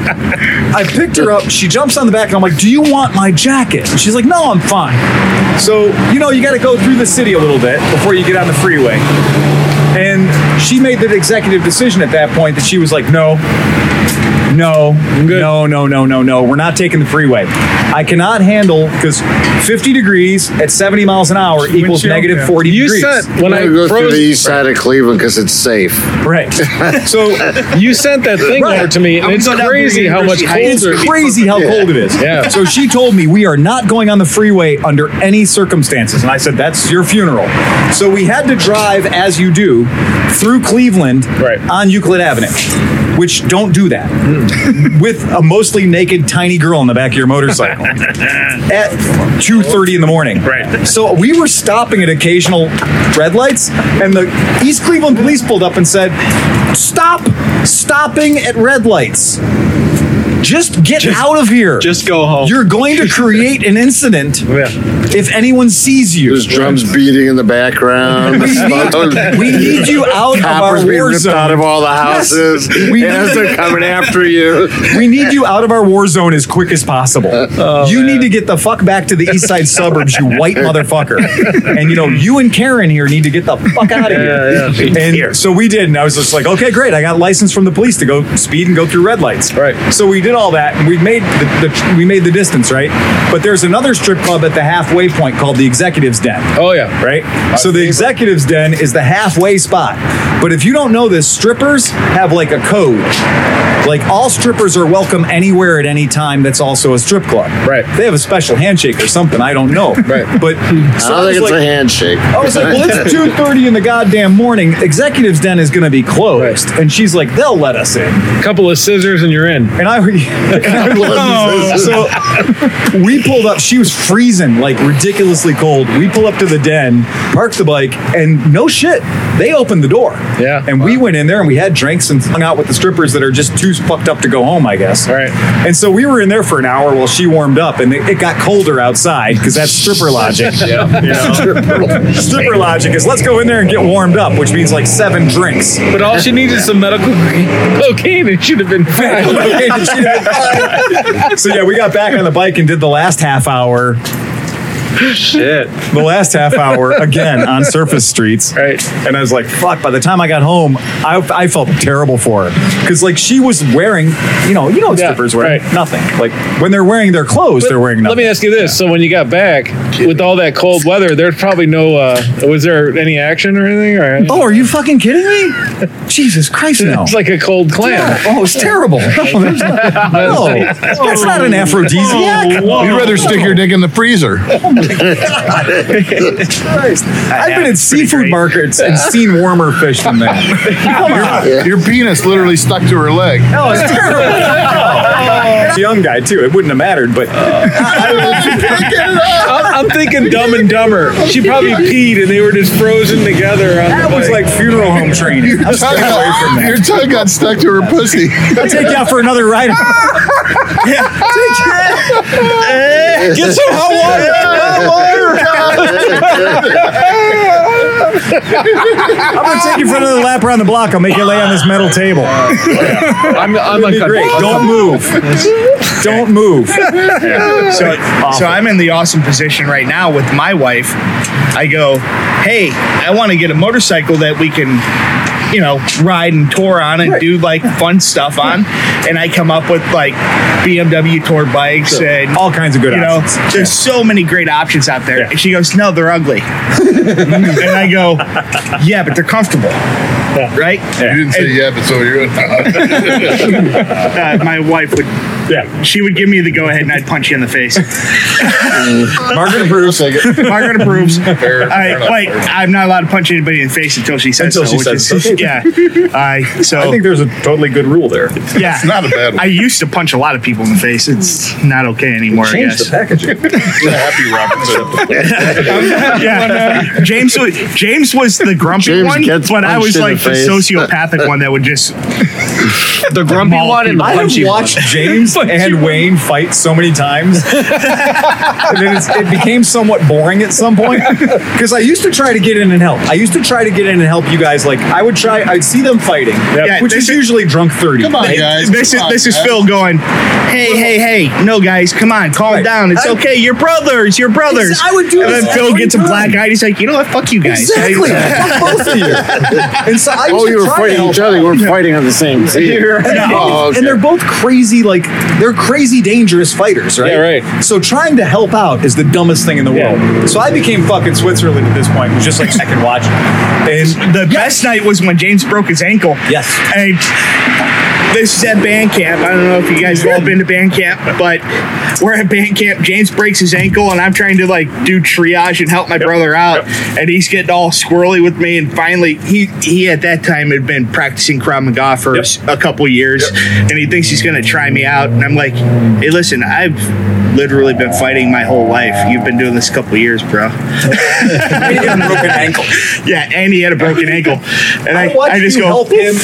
Speaker 1: I picked her up. She jumps on the back, and I'm like, "Do you want my jacket?" And she's like, "No, I'm fine." So you know, you got to go through the city a little bit before you get on the freeway. And she made the executive decision at that point that she was like, "No, no, no, no, no, no, no. We're not taking the freeway. I cannot handle because 50 degrees at 70 miles an hour equals
Speaker 8: Windshield,
Speaker 1: negative
Speaker 8: yeah.
Speaker 1: 40
Speaker 2: You
Speaker 1: degrees.
Speaker 2: sent when
Speaker 6: When I
Speaker 2: I
Speaker 6: go through the
Speaker 2: froze.
Speaker 6: east side of Cleveland because it's safe.
Speaker 1: Right. So
Speaker 2: You sent that thing
Speaker 1: Right.
Speaker 2: over to me, and
Speaker 3: I'm
Speaker 2: it's
Speaker 3: going down
Speaker 2: crazy
Speaker 3: to
Speaker 2: how much
Speaker 3: University Heights.
Speaker 2: colder.
Speaker 1: it's crazy how cold it is.
Speaker 2: Yeah.
Speaker 1: So she told me we are not going on the freeway under any circumstances. And I said, that's your funeral. So we had to drive, as you do, through Cleveland
Speaker 2: Right.
Speaker 1: on Euclid Avenue, which don't do that
Speaker 2: Hmm.
Speaker 1: with a mostly naked tiny girl in the back of your motorcycle at 2.30 in the morning.
Speaker 3: Right.
Speaker 1: So we were stopping at occasional red lights, and the East Cleveland police pulled up and said, Stop stopping at red lights. Just get out of here.
Speaker 5: Just go home.
Speaker 1: You're going to create an incident if anyone sees you.
Speaker 6: There's drums beating in the background.
Speaker 1: We need, we need you out of
Speaker 6: Coppers
Speaker 1: our
Speaker 6: being
Speaker 1: war
Speaker 6: ripped out of
Speaker 1: zone.
Speaker 6: all the
Speaker 1: Yes.
Speaker 6: houses
Speaker 1: We
Speaker 6: as
Speaker 1: need-
Speaker 6: they're coming after you.
Speaker 1: We need you out of our war zone as quick as possible.
Speaker 2: Oh,
Speaker 1: you need to get the fuck back to the east side suburbs, you white motherfucker. And you know, you and Karen here need to get the fuck out of here. And so we did, and I was just like, okay, great. I got license from the police to go speed and go through red lights.
Speaker 2: Right.
Speaker 1: So we did all that, and we made the, the we made the distance, right? But there's another strip club at the halfway point called the Executives Den.
Speaker 2: Oh yeah,
Speaker 1: Right? so the executive's den is the halfway spot. But if you don't know this, strippers have like a code. Like all strippers are welcome anywhere at any time that's also a strip club.
Speaker 2: Right.
Speaker 1: They have a special handshake or something, I don't know.
Speaker 2: Right.
Speaker 1: But so
Speaker 6: I
Speaker 1: I
Speaker 6: don't
Speaker 1: was
Speaker 6: think it's a
Speaker 1: like,
Speaker 6: handshake.
Speaker 1: I was like, well, it's 2.30 in the goddamn morning. Executive's den is going to be closed. And she's like, they'll let us in.
Speaker 2: a couple of scissors, and you're in.
Speaker 1: And I, and I so we pulled up. She was freezing, like ridiculously cold. We pull up to the den, parked the bike, and no shit, they opened the door.
Speaker 2: Yeah.
Speaker 1: and we went in there and we had drinks and hung out with the strippers that are just too fucked up to go home, I guess.
Speaker 2: Right.
Speaker 1: And so we were in there for an hour while she warmed up, and it, it got colder outside because that's stripper logic. yeah, stripper, stripper logic is let's go in there and get warmed up, which means like seven drinks.
Speaker 2: But all she needs is some medical cocaine, and she'd have been fine.
Speaker 1: so yeah, we got back on the bike and did the last half hour.
Speaker 2: Shit.
Speaker 1: The last half hour again on surface streets.
Speaker 2: Right.
Speaker 1: And I was like, fuck, by the time I got home, I, I felt terrible for her. Because, like, she was wearing, you know, you know what
Speaker 2: Yeah,
Speaker 1: strippers wear.
Speaker 2: right.
Speaker 1: Nothing. Like, when they're wearing their clothes, they're wearing
Speaker 2: Let
Speaker 1: nothing.
Speaker 2: me ask you this: So when you got back with all that cold weather, there's probably no. Uh, was there any action or anything? Or uh,
Speaker 1: oh, are you fucking kidding me? Jesus Christ, no.
Speaker 2: it's like a cold clam.
Speaker 1: Yeah. Oh, it's terrible. No, there's not, no. that's not an aphrodisiac.
Speaker 4: You'd rather stick your dick in the freezer.
Speaker 1: Christ. I've been in
Speaker 3: that's pretty
Speaker 1: seafood
Speaker 3: great.
Speaker 1: markets and seen warmer fish than that. Come on.
Speaker 4: Your penis literally stuck to her leg.
Speaker 1: No, it's terrible. It's a young guy too. It wouldn't have mattered, but
Speaker 2: I'm, I'm thinking Dumb and Dumber. She probably peed, and they were just frozen together. On
Speaker 1: that
Speaker 2: the
Speaker 1: was
Speaker 2: bike.
Speaker 1: like funeral home training.
Speaker 4: Your
Speaker 1: I'll stay
Speaker 4: tongue,
Speaker 1: away from
Speaker 4: got,
Speaker 1: that.
Speaker 4: your tongue got stuck to her pussy.
Speaker 1: I'll take you out for another ride. yeah, take you. Get some hot water. Hot water. I'm gonna take you for another lap around the block. I'll make you lay on this metal table.
Speaker 2: I'm, I'm
Speaker 1: It'd be great. Don't move. Don't move.
Speaker 3: So,
Speaker 1: Awful.
Speaker 3: so I'm in the awesome position right now with my wife. I go, hey, I want to get a motorcycle that we can you know, ride and tour on and do like fun stuff on. And I come up with like BMW tour bikes and
Speaker 1: All kinds of good
Speaker 3: you know,
Speaker 1: options.
Speaker 3: there's so many great options out there. And she goes, No, they're ugly. and I go, Yeah, but they're comfortable. Right?
Speaker 4: You didn't say
Speaker 3: And-
Speaker 4: yeah, but so you.
Speaker 3: Uh, my wife would,
Speaker 2: Yeah.
Speaker 3: she would give me the go ahead and I'd punch you in the face.
Speaker 4: Margaret approves.
Speaker 3: Margaret approves.
Speaker 4: Fair- fair
Speaker 3: I,
Speaker 4: enough.
Speaker 3: like, I'm not allowed to punch anybody in the face until she says
Speaker 1: Until
Speaker 3: so.
Speaker 1: she
Speaker 3: which
Speaker 1: says
Speaker 3: is,
Speaker 1: so.
Speaker 3: Yeah. I, so,
Speaker 1: I think there's a totally good rule there.
Speaker 3: yeah.
Speaker 4: It's not a bad
Speaker 3: I
Speaker 4: one.
Speaker 3: used to punch a lot of people in the face. It's not okay anymore, I
Speaker 1: Change the
Speaker 3: guess.
Speaker 1: packaging.
Speaker 4: happy Robinson.
Speaker 3: yeah. James was James was the grumpy
Speaker 6: James
Speaker 3: one,
Speaker 6: gets
Speaker 3: but I
Speaker 6: punched
Speaker 3: was
Speaker 6: in
Speaker 3: like
Speaker 6: the
Speaker 3: the,
Speaker 6: face.
Speaker 3: sociopathic one that would just
Speaker 5: The grumpy
Speaker 3: Maul
Speaker 5: one and the
Speaker 1: I have
Speaker 5: punchy one.
Speaker 1: watched James and Wayne fight so many times. and then it's, it became somewhat boring at some point because I used to try to get in and help. I used to try to get in and help you guys. Like I would try, I'd see them fighting,
Speaker 3: Yeah,
Speaker 1: which
Speaker 3: they
Speaker 1: is
Speaker 3: should-
Speaker 1: usually drunk thirty.
Speaker 4: Come on,
Speaker 1: right?
Speaker 4: guys.
Speaker 3: this is
Speaker 4: Come on,
Speaker 3: this is
Speaker 4: guys.
Speaker 3: Phil going, hey hey hey, no guys, come on, calm
Speaker 1: Right.
Speaker 3: down, it's
Speaker 1: I-
Speaker 3: okay, you're brothers, you're brothers.
Speaker 1: I would do
Speaker 3: and
Speaker 1: this
Speaker 3: then Phil
Speaker 1: every
Speaker 3: gets a
Speaker 1: time.
Speaker 3: black eye. He's like, you know what? Fuck you guys.
Speaker 1: Exactly.
Speaker 3: Right?
Speaker 1: Fuck both of you. And so I used
Speaker 6: Oh,
Speaker 1: to
Speaker 6: you were
Speaker 1: try to
Speaker 6: fighting
Speaker 1: help
Speaker 6: each other. You were fighting on the same team.
Speaker 1: And,
Speaker 6: Oh, okay.
Speaker 1: and they're both crazy, like they're crazy dangerous fighters, right?
Speaker 2: Yeah, right.
Speaker 1: So trying to help out is the dumbest thing in the
Speaker 2: Yeah.
Speaker 1: world. So I became fucking Switzerland at this point. It was just like I can watch it. And
Speaker 3: The best night was when James broke his ankle.
Speaker 1: Yes.
Speaker 3: And this is at band camp. I don't know if you guys have all been to band camp, but we're at band camp. James breaks his ankle, and I'm trying to like do triage and help my brother out, and he's getting all squirrely with me. And finally, he he at that time had been practicing Krav Maga for s- a couple years, and he thinks he's gonna try me out. And I'm like, hey, listen, I've literally been fighting my whole life. You've been doing this a couple years, bro.
Speaker 1: I had a broken ankle.
Speaker 3: Yeah, and he had a broken ankle, and I,
Speaker 1: I watched
Speaker 3: I just
Speaker 1: you
Speaker 3: go
Speaker 1: help him.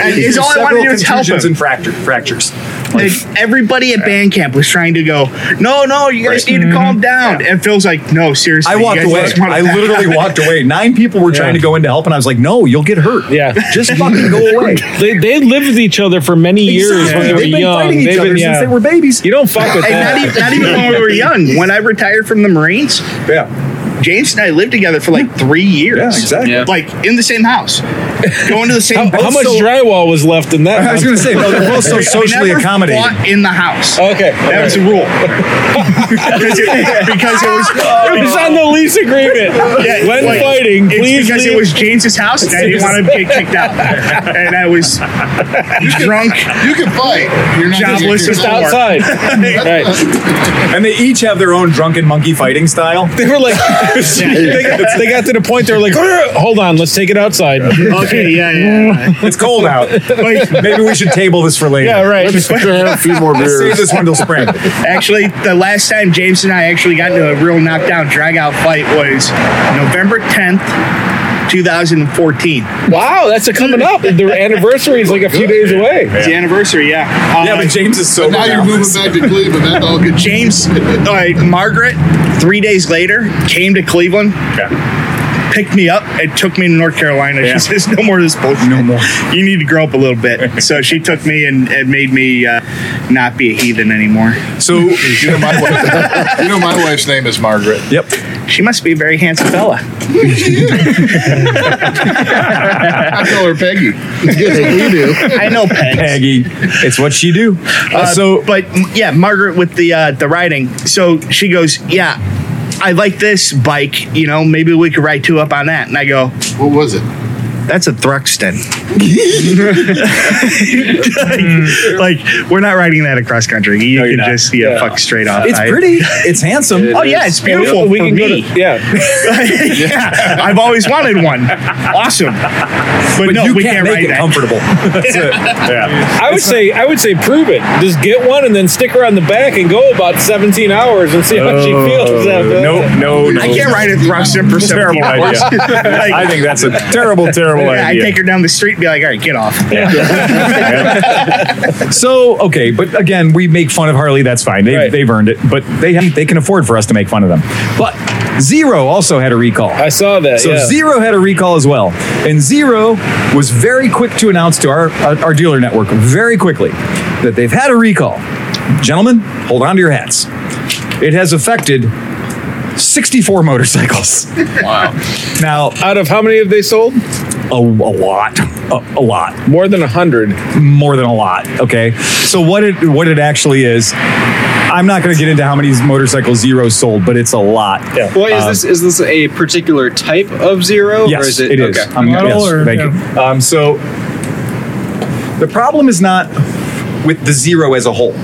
Speaker 3: And it's all I
Speaker 1: Several
Speaker 3: want to do is help
Speaker 1: contusions
Speaker 3: him.
Speaker 1: and fracture, fractures.
Speaker 3: Like, everybody at band camp was trying to go, no, no, you guys need to calm down. And Phil's like, no, seriously.
Speaker 1: Mm-hmm. I
Speaker 3: you
Speaker 1: walked
Speaker 3: guys
Speaker 1: away.
Speaker 3: just wanna
Speaker 1: I
Speaker 3: back
Speaker 1: literally
Speaker 3: out."
Speaker 1: walked away. Nine people were trying to go in to help, and I was like, "No, you'll get hurt.
Speaker 2: Yeah.
Speaker 1: just fucking go away."
Speaker 2: They, they lived with each other for many years
Speaker 1: Exactly.
Speaker 2: when they were
Speaker 1: They've been
Speaker 2: young.
Speaker 1: fighting each
Speaker 2: They've
Speaker 1: other
Speaker 2: been,
Speaker 1: since
Speaker 2: yeah.
Speaker 1: they were babies.
Speaker 2: You don't fuck with
Speaker 3: And
Speaker 2: that.
Speaker 3: not even, not even when we were young. When I retired from the Marines,
Speaker 1: Yeah,
Speaker 3: James and I lived together for like three years.
Speaker 1: yeah, exactly.
Speaker 5: Yeah.
Speaker 3: Like in the same house, going to the same.
Speaker 2: How much drywall was left in that?
Speaker 1: I was
Speaker 2: one?
Speaker 1: gonna say, well, they're both so
Speaker 3: We
Speaker 1: socially
Speaker 3: never
Speaker 1: accommodating.
Speaker 3: fought in the house.
Speaker 2: Okay.
Speaker 3: That was a rule. because, it, because it was
Speaker 2: It was on the lease agreement.
Speaker 3: Yeah,
Speaker 2: when
Speaker 3: like,
Speaker 2: fighting,
Speaker 3: it's
Speaker 2: please
Speaker 3: because
Speaker 2: leave.
Speaker 3: it was James's house, and I didn't want to get kicked out. And I was drunk.
Speaker 4: You can fight. You're not gonna get
Speaker 3: Jobless
Speaker 4: your
Speaker 3: is
Speaker 2: just
Speaker 4: homework.
Speaker 2: outside. right.
Speaker 1: And they each have their own drunken monkey fighting style.
Speaker 2: They were like, they, got, they got to the point. They were like, "Grr, hold on, let's take it outside.
Speaker 3: Okay, yeah, yeah.
Speaker 1: It's cold out. Maybe we should table this for later.
Speaker 2: Yeah, right.
Speaker 6: Let's try a few more
Speaker 1: Let's save
Speaker 6: beers.
Speaker 1: this one till spring.
Speaker 3: Actually, the last time James and I actually got into a real knockdown, drag-out fight was November 10th, 2014.
Speaker 2: Wow, that's a coming up. The anniversary is like a few days away.
Speaker 3: It's the anniversary, yeah. Uh,
Speaker 1: Yeah, but James is sober
Speaker 4: Now you're moving back to Cleveland. That's all good.
Speaker 3: James, all right, Margaret, three days later, came to Cleveland, picked me up, and took me to North Carolina. She says, no more of this bullshit.
Speaker 1: No more.
Speaker 3: You need to grow up a little bit. so she took me and, and made me uh, not be a heathen anymore.
Speaker 1: So,
Speaker 4: You know, my wife, you know my wife's name is Margaret.
Speaker 1: yep.
Speaker 3: She must be a very handsome fella.
Speaker 4: I call her Peggy.
Speaker 6: you do.
Speaker 3: I know Peg.
Speaker 1: Aggie, it's what she do. Uh, so,
Speaker 3: But yeah, Margaret with the uh, the riding. So she goes, yeah. I like this bike, you know, maybe we could ride two up on that. And I go,
Speaker 4: What was it?
Speaker 3: that's a Thruxton. like, like, we're not riding that across country. You can just yeah, fuck straight off.
Speaker 1: it's
Speaker 3: I-
Speaker 1: pretty. It's handsome.
Speaker 3: Oh yeah, it's beautiful
Speaker 2: We
Speaker 3: for
Speaker 2: can go
Speaker 3: me.
Speaker 2: to, yeah.
Speaker 3: yeah, I've always wanted one. Awesome, but,
Speaker 1: but
Speaker 3: no,
Speaker 1: you
Speaker 3: we
Speaker 1: can't,
Speaker 3: can't,
Speaker 1: make it
Speaker 3: ride that.
Speaker 1: comfortable. That's it. Yeah.
Speaker 2: I would say I would say prove it. Just get one and then stick her on the back and go about 17 hours and see how she
Speaker 8: Oh,
Speaker 2: feels. After that.
Speaker 1: no, no, no.
Speaker 3: I can't ride a Thruxton for seventeen
Speaker 1: Terrible
Speaker 3: hours.
Speaker 1: idea.
Speaker 3: Like,
Speaker 1: I think that's a terrible, terrible
Speaker 3: yeah, I
Speaker 1: idea.
Speaker 3: take her down the street and be like, all right, get off.
Speaker 1: So okay, but again, we make fun of Harley. That's fine. They,
Speaker 2: Right.
Speaker 1: They've earned it, but they they can afford for us to make fun of them. But Zero also had a recall.
Speaker 2: I saw that.
Speaker 1: So
Speaker 2: Uh, yeah.
Speaker 1: Zero had a recall as well, and Zero was very quick to announce to our our our dealer network very quickly that they've had a recall. Gentlemen, hold on to your hats. It has affected 64 motorcycles. Wow. Now,
Speaker 2: out of how many have they sold?
Speaker 1: a, a lot. a, a lot
Speaker 2: More than 100.
Speaker 1: more than a lot. Okay, so what it what it actually is, I'm not going to get into how many motorcycle zeros sold, but it's a lot.
Speaker 2: Yeah.
Speaker 5: What
Speaker 3: Um,
Speaker 5: is this? Is this a particular type of zero?
Speaker 1: Yes,
Speaker 5: or is it,
Speaker 1: it is.
Speaker 5: Okay.
Speaker 1: I'm,
Speaker 8: Model
Speaker 1: yes,
Speaker 8: or-
Speaker 1: thank you. Um, so the problem is not with the zero as a whole.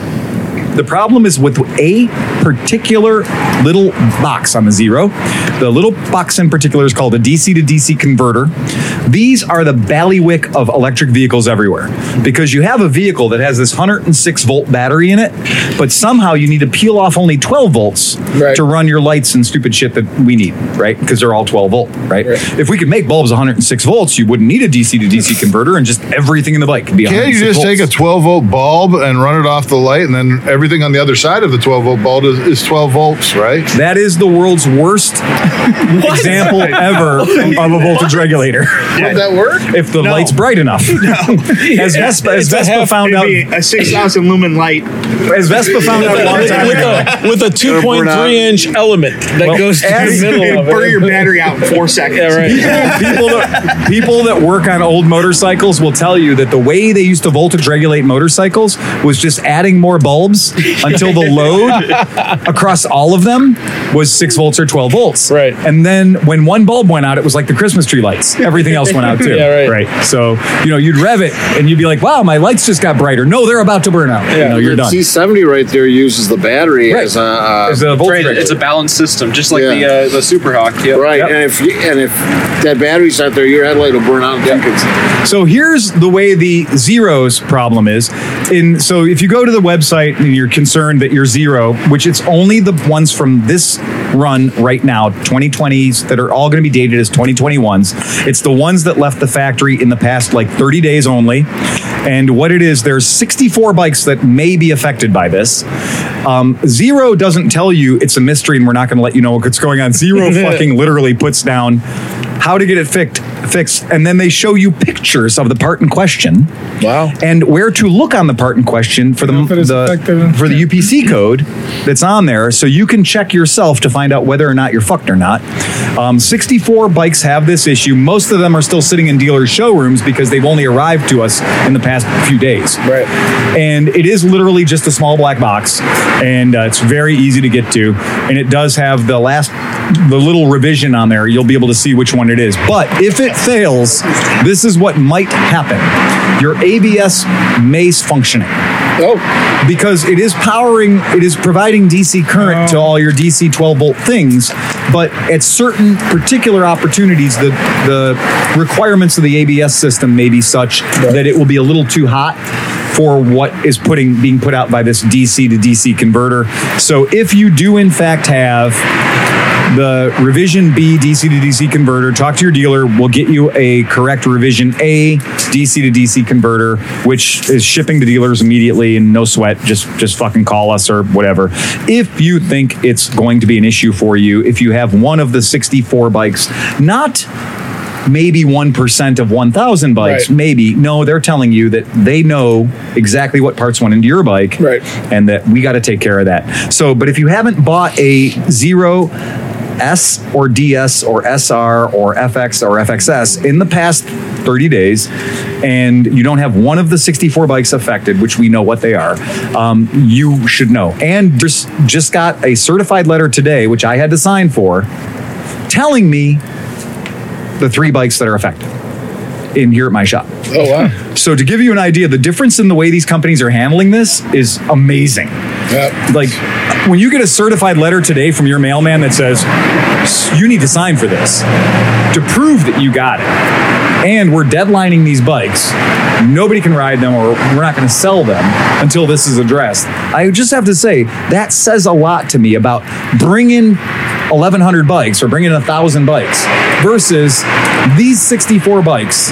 Speaker 1: The problem is with a particular little box on the zero. The little box in particular is called a DC to DC converter. These are the ballywick of electric vehicles everywhere because you have a vehicle that has this 106 volt battery in it, but somehow you need to peel off only 12 volts
Speaker 2: Right.
Speaker 1: to run your lights and stupid shit that we need, right? Because they're all 12 volt, right? If we could make bulbs 106 volts, you wouldn't need a DC to DC converter and just everything in the bike could be
Speaker 4: Can't
Speaker 1: 106
Speaker 4: you just
Speaker 1: volts.
Speaker 4: take a 12 volt bulb and run it off the light, and then everything on the other side of the 12 volt bulb is, is 12 volts, right?
Speaker 1: That is the world's worst example ever of a voltage regulator.
Speaker 4: Would that work?
Speaker 1: If the
Speaker 3: No.
Speaker 1: light's bright enough. As Vespa, as
Speaker 2: It's a
Speaker 1: Vespa
Speaker 2: half-
Speaker 1: found out,
Speaker 3: It'd be a six thousand lumen light.
Speaker 1: as Vespa found out a long
Speaker 2: with,
Speaker 1: time ago,
Speaker 2: a, with a 2.3 inch element that
Speaker 1: Well,
Speaker 2: goes through
Speaker 1: as-
Speaker 2: the middle
Speaker 3: It'd
Speaker 2: of
Speaker 3: burn
Speaker 2: it.
Speaker 3: your battery out in four seconds.
Speaker 2: Yeah, right.
Speaker 1: people that people that work on old motorcycles will tell you that the way they used to voltage regulate motorcycles was just adding more bulbs until the load across all of them was six volts or twelve volts.
Speaker 2: Right.
Speaker 1: And then when one bulb went out, it was like the Christmas tree lights. Everything else went out too.
Speaker 2: Yeah, right.
Speaker 1: So you know you'd rev it and you'd be like, "Wow, my lights just got brighter." No, they're about to burn out. You know, you're done.
Speaker 6: C70 right there uses the battery
Speaker 1: Right.
Speaker 6: as a. Uh,
Speaker 1: It's a voltage
Speaker 5: Right,
Speaker 1: regulator.
Speaker 5: it's a balanced system, just like
Speaker 6: Yeah.
Speaker 5: the uh, the Superhawk. Yeah.
Speaker 6: Right,
Speaker 1: Yep.
Speaker 6: and if you, and if that battery's not there, your headlight will burn out. You can-
Speaker 1: So here's the way the zeros problem is. In so if you go to the website and you're concerned that you're zero, which it's only the ones from this run right now, 2020s that are all going to be dated as 2021s. It's the ones that left the factory in the past like 30 days only. And what it is, there's 64 bikes that may be affected by this. Um, zero doesn't tell you it's a mystery, and we're not going to let you know what's going on. Zero fucking literally puts down how to get it fixed, fixed, and then they show you pictures of the part in question.
Speaker 2: Wow.
Speaker 1: And where to look on the part in question for the,
Speaker 8: if it is
Speaker 1: the
Speaker 8: effective.
Speaker 1: for the UPC code that's on there, so you can check yourself to find out whether or not you're fucked or not. Um, 64 bikes have this issue. Most of them are still sitting in dealers' showrooms because they've only arrived to us in the past few days
Speaker 2: Right.
Speaker 1: and it is literally just a small black box and uh, it's very easy to get to and it does have the last the little revision on there you'll be able to see which one it is but if it fails this is what might happen your abs may's functioning because it is powering it is providing dc current to all your dc 12 volt things but at certain particular opportunities the the requirements of the abs system may be such that it will be a little too hot for what is putting being put out by this dc to dc converter so if you do in fact have the revision B DC to DC converter. Talk to your dealer. We'll get you a correct revision A DC to DC converter, which is shipping to dealers immediately and no sweat. Just just fucking call us or whatever. If you think it's going to be an issue for you, if you have one of the 64 bikes, not maybe 1% of 1000 bikes
Speaker 2: Right.
Speaker 1: maybe no they're telling you that they know exactly what parts went into your bike
Speaker 2: Right.
Speaker 1: and that we got to take care of that so but if you haven't bought a zero s or ds or sr or fx or fxs in the past 30 days and you don't have one of the 64 bikes affected which we know what they are um, you should know and just just got a certified letter today which i had to sign for telling me the three bikes that are affected in here at my shop.
Speaker 2: Oh, wow.
Speaker 1: So to give you an idea, the difference in the way these companies are handling this is amazing. Like when you get a certified letter today from your mailman that says you need to sign for this to prove that you got it. And we're deadlining these bikes. Nobody can ride them or we're not going to sell them until this is addressed. I just have to say that says a lot to me about bringing 1100 bikes or bringing 1000 bikes versus these 64 bikes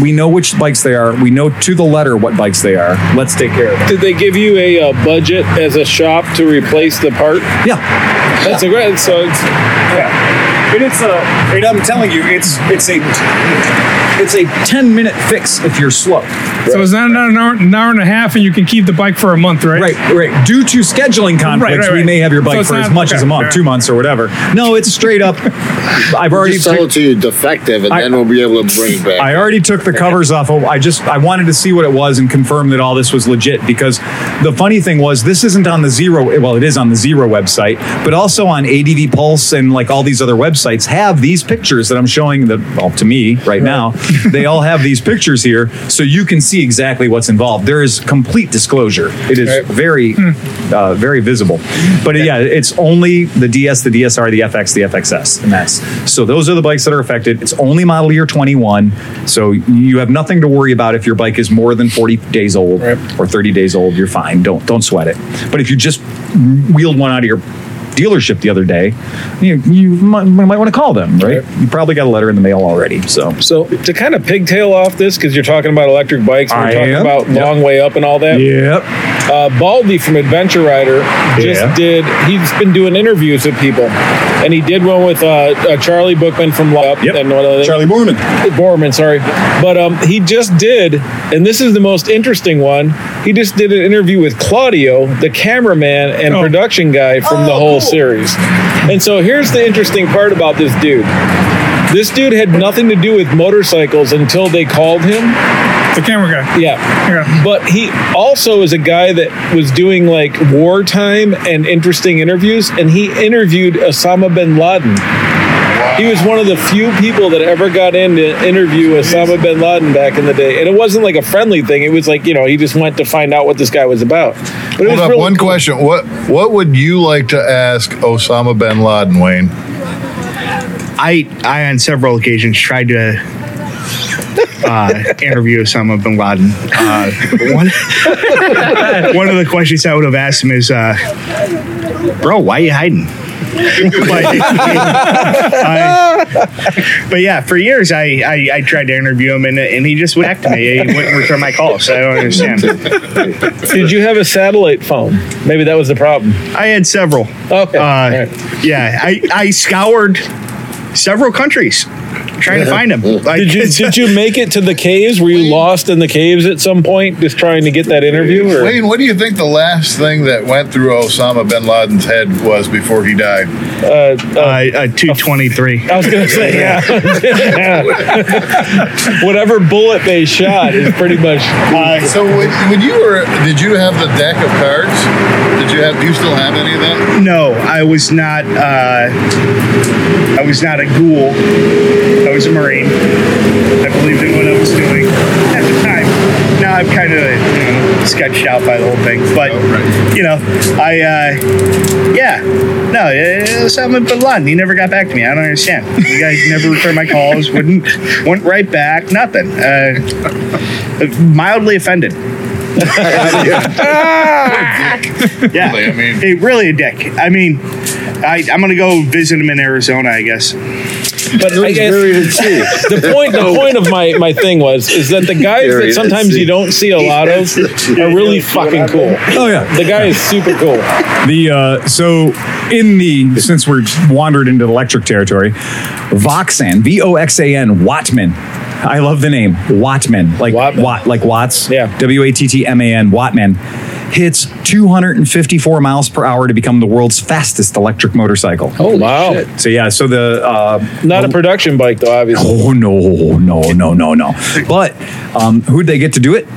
Speaker 1: we know which bikes they are. We know to the letter what bikes they are. Let's take care of them.
Speaker 2: Did they give you a uh, budget as a shop to replace the part?
Speaker 1: Yeah.
Speaker 2: That's a great. So it's
Speaker 1: But it's a, and I'm telling you, it's it's a it's a 10 minute fix if you're slow.
Speaker 8: So it's not an hour, an hour and a half, and you can keep the bike for a month, right?
Speaker 1: Right, right. Due to scheduling conflicts,
Speaker 8: right,
Speaker 1: we
Speaker 8: right.
Speaker 1: may have your
Speaker 8: So
Speaker 1: bike
Speaker 8: it's
Speaker 1: for as
Speaker 8: not-
Speaker 1: much as a
Speaker 8: okay,
Speaker 1: month,
Speaker 8: fair.
Speaker 1: two months, or whatever. No, it's straight up. I've already
Speaker 6: Just sell it to you defective, and
Speaker 1: I-
Speaker 6: then we'll be able to bring it back.
Speaker 1: I already took the covers off. of- I just I wanted to see what it was and confirm that all this was legit because the funny thing was this isn't on the zero. Well, it is on the zero website, but also on ADV Pulse and like all these other websites have these pictures that I'm showing that well to me right, now. they all have these pictures here, so you can see exactly what's involved. There is complete disclosure. It is very, uh, very visible. But yeah, it's only the DS, the DSR, the FX, the FXS, and that's so. Those are the bikes that are affected. It's only model year 21, so you have nothing to worry about if your bike is more than 40 days old or 30 days old. You're fine. Don't don't sweat it. But if you just wheeled one out of your dealership the other day, you, you might, might want to call them, right? You probably got a letter in the mail already. So
Speaker 2: So to kind of pigtail off this, because you're talking about electric bikes, and
Speaker 1: I
Speaker 2: we're talking
Speaker 1: am.
Speaker 2: about
Speaker 1: Yep.
Speaker 2: long way up and all that.
Speaker 1: yep.
Speaker 2: Uh, Baldy from Adventure Rider just
Speaker 1: Yeah.
Speaker 2: did. He's been doing interviews with people, and he did one with uh, uh, Charlie Bookman from Up
Speaker 1: Yep.
Speaker 2: and one of the
Speaker 1: Charlie Borman.
Speaker 2: Borman, sorry. But um, he just did, and this is the most interesting one. He just did an interview with Claudio, the cameraman and
Speaker 8: Oh.
Speaker 2: production guy from the whole series. And so here's the interesting part about this dude. This dude had nothing to do with motorcycles until they called him.
Speaker 8: The camera guy.
Speaker 2: Yeah.
Speaker 8: Yeah.
Speaker 2: But he also is a guy that was doing like wartime and interesting interviews, and he interviewed Osama bin Laden. He was one of the few people that ever got in to interview Osama bin Laden back in the day. And it wasn't like a friendly thing. It was like, you know, he just went to find out what this guy was about. But it
Speaker 4: Hold
Speaker 2: was
Speaker 4: up,
Speaker 2: really
Speaker 4: one
Speaker 2: cool.
Speaker 4: question. What what would you like to ask Osama bin Laden, Wayne?
Speaker 3: I I on several occasions tried to uh, interview Osama bin Laden. Uh, one, one of the questions I would have asked him is, uh, "Bro, why you hiding?" but, I- but yeah, for years I, I, I tried to interview him and, and he just would act to me. He wouldn't return my calls. I don't understand.
Speaker 2: Did you have a satellite phone? Maybe that was the problem.
Speaker 3: I had several.
Speaker 2: Okay.
Speaker 3: Uh,
Speaker 2: All right.
Speaker 3: Yeah, I, I scoured several countries trying to find him. Like,
Speaker 2: Did you did you make it to the caves? Were you lost in the caves at some point, just trying to get that interview? Or?
Speaker 4: Wayne, what do you think the last thing that went through Osama bin Laden's head was before he died?
Speaker 3: uh, uh, 223.
Speaker 2: I was gonna say, yeah. Whatever bullet they shot is pretty much.
Speaker 4: so when, when you were, did you have the deck of cards? Did you have? Do you still have any of that?
Speaker 3: No, I was not. Uh, I was not a ghoul. I was a marine. I believed in what I was doing at the time. Now I'm kind of you know, sketched out by the whole thing, but you know, I uh, yeah, no, it was Osama bin Laden. He never got back to me. I don't understand. You guys never returned my calls. Wouldn't went right back. Nothing. Uh, mildly offended. Ah! Yeah.
Speaker 4: Really, I mean,
Speaker 3: Hey, really a dick. I mean, I, I'm gonna go visit him in Arizona, I guess.
Speaker 2: But I guess the point the point of my my thing was is that the guys that sometimes you don't see a lot of are really fucking cool.
Speaker 1: Oh yeah.
Speaker 2: The guy is super cool.
Speaker 1: The uh, so in the since we're wandered into the electric territory, Voxan V O X A N Wattman. I love the name Wattman, like
Speaker 2: Wattman.
Speaker 1: Watt, like Watts.
Speaker 2: Yeah.
Speaker 1: W A T T M A N Wattman hits 254 miles per hour to become the world's fastest electric motorcycle.
Speaker 2: Oh wow!
Speaker 1: So yeah, so the uh,
Speaker 2: Not a production bike though, obviously.
Speaker 1: Oh no, no, no, no, no. But um, who'd they get to do it?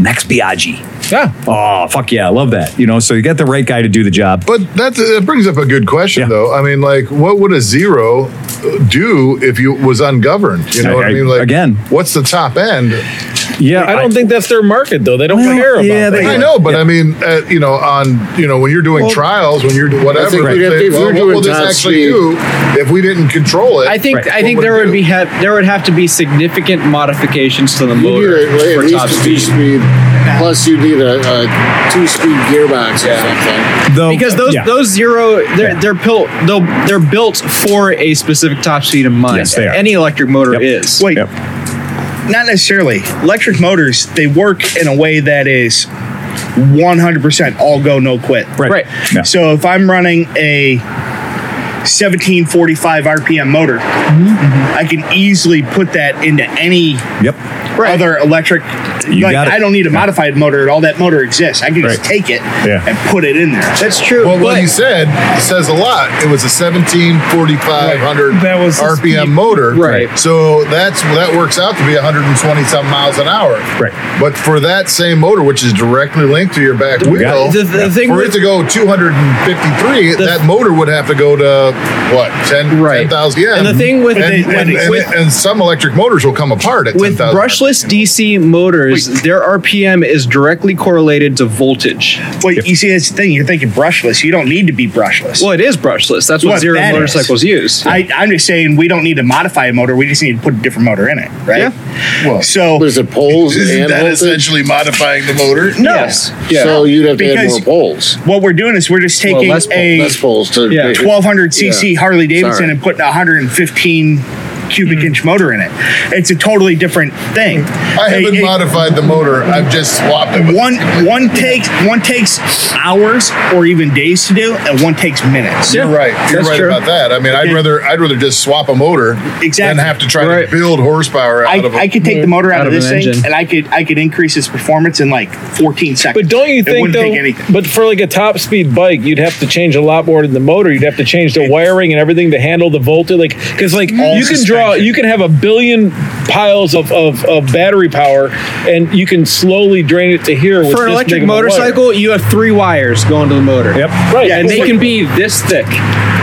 Speaker 1: Max Biaggi.
Speaker 2: Yeah.
Speaker 1: Oh fuck yeah, I love that. You know, so you get the right guy to do the job.
Speaker 4: but that that brings up a good question,
Speaker 1: Yeah.
Speaker 4: though. I mean, like, what would a zero do if you was ungoverned? You know what
Speaker 1: I-
Speaker 4: I mean? Like,
Speaker 1: again.
Speaker 4: what's the top end?
Speaker 1: Yeah,
Speaker 2: I don't think that's their market though. They don't
Speaker 1: Well,
Speaker 2: care about.
Speaker 1: yeah,
Speaker 2: that.
Speaker 1: they-
Speaker 4: I know, but I mean, uh, you know, on you know, when you're doing trials, when you're do- whatever,
Speaker 6: I think we'd have to-
Speaker 4: they-
Speaker 6: if we were
Speaker 4: well, what
Speaker 6: doing
Speaker 4: will this
Speaker 6: top
Speaker 4: actually
Speaker 6: speed-
Speaker 4: do if we didn't control it?
Speaker 5: I think
Speaker 1: Right.
Speaker 5: I think
Speaker 4: What
Speaker 5: there
Speaker 4: would
Speaker 5: would
Speaker 4: it
Speaker 5: be have there would have to be significant modifications to the
Speaker 6: You
Speaker 5: motor
Speaker 6: need a, at
Speaker 5: for top
Speaker 6: least a
Speaker 5: speed.
Speaker 6: two-speed. Plus, you need a, a two-speed gearbox or something.
Speaker 1: though,
Speaker 5: Because those
Speaker 1: yeah.
Speaker 5: those zero they're they're built they'll, they're built for a specific top speed in mind.
Speaker 1: Yes, they are.
Speaker 5: Any electric motor
Speaker 1: Yep.
Speaker 5: is.
Speaker 3: Wait,
Speaker 1: Yep.
Speaker 3: not necessarily. Electric motors they work in a way that is 100% all go no quit.
Speaker 1: Right.
Speaker 5: Right.
Speaker 1: Yeah.
Speaker 3: So if I'm running a 1745 RPM motor.
Speaker 1: Mm-hmm.
Speaker 3: I can easily put that into any
Speaker 1: Yep.
Speaker 3: other electric.
Speaker 1: You
Speaker 3: like,
Speaker 1: got it.
Speaker 3: I don't need a modified motor at all. That motor exists. I can just
Speaker 1: Right.
Speaker 3: take it
Speaker 1: Yeah.
Speaker 3: and put it in there.
Speaker 5: That's true.
Speaker 4: Well, what
Speaker 5: but-
Speaker 4: he said says a lot. It was a 174500
Speaker 8: That was the
Speaker 4: RPM motor.
Speaker 5: Right.
Speaker 4: So that's that works out to be 120 some miles an hour.
Speaker 1: Right.
Speaker 4: But for that same motor, which is directly linked to your back wheel,
Speaker 5: the- the thing
Speaker 4: for
Speaker 5: with-
Speaker 4: it to go 253,
Speaker 5: The-
Speaker 4: that motor would have to go to what 10
Speaker 5: Right.
Speaker 4: 10,000 yeah.
Speaker 5: And the thing with-
Speaker 4: and,
Speaker 5: with-
Speaker 4: and- and-
Speaker 5: with-
Speaker 4: and some electric motors will come apart at
Speaker 5: With
Speaker 4: 10,000.
Speaker 5: brushless DC motors, their RPM is directly correlated to voltage.
Speaker 3: Well, you see, that's the thing. You're thinking brushless. You don't need to be brushless.
Speaker 5: Well, it is brushless. That's what,
Speaker 3: What
Speaker 5: zero
Speaker 3: that
Speaker 5: motorcycles use.
Speaker 3: I, I'm just saying we don't need to modify a motor. We just need to put a different motor in it, right?
Speaker 4: Well,
Speaker 3: So
Speaker 6: There's the poles
Speaker 4: isn't
Speaker 6: and
Speaker 4: that
Speaker 6: voltage?
Speaker 4: essentially modifying the motor?
Speaker 3: no.
Speaker 5: Yes.
Speaker 6: So you'd have to add
Speaker 3: Because-
Speaker 6: more poles.
Speaker 3: What we're doing is we're just
Speaker 6: Well,
Speaker 3: taking
Speaker 6: less, po-
Speaker 3: a
Speaker 6: less poles to
Speaker 5: Yeah.
Speaker 3: 1200 cc
Speaker 6: Yeah.
Speaker 3: Harley Davidson
Speaker 6: Sorry.
Speaker 3: and putting a 115 cubic
Speaker 5: Mm-hmm.
Speaker 3: inch motor in it. It's a totally different thing.
Speaker 4: I haven't
Speaker 3: It- it-
Speaker 4: modified the motor. I've just swapped it. With
Speaker 3: one one takes one takes hours or even days to do, and one takes minutes.
Speaker 4: You're right. You're
Speaker 5: that's
Speaker 4: right
Speaker 5: true.
Speaker 4: about that. I mean, I'd
Speaker 3: Okay.
Speaker 4: rather I'd rather just swap a motor than
Speaker 3: Exactly.
Speaker 4: have to try
Speaker 5: Right.
Speaker 4: to build horsepower out
Speaker 3: I,
Speaker 4: of a
Speaker 3: I could take the motor out,
Speaker 5: Out
Speaker 3: of
Speaker 5: of
Speaker 3: this
Speaker 5: an
Speaker 3: thing,
Speaker 5: engine.
Speaker 3: and I could I could increase its performance in like 14 seconds.
Speaker 2: But don't you
Speaker 3: it
Speaker 2: think
Speaker 3: wouldn't take
Speaker 2: though?
Speaker 3: anything?
Speaker 2: But for like a top speed bike, you'd have to change a lot more than the motor. You'd have to change the wiring and everything to handle the voltage. Like because like you can draw,
Speaker 3: suspension.
Speaker 2: you can have a billion piles of, of, of battery power, and you can slowly drain it to here. With
Speaker 5: For an
Speaker 2: this
Speaker 5: electric
Speaker 2: big of a wire.
Speaker 5: motorcycle, you have three wires going to the motor.
Speaker 1: Yep.
Speaker 2: right?
Speaker 3: Yeah,
Speaker 5: And
Speaker 2: but
Speaker 5: they
Speaker 2: like-
Speaker 5: can be this thick.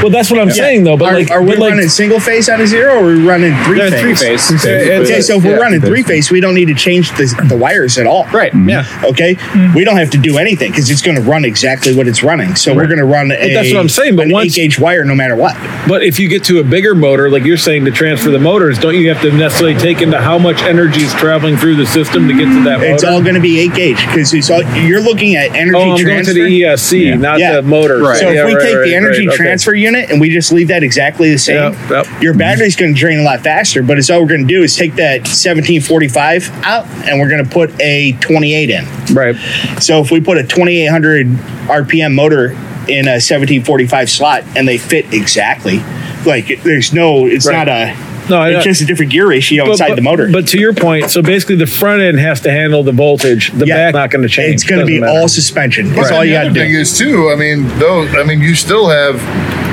Speaker 2: Well, that's what I'm saying though. But
Speaker 3: are,
Speaker 2: like,
Speaker 3: are we
Speaker 2: but, like,
Speaker 3: running single phase out of zero, or are we running three
Speaker 5: They're
Speaker 3: phase?
Speaker 5: three phase.
Speaker 3: Okay, so if we're running three phase, we don't need to change the, the wires at all.
Speaker 5: Right. Mm-hmm. Yeah.
Speaker 3: Okay.
Speaker 2: Mm.
Speaker 3: We don't have to do anything because it's going to run exactly what it's running. So we're going to run a.
Speaker 2: that's what I'm saying, but
Speaker 3: an
Speaker 2: once-
Speaker 3: eight gauge wire, no matter what.
Speaker 2: But if you get to a bigger motor, like you're saying, to transfer the motors, don't you have to necessarily take into how much energy is traveling through the system to get to that
Speaker 3: It's
Speaker 2: motor?
Speaker 3: all going to be eight gauge because it's all you're looking at energy
Speaker 2: oh, I'm
Speaker 3: transfer.
Speaker 2: going to the ESC, not
Speaker 3: Yeah.
Speaker 2: the motor.
Speaker 5: Right.
Speaker 3: So if
Speaker 2: Yeah,
Speaker 3: we
Speaker 2: right,
Speaker 3: take
Speaker 2: right,
Speaker 3: the energy
Speaker 2: right, okay.
Speaker 3: transfer unit and we just leave that exactly the same,
Speaker 2: Yep, yep.
Speaker 3: your battery's going to drain a lot faster. But it's all we're going to do is take that 1745 out and we're going to put a 28 in.
Speaker 2: right,
Speaker 3: So if we put a 2800 RPM motor in a 1745 slot and they fit exactly, like it- there's no, it's
Speaker 2: Right.
Speaker 3: not a,
Speaker 2: no, I-
Speaker 3: it's just a different gear ratio inside the motor.
Speaker 2: But to your point, so basically the front end has to handle the voltage. The
Speaker 3: Yeah.
Speaker 2: back not going to change.
Speaker 3: it's going to
Speaker 2: Doesn't
Speaker 3: be
Speaker 2: matter.
Speaker 3: all suspension. That's
Speaker 4: But
Speaker 3: all
Speaker 4: then
Speaker 3: you
Speaker 4: the
Speaker 3: got to
Speaker 4: other thing
Speaker 3: do.
Speaker 4: is too. I mean, though. I mean, you still have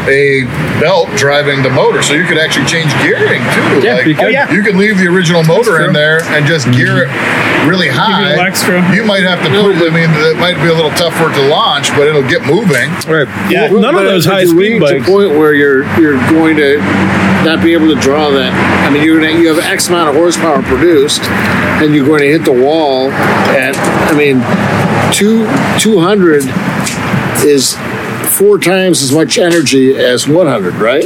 Speaker 4: a belt driving the motor, so you could actually change gearing too.
Speaker 5: Yeah, you could. Oh,
Speaker 2: yeah.
Speaker 4: you could leave the original motor in
Speaker 8: true.
Speaker 4: there and just gear it really high.
Speaker 8: little extra.
Speaker 4: You might have to put. I mean, it might be a little tough for it to launch, but it'll get moving.
Speaker 2: Right.
Speaker 3: Yeah.
Speaker 2: None of
Speaker 6: But
Speaker 2: those
Speaker 6: if
Speaker 2: high
Speaker 6: you
Speaker 2: speed
Speaker 6: reach
Speaker 2: bikes.
Speaker 6: a point where you're you're going to not be able to draw that. I mean, you're gonna you have X amount of horsepower produced, and you're going to hit the wall at. I mean, two two hundred is four times as much energy as one hundred, right?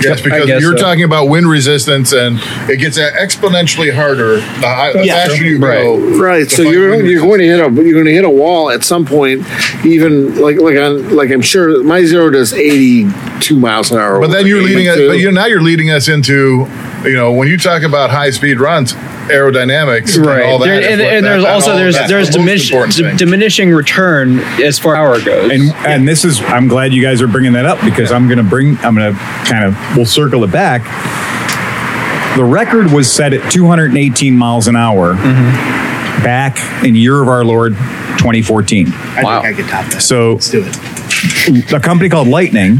Speaker 4: Yes, because
Speaker 5: guess
Speaker 4: you're
Speaker 5: so.
Speaker 4: talking about wind resistance, and it gets exponentially harder the, high, the
Speaker 3: Yeah.
Speaker 4: faster you go.
Speaker 6: Right.
Speaker 4: The
Speaker 6: So
Speaker 4: fight
Speaker 6: you're
Speaker 4: wind
Speaker 6: you're going to hit a you're going to hit a wall at some point. Even like like on like I'm sure my zero does eighty two miles an hour.
Speaker 4: But then you're leading us.
Speaker 6: 82.
Speaker 4: But you're now you're leading us into, you know, when you talk about high speed runs, aerodynamics,
Speaker 5: Right.
Speaker 4: And all that.
Speaker 5: There-
Speaker 4: is
Speaker 5: and,
Speaker 4: what
Speaker 5: and
Speaker 4: that-
Speaker 5: there's
Speaker 4: and
Speaker 5: also
Speaker 4: all
Speaker 5: there's
Speaker 4: that's
Speaker 5: there's
Speaker 4: the most
Speaker 5: diminish,
Speaker 4: important
Speaker 5: d-
Speaker 4: thing.
Speaker 5: diminishing return as far as power goes.
Speaker 1: and and this is I'm glad you guys are bringing that up because I'm gonna bring I'm gonna kind of we'll circle it back. The record was set at 218 miles an hour back in year of our Lord 2014.
Speaker 3: I
Speaker 5: Wow.
Speaker 3: think I could top that.
Speaker 1: So
Speaker 3: let's do it.
Speaker 1: a company called Lightning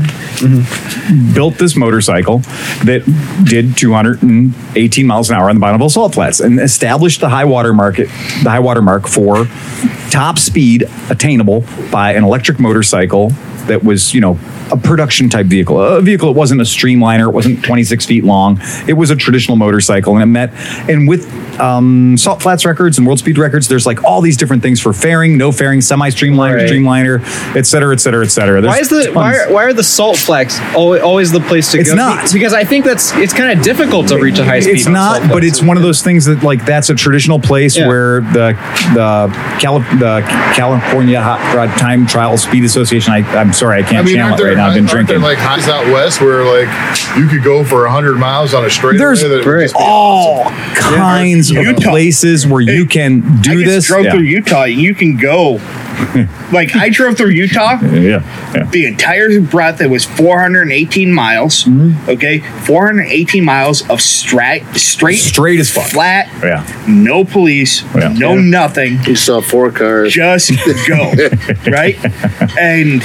Speaker 1: built this motorcycle that did 218 miles an hour on the Bonneville Salt Flats and established the high water market, the high water mark for top speed attainable by an electric motorcycle that was, you know, a production type vehicle, a vehicle that wasn't a streamliner, it wasn't 26 feet long, it was a traditional motorcycle, and it met and with um, Salt Flats records and World Speed records, there's like all these different things for fairing, no fairing, semi streamliner,
Speaker 5: Right.
Speaker 1: streamliner, et cetera, et cetera, et cetera.
Speaker 5: why is
Speaker 1: There's
Speaker 5: the
Speaker 1: tons.
Speaker 5: why are, why are the salt flex always, always the place to
Speaker 1: It's
Speaker 5: go?
Speaker 1: not.
Speaker 5: Be- because I think that's it's kind of difficult to reach a high speed.
Speaker 1: It's
Speaker 5: on
Speaker 1: not,
Speaker 5: salt
Speaker 1: but
Speaker 5: flats.
Speaker 1: it's one of those things that like that's a traditional place
Speaker 5: Yeah.
Speaker 1: where the the Cali- the California Hot Rod Time Trial Speed Association. I, I'm sorry, I can't
Speaker 4: I mean,
Speaker 1: channel
Speaker 4: aren't
Speaker 1: it
Speaker 4: there,
Speaker 1: right now. I've been
Speaker 4: aren't there
Speaker 1: drinking.
Speaker 4: like highs out west where like you could go for hundred miles on a straight?
Speaker 1: There's all kinds of
Speaker 3: Utah.
Speaker 1: places where you
Speaker 3: Hey,
Speaker 1: can
Speaker 3: I
Speaker 1: do
Speaker 3: just
Speaker 1: this.
Speaker 3: drove
Speaker 1: Yeah.
Speaker 3: through Utah. You can go Like I drove through Utah.
Speaker 1: Yeah. yeah.
Speaker 3: the entire breadth it was 418 miles
Speaker 1: Mm-hmm.
Speaker 3: okay 418 miles of straight straight
Speaker 1: Straight as fuck.
Speaker 3: flat
Speaker 1: Yeah.
Speaker 3: no police
Speaker 1: Yeah.
Speaker 3: no
Speaker 1: Yeah.
Speaker 3: nothing
Speaker 6: You saw four cars.
Speaker 3: just go right and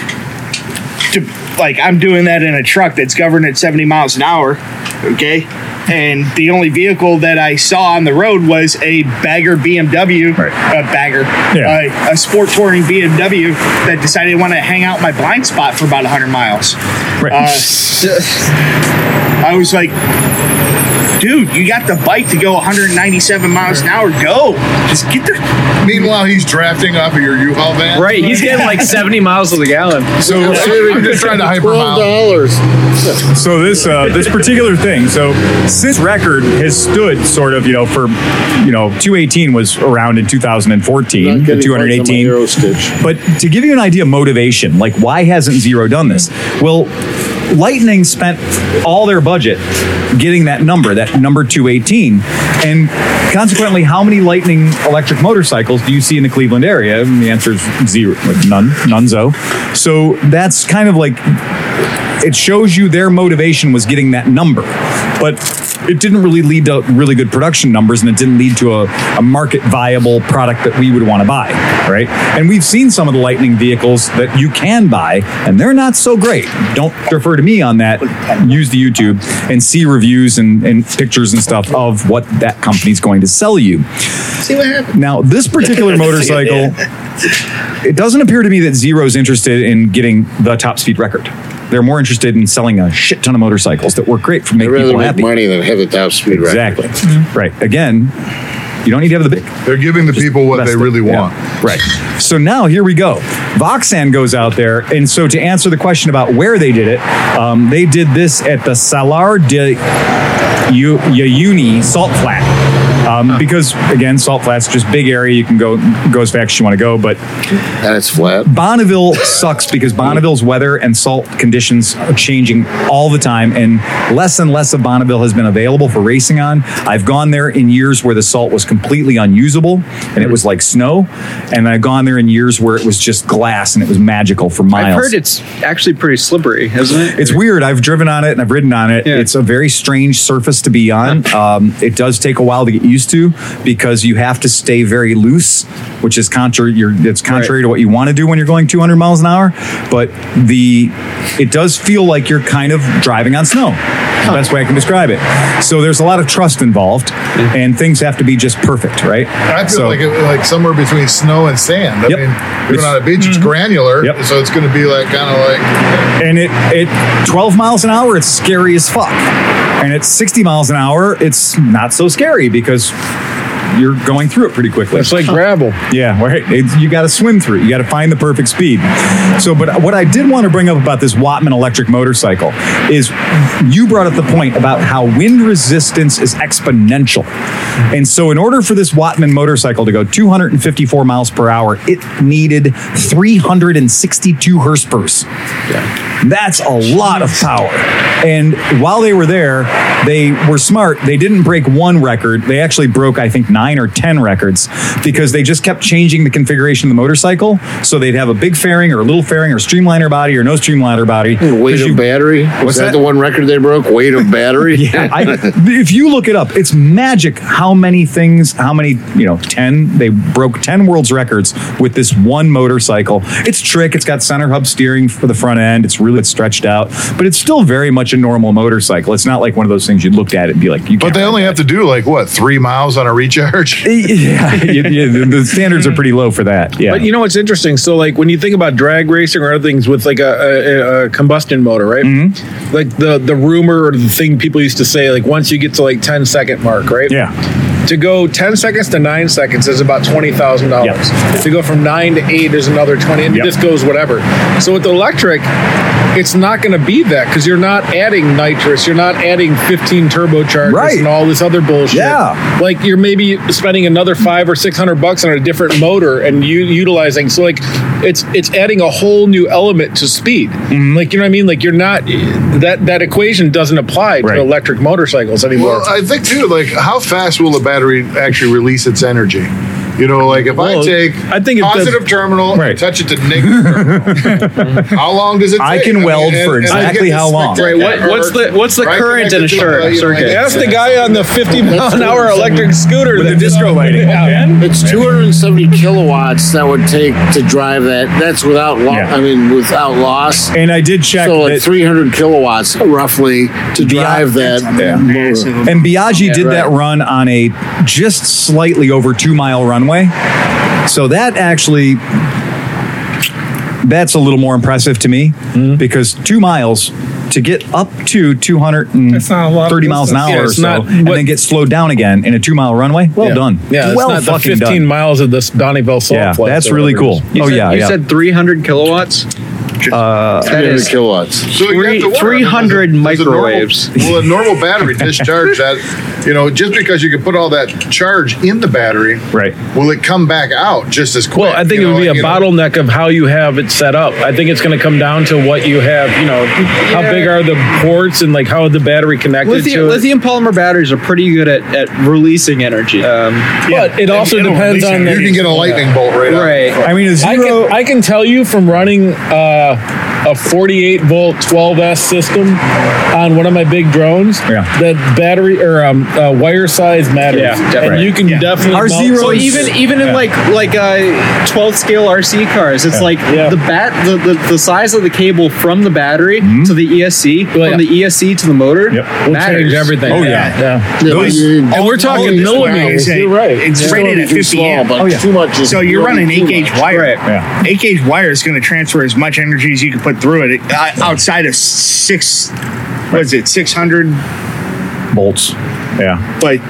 Speaker 3: to, like i'm doing that in a truck that's governed at 70 miles an hour okay and the only vehicle that I saw on the road was a bagger BMW,
Speaker 1: Right.
Speaker 3: a bagger,
Speaker 1: Yeah.
Speaker 3: a- a sport touring BMW that decided to want to hang out in my blind spot for about 100 miles. Uh,
Speaker 1: Right.
Speaker 3: I was like, dude, you got the bike to go 197 miles an hour. Go. Just get the
Speaker 4: Meanwhile, he's drafting off of your U-Haul van.
Speaker 5: Right, he's getting like 70 miles to the gallon.
Speaker 4: So I'm just trying to
Speaker 6: Twelve
Speaker 4: hypermile.
Speaker 6: dollars.
Speaker 1: so this uh, this particular thing. So this record has stood sort of you know for you know 218 was around in 2014, the 218.
Speaker 6: Euro stitch.
Speaker 1: But to give you an idea of motivation, like why hasn't Zero done this? Well, Lightning spent all their budget getting that number, that number 218. And consequently, how many Lightning electric motorcycles do you see in the Cleveland area? And the answer is zero, like none, nunzo. So that's kind of like it shows you their motivation was getting that number. But it didn't really lead to really good production numbers and it didn't lead to a, a market viable product that we would want to buy, right? And we've seen some of the Lightning vehicles that you can buy and they're not so great. Don't defer to me on that. Use the YouTube and see reviews and, and pictures and stuff of what that company's going to sell you.
Speaker 6: See what happens.
Speaker 1: Now, this particular motorcycle, it doesn't appear to me that Zero's interested in getting the top speed record. They're more interested in selling a shit ton of motorcycles that work great for
Speaker 6: I'd
Speaker 1: making
Speaker 6: rather
Speaker 1: people
Speaker 6: make
Speaker 1: happy.
Speaker 6: money than have the top speed record.
Speaker 1: Exactly. Right. Again, you don't need to have the big.
Speaker 4: They're giving the people what they
Speaker 1: Best thing.
Speaker 4: really
Speaker 1: Yeah.
Speaker 4: want.
Speaker 1: Right. So now here we go. Voxan goes out there, and so to answer the question about where they did it, um, they did this at the Salar de U- Uyuni Salt Flat. Um, because again, Salt Flat's just big area. You can go go as fast as you want to go, but
Speaker 6: And it's flat.
Speaker 1: Bonneville sucks because Bonneville's weather and salt conditions are changing all the time, and less and less of Bonneville has been available for racing on. I've gone there in years where the salt was completely unusable and it was like snow, and I've gone there in years where it was just glass and it was magical for miles.
Speaker 5: I've heard it's actually pretty slippery, isn't it?
Speaker 1: It's weird. I've driven on it and I've ridden on it.
Speaker 5: Yeah.
Speaker 1: It's a very strange surface to be on. Um, it does take a while to get used to because you have to stay very loose, which is contrary. You're, it's contrary to what you want to do when you're going 200 miles an hour. But the it does feel like you're kind of driving on snow. The best way I can describe it. So there's a lot of trust involved, and things have to be just perfect, right?
Speaker 4: I feel
Speaker 1: So-
Speaker 4: like it, like somewhere between snow and sand. I
Speaker 1: Yep.
Speaker 4: mean, you're on a beach, it's granular,
Speaker 1: Yep.
Speaker 4: so it's going to be like kind of like
Speaker 1: and it at 12 miles an hour it's scary as fuck and at 60 miles an hour it's not so scary because you're going through it pretty quickly
Speaker 2: It's like gravel.
Speaker 1: yeah, right. It's, you got to swim through. it. You got to find the perfect speed. So, but what I did want to bring up about this Wattman electric motorcycle is you brought up the point about how wind resistance is exponential. And so, in order for this Wattman motorcycle to go 254 miles per hour, it needed 362 horse pers. That's a lot of power. And while they were there, they were smart. They didn't break one record. They actually broke, I think, nine or 10 records because they just kept changing the configuration of the motorcycle. So they'd have a big fairing or a little fairing or streamliner body or no streamliner body.
Speaker 6: Weight
Speaker 1: 'Cause
Speaker 6: of
Speaker 1: you-
Speaker 6: battery. Was
Speaker 1: What's
Speaker 6: that,
Speaker 1: that?
Speaker 6: the one record they broke? Weight of battery.
Speaker 1: Yeah, I, if you look it up, it's magic how many things, how many, you know, 10, they broke 10 world's records with this one motorcycle. It's trick, it's got center hub steering for the front end, it's really stretched out, but it's still very much a normal motorcycle. It's not like one of those things you'd looked at it and be like, you
Speaker 4: But
Speaker 1: can't
Speaker 4: they
Speaker 1: ride
Speaker 4: only
Speaker 1: that.
Speaker 4: have to do like what three miles on a recharge.
Speaker 1: yeah, yeah, yeah, the the standards are pretty low for that. Yeah.
Speaker 2: But you know what's interesting? So, like when you think about drag racing or other things with like a, a, a combustion motor, right?
Speaker 5: Mm-hmm.
Speaker 2: Like the the rumor or the thing people used to say, like once you get to like 10 second mark, right?
Speaker 1: yeah.
Speaker 2: To go 10 seconds to nine seconds is about $20,000.
Speaker 1: Yep.
Speaker 2: To go from nine to eight is another 20, and
Speaker 1: Yep.
Speaker 2: it just goes whatever. So with the electric, it's not going to be that because you're not adding nitrous, you're not adding 15 turbochargers
Speaker 1: Right.
Speaker 2: and all this other bullshit.
Speaker 1: Yeah.
Speaker 2: Like you're maybe spending another five or 600 bucks on a different motor and you utilizing. So like it's, it's adding a whole new element to speed.
Speaker 1: Mm-hmm.
Speaker 2: Like, you know what I mean? Like you're not, that, that equation doesn't apply
Speaker 1: Right.
Speaker 2: to electric motorcycles anymore.
Speaker 4: Well, I think too, like how fast will the battery actually release its energy? You know, like if I
Speaker 2: Well,
Speaker 4: take
Speaker 2: I think it does-
Speaker 4: positive terminal
Speaker 1: Right.
Speaker 4: and touch it to negative terminal, how long does it take?
Speaker 1: I can weld for exactly how long.
Speaker 5: Right, what- what's the- what's the current in a short circuit?
Speaker 2: Ask the guy on the 50 mile an hour electric scooter
Speaker 1: With the
Speaker 2: that did
Speaker 1: disco
Speaker 2: all-
Speaker 1: lighting.
Speaker 2: Yeah.
Speaker 6: It's 270 kilowatts that would take to drive that. That's without lo-
Speaker 1: Yeah.
Speaker 6: I mean, without loss.
Speaker 1: And I did check
Speaker 6: so like
Speaker 1: that
Speaker 6: 300 kilowatts roughly to drive that.
Speaker 3: Massive.
Speaker 1: And Biaggi did
Speaker 6: right.
Speaker 1: that run on a just slightly over two mile runway. So that actually, that's a little more impressive to me
Speaker 2: Mm-hmm.
Speaker 1: because two miles to get up to
Speaker 8: That's not a lot of
Speaker 1: 230 miles an
Speaker 8: distance.
Speaker 1: hour
Speaker 2: Yeah,
Speaker 1: or
Speaker 2: it's
Speaker 1: so,
Speaker 2: not-
Speaker 1: and
Speaker 2: what-
Speaker 1: then get slowed down again in a two mile runway. Well done.
Speaker 2: Yeah, it's
Speaker 1: well
Speaker 2: not the 15
Speaker 1: done.
Speaker 2: miles of this Donnyville salt
Speaker 1: Yeah,
Speaker 2: flats
Speaker 1: that's
Speaker 2: or
Speaker 1: really
Speaker 2: whatever
Speaker 1: cool.
Speaker 2: it is.
Speaker 1: oh
Speaker 5: said,
Speaker 1: yeah,
Speaker 5: You
Speaker 1: yeah.
Speaker 5: said 300 kilowatts. that
Speaker 6: 300
Speaker 5: is
Speaker 6: kilowatts.
Speaker 4: So you have to
Speaker 5: Three-
Speaker 4: wonder,
Speaker 5: 300
Speaker 4: does a- does a normal-
Speaker 5: microwaves.
Speaker 4: will a normal battery discharge that? You know, just because you can put all that charge in the battery,
Speaker 1: Right.
Speaker 4: Will it come back out just as quick?
Speaker 2: Well, I think
Speaker 4: You
Speaker 2: it would
Speaker 4: know,
Speaker 2: be a
Speaker 4: like, you know,
Speaker 2: bottleneck of how you have it set up. I think it's going to come down to what you have, you know, how big are the ports and like how are the battery connected to
Speaker 5: Lithium,
Speaker 2: it.
Speaker 5: lithium polymer batteries are pretty good at, at releasing energy.
Speaker 2: Um, But it also
Speaker 3: it'll
Speaker 2: depends
Speaker 3: release
Speaker 2: on
Speaker 4: You can
Speaker 2: the.
Speaker 4: get a lightning bolt right. out.
Speaker 5: right.
Speaker 1: I mean, a
Speaker 2: I
Speaker 1: zero.
Speaker 2: can, I can tell you from running uh, a 48 volt 12S system on one of my big drones
Speaker 1: Yeah.
Speaker 2: that battery or um, uh, wire size matters.
Speaker 5: Yeah,
Speaker 2: and
Speaker 5: definitely.
Speaker 2: you can definitely.
Speaker 1: Our
Speaker 2: mount-
Speaker 1: zero-
Speaker 5: So even even in
Speaker 1: Yeah.
Speaker 5: like like uh, 12 scale RC cars, it's like
Speaker 2: Yeah.
Speaker 5: the bat the, the, the size of the cable from the battery to the E ESC,
Speaker 2: yeah.
Speaker 5: from the ESC to the motor
Speaker 1: Yep.
Speaker 2: will
Speaker 5: matters.
Speaker 2: change everything.
Speaker 1: Oh, yeah.
Speaker 2: yeah.
Speaker 6: Yeah, but
Speaker 1: Those-
Speaker 6: you-
Speaker 2: And we're talking
Speaker 3: this wire
Speaker 2: millimeters.
Speaker 3: is a-
Speaker 2: You're right.
Speaker 3: It's
Speaker 6: it's
Speaker 3: rated
Speaker 6: gonna
Speaker 3: at
Speaker 6: be too
Speaker 3: 50
Speaker 6: small,
Speaker 3: amp.
Speaker 6: but too much is
Speaker 3: So you're
Speaker 6: really
Speaker 3: running
Speaker 6: too
Speaker 3: eight gauge
Speaker 6: much.
Speaker 3: wire.
Speaker 5: Right.
Speaker 1: Yeah.
Speaker 3: Eight gauge wire is going to transfer as much energy as you can put through it uh, outside of six. What is it? Six hundred,
Speaker 1: bolts. Yeah.
Speaker 3: like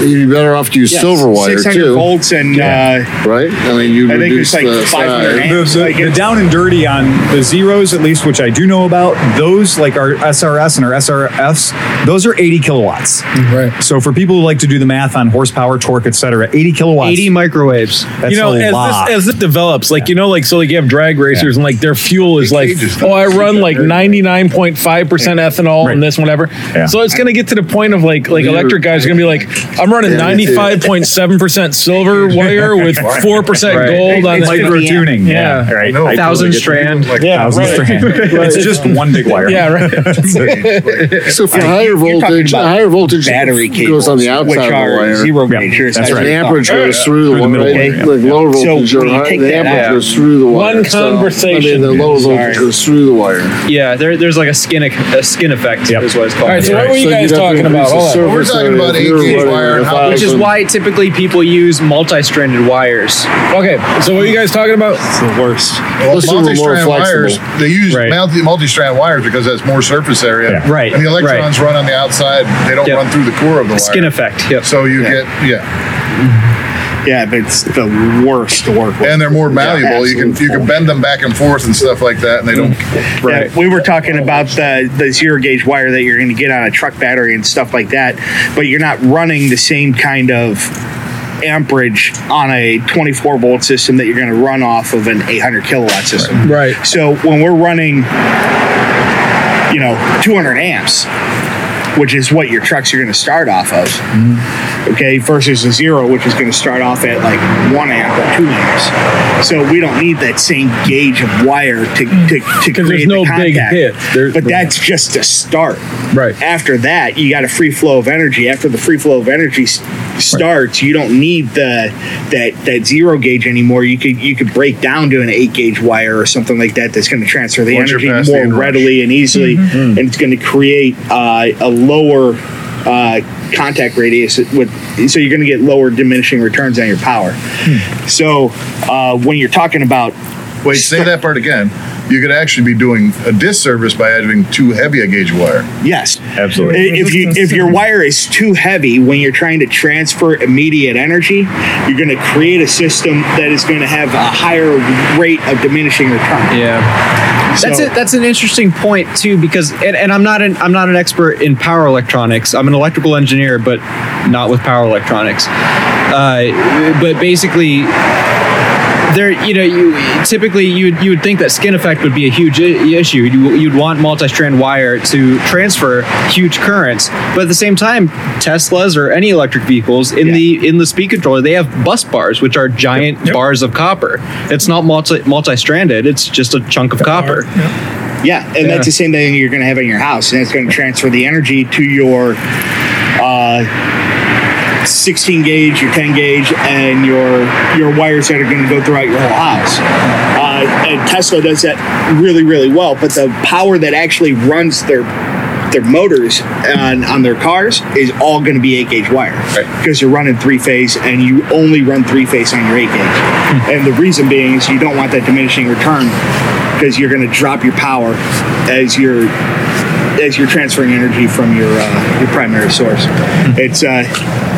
Speaker 6: You'd be better off to use silver wire
Speaker 3: six hundred
Speaker 6: too,
Speaker 3: volts, and uh,
Speaker 6: right? I mean, you
Speaker 3: I think
Speaker 6: reduce
Speaker 3: it's like
Speaker 6: the
Speaker 3: 500
Speaker 6: size.
Speaker 1: The, the,
Speaker 3: Like
Speaker 1: the
Speaker 3: it's-
Speaker 1: down and dirty on the zeros, at least, which I do know about, those like our SRS and our SRFs, those are 80 kilowatts.
Speaker 2: Right.
Speaker 1: So for people who like to do the math on horsepower, torque, etc., 80 kilowatts.
Speaker 5: 80 microwaves.
Speaker 1: That's
Speaker 2: you know,
Speaker 1: a
Speaker 2: as
Speaker 1: lot.
Speaker 2: this as it develops, like you know, like so, like you have drag racers and like their fuel is like,
Speaker 4: cages.
Speaker 2: oh, I run like ninety nine point five percent ethanol and this and whatever. So it's gonna get to the point of like, like electric guys are gonna be like, I'm running ninety five point seven percent silver wire with four percent gold on
Speaker 3: It's
Speaker 2: the.
Speaker 1: micro tuning.
Speaker 2: Yeah.
Speaker 1: Right.
Speaker 4: No,
Speaker 1: I
Speaker 5: Thousand
Speaker 1: totally get
Speaker 5: strand.
Speaker 1: that.
Speaker 2: Yeah,
Speaker 1: Thousand
Speaker 2: right.
Speaker 1: strand. It's just one big wire.
Speaker 2: Yeah, right.
Speaker 6: So for higher voltage,
Speaker 3: about
Speaker 6: higher voltage
Speaker 3: battery cables,
Speaker 6: goes on the outside
Speaker 3: which
Speaker 6: of the
Speaker 3: are
Speaker 6: wire.
Speaker 3: zero
Speaker 1: Yeah,
Speaker 3: gauge. or
Speaker 1: that's
Speaker 3: size
Speaker 6: And
Speaker 1: right.
Speaker 6: the amperage goes through the,
Speaker 1: Through the
Speaker 6: wire,
Speaker 1: middle
Speaker 6: right?
Speaker 1: wire,
Speaker 6: Like low
Speaker 3: So
Speaker 6: voltage or
Speaker 3: when you
Speaker 6: high,
Speaker 3: take
Speaker 6: the
Speaker 3: that
Speaker 6: amperage
Speaker 3: out-
Speaker 6: goes through the wire.
Speaker 2: One
Speaker 6: So, I
Speaker 2: conversation.
Speaker 6: mean, the low voltage goes through the wire.
Speaker 5: Yeah, there, there's like a skin
Speaker 2: e,
Speaker 5: a skin effect
Speaker 1: Yep.
Speaker 5: is what it's called.
Speaker 2: All right, so what were you
Speaker 6: So
Speaker 2: guys
Speaker 6: you'd have to
Speaker 2: talking about?
Speaker 6: increase the
Speaker 2: Hold on.
Speaker 6: surface
Speaker 4: We're talking
Speaker 6: area
Speaker 4: about
Speaker 6: if you're
Speaker 4: 8 gauge
Speaker 6: running
Speaker 4: wire and
Speaker 6: a
Speaker 4: how
Speaker 5: Which is
Speaker 6: 1,000.
Speaker 5: why typically people use multi-stranded wires.
Speaker 2: Okay, so what were you guys talking about?
Speaker 6: Those two were more
Speaker 4: multi-strand
Speaker 6: flexible.
Speaker 4: wires. They use
Speaker 2: Right.
Speaker 4: multi- multi-strand wires because that's more surface area.
Speaker 1: Yeah.
Speaker 5: Right,
Speaker 4: And the
Speaker 5: right.
Speaker 4: electrons run on the outside. They don't
Speaker 5: Yep.
Speaker 4: run through the core of the wire.
Speaker 5: Skin effect. Yep.
Speaker 4: So you get yeah,
Speaker 3: Yeah, but it's the worst to work with.
Speaker 4: and they're more malleable. you can you can bend them back and forth and stuff like that, and they don't.
Speaker 3: Yeah, we were talking about the, the zero gauge wire that you're going to get on a truck battery and stuff like that, but you're not running the same kind of amperage on a 24 volt system that you're going to run off of an 800 kilowatt system.
Speaker 2: Right.
Speaker 3: So when we're running, you know, 200 amps, which is what your trucks are going to start off of,
Speaker 2: Mm-hmm.
Speaker 3: okay, versus a zero, which is going to start off at like one amp or two amps. So we don't need that same gauge of wire to to,
Speaker 2: Mm.
Speaker 3: to
Speaker 2: there's
Speaker 3: create
Speaker 2: no
Speaker 3: the
Speaker 2: big
Speaker 3: contact.
Speaker 2: hit. There-
Speaker 3: but that's just a start.
Speaker 2: Right.
Speaker 3: After that, you got a free flow of energy. After the free flow of energy s- starts, you don't need the that that zero gauge anymore. You could you could break down to an eight gauge wire or something like that. That's going to transfer the
Speaker 4: Once you're
Speaker 3: energy more
Speaker 4: past the end rush.
Speaker 3: readily and easily, and it's going to create uh, a lower uh, contact radius with. So you're going to get lower diminishing returns on your power. So uh, when you're talking about
Speaker 4: Wait, say that part again. You could actually be doing a disservice by adding too heavy a gauge wire.
Speaker 3: Yes,
Speaker 1: Absolutely.
Speaker 3: I- If you if your wire is too heavy when you're trying to transfer immediate energy, you're going to create a system that is going to have a higher rate of diminishing return.
Speaker 5: Yeah. That's
Speaker 3: So-
Speaker 5: it. That's an interesting point too, because and, and I'm not an I'm not an expert in power electronics. I'm an electrical engineer, but not with power electronics. Uh, but basically, there, you know, you typically you would- you would think that skin effect would be a huge I- issue. You, you'd want multi-strand wire to transfer huge currents, but at the same time, Teslas or any electric vehicles in the in the speed controller they have bus bars, which are giant bars of copper. It's not multi multi-stranded; it's just a chunk of copper.
Speaker 3: Yeah, and that's the same thing you're going to have in your house, and it's going to transfer the energy to your uh, 16 gauge, your 10 gauge, and your your wires that are going to go throughout your whole house. Uh, and Tesla does that really, really well. But the power that actually runs their their motors on, on their cars is all going to be eight gauge wire because you're running three phase and you only run three phase on your eight gauge.
Speaker 1: Hmm.
Speaker 3: And the reason being is you don't want that diminishing return because you're going to drop your power as you're as you're transferring energy from your uh, your primary source.
Speaker 1: Hmm.
Speaker 3: It's uh,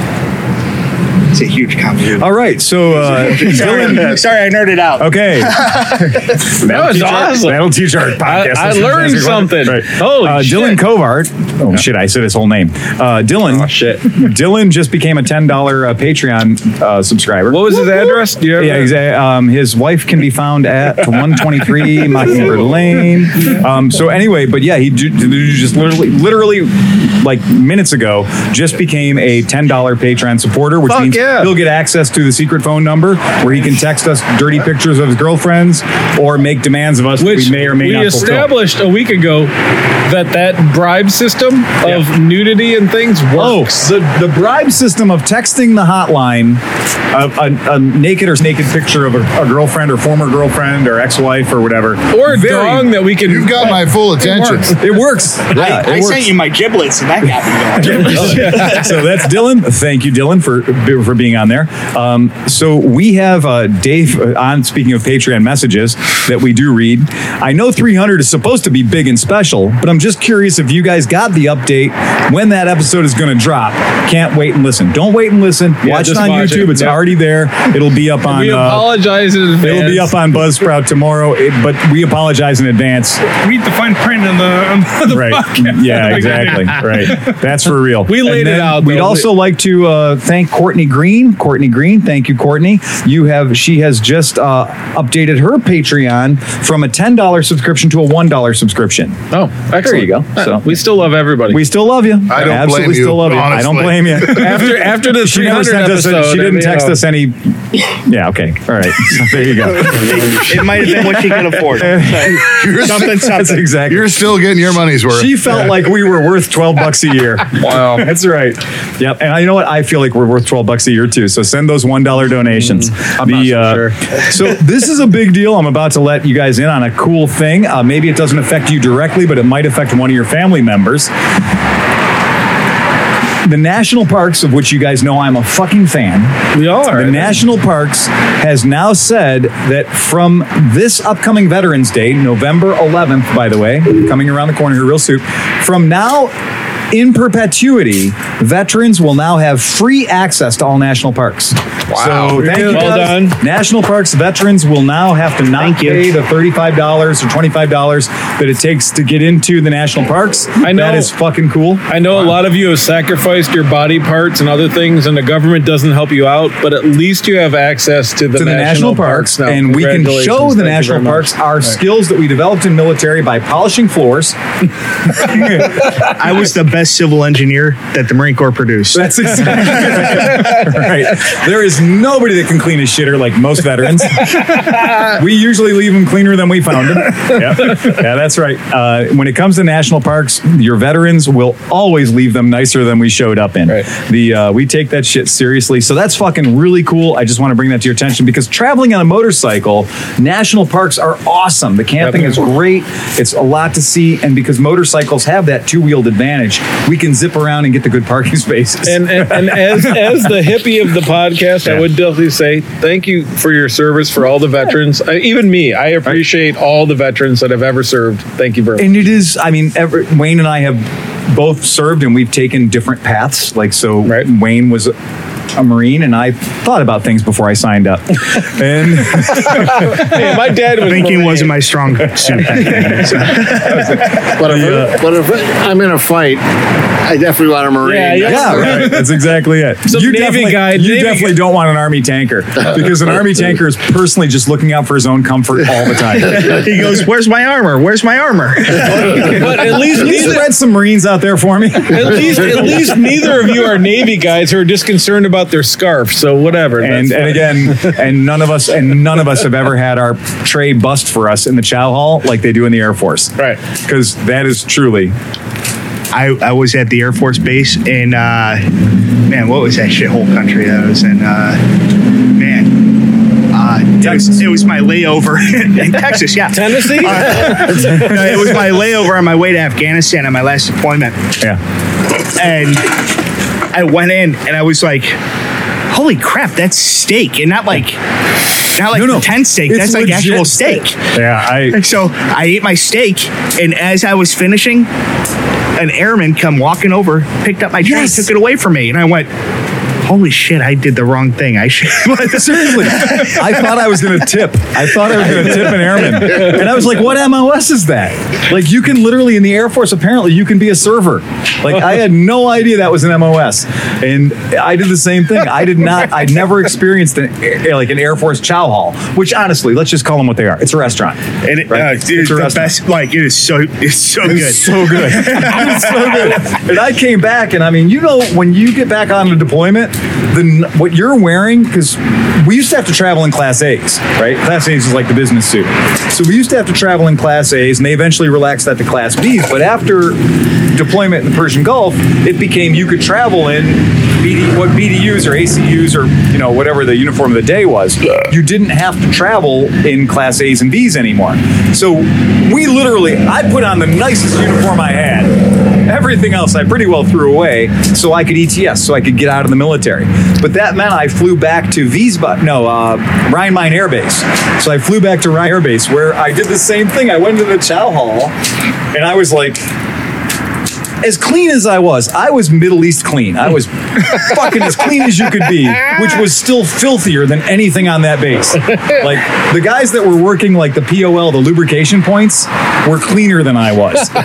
Speaker 3: it's a huge compliment.
Speaker 1: All right, so uh, Dylan.
Speaker 3: Sorry, I nerded out.
Speaker 1: Okay,
Speaker 2: That was awesome.
Speaker 1: that'll teach our podcast.
Speaker 2: I learned
Speaker 1: listeners.
Speaker 2: something. Holy
Speaker 1: uh, Dylan
Speaker 2: shit.
Speaker 1: Covart. Oh shit! I said his whole name. Uh, Dylan.
Speaker 2: Oh,
Speaker 5: shit.
Speaker 1: Dylan just became a ten dollar uh, Patreon uh, subscriber.
Speaker 2: What was his address? Do you have
Speaker 1: Yeah,
Speaker 2: that?
Speaker 1: exactly. Um, his wife can be found at 123 Mockingbird Lane. Um, so anyway, but yeah, he ju- ju- just literally, literally, like minutes ago, just became a ten dollar Patreon supporter, which
Speaker 2: Fuck
Speaker 1: means
Speaker 2: yeah.
Speaker 1: he'll get access to the secret phone number where he can text us dirty pictures of his girlfriends or make demands of us
Speaker 2: Which
Speaker 1: that we may or may
Speaker 2: we
Speaker 1: not fulfill.
Speaker 2: established a week ago that that bribe system of nudity and things
Speaker 1: Oh,
Speaker 2: works.
Speaker 1: the, the bribe system of texting the hotline a, a, a naked or naked picture of a, a girlfriend or former girlfriend or ex-wife or whatever.
Speaker 2: or a dong that we can.
Speaker 4: You've got my full attention.
Speaker 1: It works. Yeah,
Speaker 3: I, I
Speaker 1: it works.
Speaker 3: sent you my giblets, and that got me going.
Speaker 1: so that's Dylan. Thank you, Dylan, for for being on there. Um, so we have uh, Dave uh, on. Speaking of Patreon messages that we do read, I know 300 is supposed to be big and special, but I'm just curious if you guys got the update when that episode is going to drop. Can't wait and listen. Don't wait and listen. watch it
Speaker 2: just
Speaker 1: on
Speaker 2: watch
Speaker 1: YouTube.
Speaker 2: it.
Speaker 1: It's
Speaker 2: Yeah.
Speaker 1: already there. It'll be up on.
Speaker 2: we
Speaker 1: Uh,
Speaker 2: apologize in advance.
Speaker 1: It'll be up on Buzzsprout tomorrow, it, but we apologize in advance.
Speaker 8: Read the fine print in the, on the
Speaker 1: right. Mm,
Speaker 8: podcast.
Speaker 1: Yeah, exactly. right. That's for real.
Speaker 2: We
Speaker 1: And
Speaker 2: laid it
Speaker 1: then
Speaker 2: out,
Speaker 1: We'd
Speaker 2: though.
Speaker 1: also like to uh, thank Courtney Green. Courtney Green, thank you, Courtney. You have she has just uh, updated her Patreon from a ten dollar subscription to a one dollar subscription.
Speaker 2: Oh, excellent.
Speaker 1: There you go.
Speaker 2: So
Speaker 1: So-
Speaker 2: we still love everybody.
Speaker 1: We still love you.
Speaker 4: I don't
Speaker 1: absolutely
Speaker 4: blame you,
Speaker 1: still love you. I don't
Speaker 4: honestly.
Speaker 1: blame you.
Speaker 2: after after the
Speaker 1: She
Speaker 2: 300
Speaker 1: never sent us.
Speaker 2: episode,
Speaker 1: A, she
Speaker 2: I
Speaker 1: didn't
Speaker 2: mean,
Speaker 1: text
Speaker 2: uh,
Speaker 1: us any. Yeah. Okay. All right. So there you go.
Speaker 3: it might have been what she could afford.
Speaker 4: You're,
Speaker 3: something,
Speaker 1: That's
Speaker 3: something.
Speaker 1: exactly.
Speaker 4: you're still getting your money's worth.
Speaker 1: She felt like we were worth 12 bucks a year. Wow. That's right. Yep. And I- you know what? I feel like we're worth 12 bucks a year too. So send those $1 donations. Mm, I'm
Speaker 2: not so
Speaker 1: so this is a big deal. I'm about to let you guys in on a cool thing. Uh, maybe it doesn't affect you directly, but it might affect one of your family members. The national parks, of which you guys know I'm a fucking fan,
Speaker 2: we are.
Speaker 1: the National Parks has now said that from this upcoming Veterans Day, November 11th, by the way, coming around the corner here real soon, from now in perpetuity, veterans will now have free access to all national parks. Wow. So thank you
Speaker 2: Well
Speaker 1: guys.
Speaker 2: done.
Speaker 1: National Parks veterans will now have to not
Speaker 3: Thank you.
Speaker 1: pay the $35 or $25 that it takes to get into the national parks.
Speaker 2: I know.
Speaker 1: That is fucking cool.
Speaker 2: I know a lot of you have sacrificed your body parts and other things, and the government doesn't help you out, but at least you have access to the,
Speaker 1: to the national, parks,
Speaker 2: now.
Speaker 1: and we can
Speaker 2: Congratulations.
Speaker 1: show
Speaker 2: Thank
Speaker 1: the
Speaker 2: you
Speaker 1: national
Speaker 2: very much.
Speaker 1: parks our skills that we developed in military by polishing floors.
Speaker 3: I was the best civil engineer that the Marine Corps produced.
Speaker 1: That's exactly right. There is nobody that can clean a shitter like most veterans. we usually leave them cleaner than we found them. Yeah, that's right. Uh, when it comes to national parks, your veterans will always leave them nicer than we showed up in.
Speaker 2: Right.
Speaker 1: The uh, we take that shit seriously, so that's fucking really cool. I just want to bring that to your attention because traveling on a motorcycle, national parks are awesome. The camping
Speaker 2: Yep.
Speaker 1: is great. It's a lot to see, and because motorcycles have that two wheeled advantage, we can zip around and get the good parking spaces.
Speaker 2: And, and, and as as the hippie of the podcast, I
Speaker 1: Yeah.
Speaker 2: would definitely say thank you for your service for all the veterans, uh, even me. I appreciate all the veterans that have ever served. Thank you very much.
Speaker 1: and it is i mean ever, wayne and i have both served and we've taken different paths like so
Speaker 2: Right.
Speaker 1: wayne was a Marine, and I thought about things before I signed up. and
Speaker 2: Hey, my dad was
Speaker 3: Thinking
Speaker 2: Marine.
Speaker 3: wasn't my strong suit.
Speaker 6: But if, but if I'm in a fight, I definitely want a marine.
Speaker 2: Yeah, yeah.
Speaker 1: Yeah, right. That's exactly it.
Speaker 2: Some
Speaker 1: you
Speaker 2: Navy
Speaker 1: definitely,
Speaker 2: guy-
Speaker 1: you
Speaker 2: Navy
Speaker 1: definitely don't want an army tanker because an army tanker is personally just looking out for his own comfort all the time.
Speaker 3: he goes, "Where's my armor? Where's my armor?"
Speaker 2: But at least
Speaker 1: Can you
Speaker 2: neither,
Speaker 1: spread some Marines out there for me?
Speaker 2: at least at least neither of you are Navy guys who are just concerned about their scarf. So whatever.
Speaker 1: And,
Speaker 2: that's
Speaker 1: and again, and none of us and none of us have ever had our tray bust for us in the chow hall like they do in the Air Force,
Speaker 2: Right.
Speaker 1: Because that is truly
Speaker 3: I, I was at the Air Force Base in, uh, man, what was that shithole country that I was in? Uh, man. Uh, it, was, it was my layover in Texas, yeah. Uh,
Speaker 2: Tennessee.
Speaker 3: No, it was my layover on my way to Afghanistan on my last deployment.
Speaker 1: yeah.
Speaker 3: And I went in and I was like, holy crap, that's steak. And not like, not like
Speaker 1: No, no.
Speaker 3: pretend steak,
Speaker 1: It's
Speaker 3: that's like
Speaker 1: legit
Speaker 3: actual
Speaker 1: steak.
Speaker 3: steak.
Speaker 1: Yeah, I
Speaker 3: And so I ate my steak, and as I was finishing, an airman come walking over, picked up my tray,
Speaker 1: Yes.
Speaker 3: took it away from me, and I went, "Holy shit! I did the wrong thing. I should."
Speaker 1: seriously, I thought I was going to tip. I thought I was going to tip an airman, and I was like, "What MOS is that?" Like, you can literally in the Air Force, apparently, you can be a server. Like, I had no idea that was an MOS, and I did the same thing. I did not. I never experienced an air- like an Air Force chow hall, which honestly, let's just call them what they are. It's a restaurant.
Speaker 3: and it,
Speaker 1: Right.
Speaker 3: uh,
Speaker 1: It's
Speaker 3: it's,
Speaker 1: a
Speaker 3: the
Speaker 1: restaurant.
Speaker 3: best. Like it is so, it's so
Speaker 1: It
Speaker 3: good.
Speaker 1: was so good. It was so good. And I came back, and I mean, you know, when you get back on the deployment, then what you're wearing, because we used to have to travel in Class A's, right? Class A's is like the business suit. So we used to have to travel in Class A's, and they eventually relaxed that to Class B's. But after deployment in the Persian Gulf, it became you could travel in BD, what BDUs or ACUs or you know whatever the uniform of the day was. You didn't have to travel in Class A's and B's anymore. So we literally, I put on the nicest uniform I had. Everything else I pretty well threw away so I could ETS, so I could get out of the military. But that meant I flew back to Wiesbaden, no, uh, Rhein Main Air Base. So I flew back to Rhein Air Base where I did the same thing. I went into the chow hall and I was like, as clean as I was, I was Middle East clean. I was fucking as clean as you could be, which was still filthier than anything on that base. Like the guys that were working like the POL, the lubrication points, were cleaner than I was. And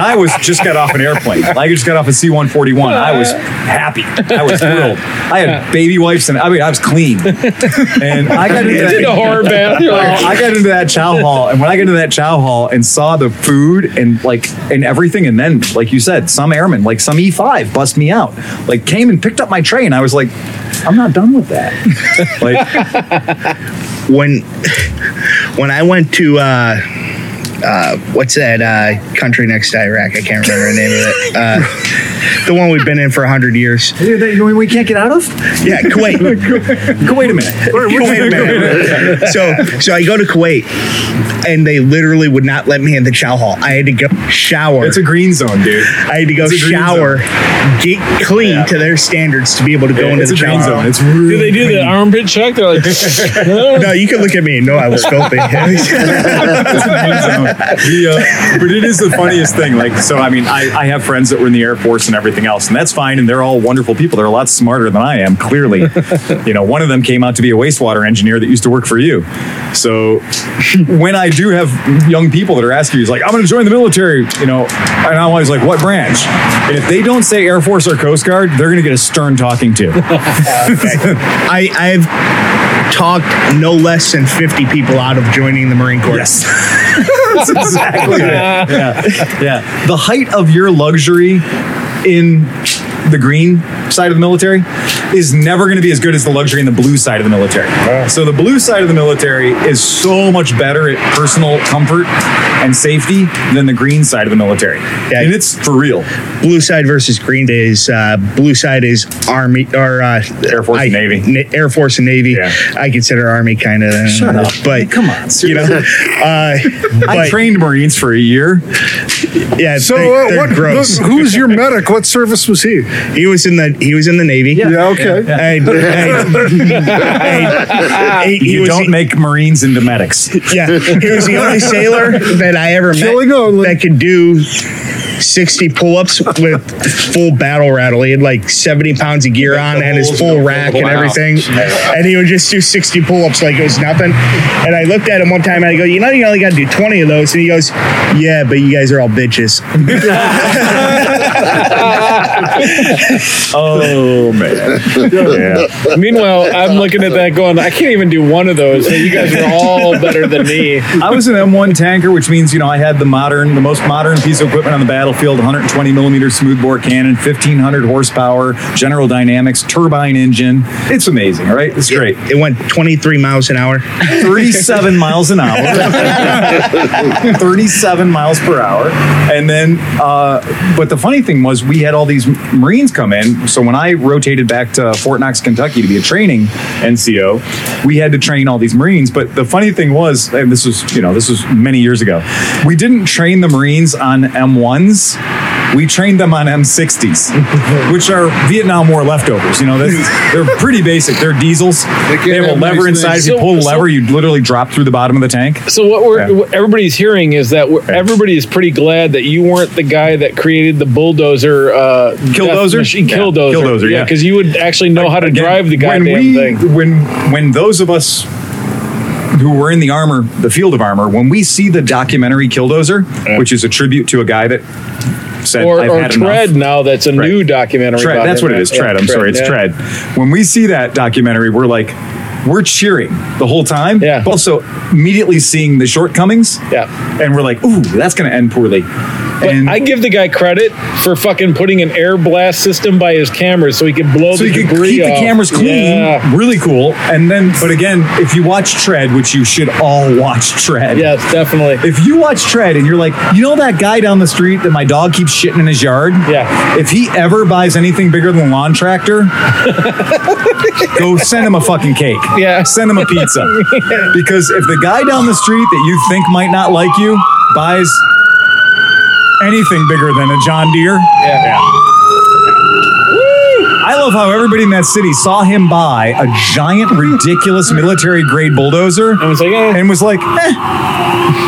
Speaker 1: I was just got off an airplane. I just got off a C one forty one. I was happy. I was thrilled. I had baby wipes and I mean I was clean. And I got into that-
Speaker 2: Did a horror bath. You're like,
Speaker 1: well, I got into that chow hall, and when I got into that chow hall and saw the food and like and everything, and then like you said, some airman, like some E five, bust me out, like came and picked up my tray, and I was like, I'm not done with that. like
Speaker 3: when when I went to uh, uh, what's that uh, country next to Iraq? I can't remember the name of it. Uh, the one we've been in for hundred years.
Speaker 1: you know, we- we can't get out of.
Speaker 3: Yeah, Kuwait.
Speaker 1: Go, Wait a minute.
Speaker 3: Kuwait, man. so so I go to Kuwait, and they literally would not let me in the chow hall. I had to go shower.
Speaker 1: It's a green zone, dude.
Speaker 3: I had to go
Speaker 1: it's a green
Speaker 3: shower, get clean to their standards to be able to go into
Speaker 1: It's
Speaker 3: the
Speaker 1: a green
Speaker 3: chow
Speaker 1: zone.
Speaker 3: hall.
Speaker 1: It's really.
Speaker 2: do they do the armpit check? They're like, no,
Speaker 3: No, you can look at me and know I was filthy.
Speaker 1: The, uh, but it is the funniest thing. Like, so I mean, I, I have friends that were in the Air Force and everything else, and that's fine, and they're all wonderful people. They're a lot smarter than I am, clearly. you know, one of them came out to be a wastewater engineer that used to work for you. So when I do have young people that are asking, he's like, I'm going to join the military, you know, and I'm always like, what branch? And if they don't say Air Force or Coast Guard, they're going to get a stern talking to.
Speaker 3: I, I've talked no less than 50 people out of joining the Marine Corps.
Speaker 1: yes. that's exactly it. yeah, yeah. The height of your luxury in the green side of the military is never going to be as good as the luxury in the blue side of the military. So the blue side of the military is so much better at personal comfort and safety than the green side of the military.
Speaker 3: Yeah.
Speaker 1: And it's for real.
Speaker 3: Blue side versus green day is uh, blue side is army or uh,
Speaker 1: Air Force and
Speaker 3: I-
Speaker 1: Navy.
Speaker 3: Na- Air Force and navy.
Speaker 1: Yeah.
Speaker 3: I consider army kind of.
Speaker 1: Shut up.
Speaker 3: But
Speaker 1: come on.
Speaker 3: You know,
Speaker 1: seriously.
Speaker 3: uh,
Speaker 1: I
Speaker 3: but,
Speaker 1: trained Marines for a year.
Speaker 3: yeah.
Speaker 7: So,
Speaker 3: they,
Speaker 7: uh,
Speaker 3: they're
Speaker 7: what,
Speaker 3: gross.
Speaker 7: who's your medic? What service was he?
Speaker 3: He was in the he was in the navy.
Speaker 7: Yeah, Okay.
Speaker 1: Hey,
Speaker 3: He, he
Speaker 1: you
Speaker 3: was
Speaker 1: don't
Speaker 3: the,
Speaker 1: make Marines into medics.
Speaker 3: yeah, he was the only sailor that I ever met
Speaker 7: Killing only.
Speaker 3: that could do 60 pull-ups with full battle rattle. He had like 70 pounds of gear on and his full rack and everything. And he would just do 60 pull-ups like it was nothing. And I looked at him one time and I go, you know, you only got to do 20 of those. And he goes, yeah, but you guys are all bitches.
Speaker 1: Oh man,
Speaker 2: Meanwhile, I'm looking at that going, I can't even do one of those. So you guys are all better than me.
Speaker 1: I was an M1 tanker, which means you know I had the modern, the most modern piece of equipment on the battlefield: 120 millimeter smoothbore cannon, 1500 horsepower, General Dynamics turbine engine. It's amazing, right? It's great.
Speaker 3: It went 23 miles an hour.
Speaker 1: 37 miles an hour 37 miles per hour and then uh, but the funny thing was we had all these marines come in so when i rotated back to fort knox kentucky to be a training nco we had to train all these marines but the funny thing was and this was you know this was many years ago we didn't train the marines on m1s we trained them on M60s, which are Vietnam War leftovers. You know, that's, they're pretty basic. They're diesels. They,
Speaker 4: can't
Speaker 1: have a
Speaker 4: have nice
Speaker 1: lever
Speaker 4: things.
Speaker 1: inside. If you
Speaker 2: So-
Speaker 1: pull a
Speaker 2: so-
Speaker 1: lever, you literally drop through the bottom of the tank.
Speaker 2: So what we're
Speaker 1: Yeah.
Speaker 2: what everybody's hearing is that we're, everybody is pretty glad that you weren't the guy that created the bulldozer, uh,
Speaker 1: Killdozer?
Speaker 2: machine,
Speaker 1: Yeah,
Speaker 2: killdozer,
Speaker 1: killdozer, yeah.
Speaker 2: because you would actually know how to
Speaker 1: Again,
Speaker 2: drive the goddamn
Speaker 1: when we,
Speaker 2: thing.
Speaker 1: When when those of us who were in the armor, the field of armor, when we see the documentary Killdozer, which is a tribute to a guy that said,
Speaker 2: Or,
Speaker 1: "I've
Speaker 2: or
Speaker 1: had
Speaker 2: tread
Speaker 1: enough."
Speaker 2: now that's a
Speaker 1: Right.
Speaker 2: new documentary.
Speaker 1: Tread,
Speaker 2: about
Speaker 1: that's
Speaker 2: him,
Speaker 1: what it
Speaker 2: right?
Speaker 1: is.
Speaker 2: Yeah,
Speaker 1: Tread. I'm sorry, it's
Speaker 2: yeah.
Speaker 1: tread. When we see that documentary, we're like, we're cheering the whole time.
Speaker 2: Yeah.
Speaker 1: But also immediately seeing the shortcomings.
Speaker 2: Yeah.
Speaker 1: And we're like, ooh, that's going to end poorly.
Speaker 2: But
Speaker 1: and
Speaker 2: I give the guy credit for fucking putting an air blast system by his cameras so he could blow
Speaker 1: so
Speaker 2: the
Speaker 1: you can
Speaker 2: debris
Speaker 1: keep the
Speaker 2: off.
Speaker 1: cameras clean.
Speaker 2: Yeah.
Speaker 1: Really cool. And then, but again, if you watch Tread, which you should all watch Tread.
Speaker 2: Yes, definitely.
Speaker 1: If you watch Tread and you're like, you know that guy down the street that my dog keeps shitting in his yard?
Speaker 2: Yeah.
Speaker 1: If he ever buys anything bigger than a lawn tractor, go send him a fucking cake.
Speaker 2: Yeah.
Speaker 1: Send him a pizza. because if the guy down the street that you think might not like you buys anything bigger than a John Deere,
Speaker 2: Yeah.
Speaker 1: I love how everybody in that city saw him buy a giant, ridiculous military grade bulldozer
Speaker 2: I was like, eh.
Speaker 1: and was like, eh,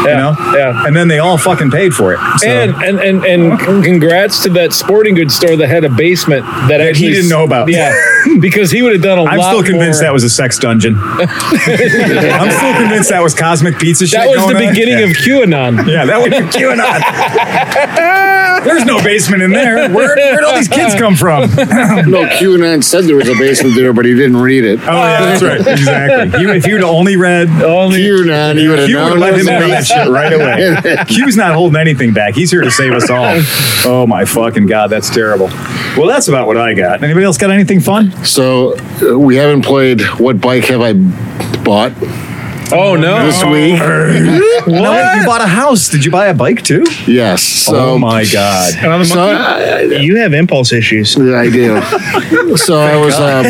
Speaker 1: you know?
Speaker 2: yeah.
Speaker 1: And then they all fucking paid for it. So-
Speaker 2: And, and and and con- congrats to that sporting goods store that had a basement that,
Speaker 1: he
Speaker 2: actually
Speaker 1: didn't know about.
Speaker 2: Yeah, because he would have done a
Speaker 1: I'm
Speaker 2: lot.
Speaker 1: still convinced
Speaker 2: more.
Speaker 1: that was a sex dungeon. I'm still convinced that was cosmic pizza shit.
Speaker 2: that was
Speaker 1: going
Speaker 2: the
Speaker 1: on.
Speaker 2: beginning
Speaker 1: yeah.
Speaker 2: of QAnon.
Speaker 1: Yeah, that was QAnon. There's no basement in there. Where where'd all these kids come from?
Speaker 6: No, QAnon said there was a basement there, but he didn't read it.
Speaker 1: Oh yeah, that's right. Exactly. You, if you'd only read,
Speaker 2: Only
Speaker 6: QAnon, you would have
Speaker 1: Q would
Speaker 6: known.
Speaker 1: let him in
Speaker 6: it
Speaker 1: on that
Speaker 6: was
Speaker 1: shit right away. Q's not holding anything back. He's here to save us all. Oh my fucking god, that's terrible. Well, that's about what I got. Anybody else got anything fun?
Speaker 6: me. So uh, we haven't played. What bike have I bought
Speaker 2: oh no,
Speaker 6: this week?
Speaker 1: No, wait, you bought a house. Did you buy a bike too?
Speaker 6: Yes. So,
Speaker 4: Um,
Speaker 1: oh my god.
Speaker 8: Another
Speaker 6: so I,
Speaker 3: You have impulse issues.
Speaker 6: I- I do. so I was. Um,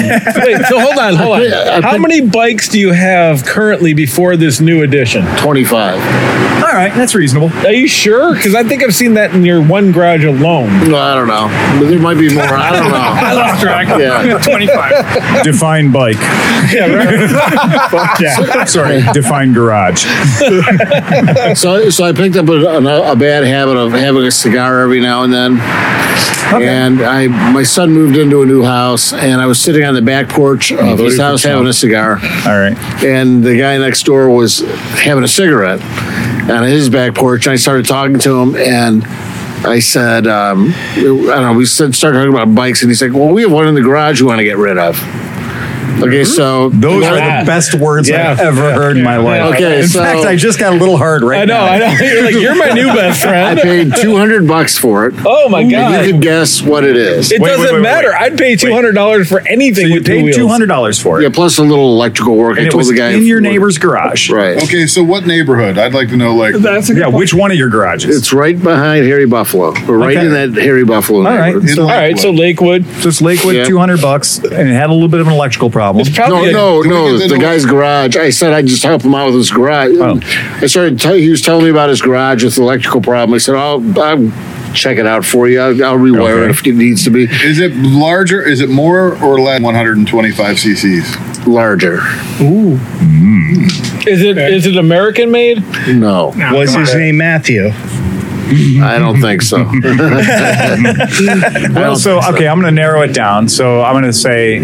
Speaker 2: Wait, so hold on, hold on. How many bikes do you have currently before this new edition?
Speaker 6: 25.
Speaker 1: All right, that's reasonable.
Speaker 2: Are you sure? Because I think I've seen that in your one garage alone.
Speaker 6: No, I don't know. But there might be more. I don't know.
Speaker 8: lost track.
Speaker 6: Yeah.
Speaker 8: 25.
Speaker 1: Define bike. yeah. Sorry. Define garage.
Speaker 6: So, so I picked up a, a, a bad habit of having a cigar every now and then. And I, my son moved into a new house, and I was sitting on the back porch of his house having a cigar.
Speaker 1: All right.
Speaker 6: and the guy next door was having a cigarette on his back porch. And I started talking to him, and I said, um, I don't know, we said, started talking about bikes, and he's like, Well, we have one in the garage we want to get rid of. Okay, so
Speaker 1: Those
Speaker 6: Now-
Speaker 1: are the best words
Speaker 2: Yeah.
Speaker 1: I've ever heard in my life.
Speaker 6: Okay,
Speaker 1: In
Speaker 6: so-
Speaker 1: fact, I just got a little hard right
Speaker 2: I know,
Speaker 1: now.
Speaker 2: I know. You're like you're my new best
Speaker 6: I
Speaker 2: friend.
Speaker 6: paid 200 bucks for it.
Speaker 2: Oh my
Speaker 6: And you
Speaker 2: god.
Speaker 6: can guess what it is.
Speaker 2: It
Speaker 1: Wait, wait,
Speaker 2: doesn't
Speaker 1: wait, wait,
Speaker 2: matter.
Speaker 1: wait.
Speaker 2: I'd pay two hundred dollars for anything.
Speaker 1: So you
Speaker 2: with two
Speaker 1: paid
Speaker 2: wheels.
Speaker 1: two hundred dollars for it.
Speaker 6: yeah, plus a little electrical work.
Speaker 1: And
Speaker 6: I
Speaker 1: it
Speaker 6: told
Speaker 1: was
Speaker 6: the guy
Speaker 1: in your neighbor's garage.
Speaker 6: Right.
Speaker 4: Okay, so what neighborhood? I'd like to know, like,
Speaker 8: That's a good
Speaker 1: Yeah, which one of your garages?
Speaker 6: It's right behind Harry Buffalo. We're right
Speaker 1: Okay.
Speaker 6: in that Harry Buffalo.
Speaker 1: All right.
Speaker 6: neighborhood.
Speaker 1: So,
Speaker 4: in
Speaker 2: All right, so
Speaker 4: Lakewood.
Speaker 2: Lakewood.
Speaker 1: just Lakewood,
Speaker 6: Yeah.
Speaker 1: two hundred bucks, and it had a little bit of an electrical problem.
Speaker 2: It's
Speaker 6: No,
Speaker 2: probably a-
Speaker 6: no,
Speaker 4: Can we
Speaker 6: no.
Speaker 4: get that
Speaker 6: The
Speaker 4: over-
Speaker 6: guy's garage. I said I just help him out with his garage.
Speaker 1: Oh.
Speaker 6: I started. Tell, he was telling me about his garage with the electrical problem. I said, "Oh, I'm check it out for you. I'll, I'll rewire it if it needs to be
Speaker 4: Is it larger? Is it more or less? 125 cc's.
Speaker 6: larger.
Speaker 2: Is it is it American made?
Speaker 6: No,
Speaker 1: Ah,
Speaker 3: Was his name Matthew?
Speaker 6: I don't think so.
Speaker 1: Well, so okay, I'm going to narrow it down. So I'm going to say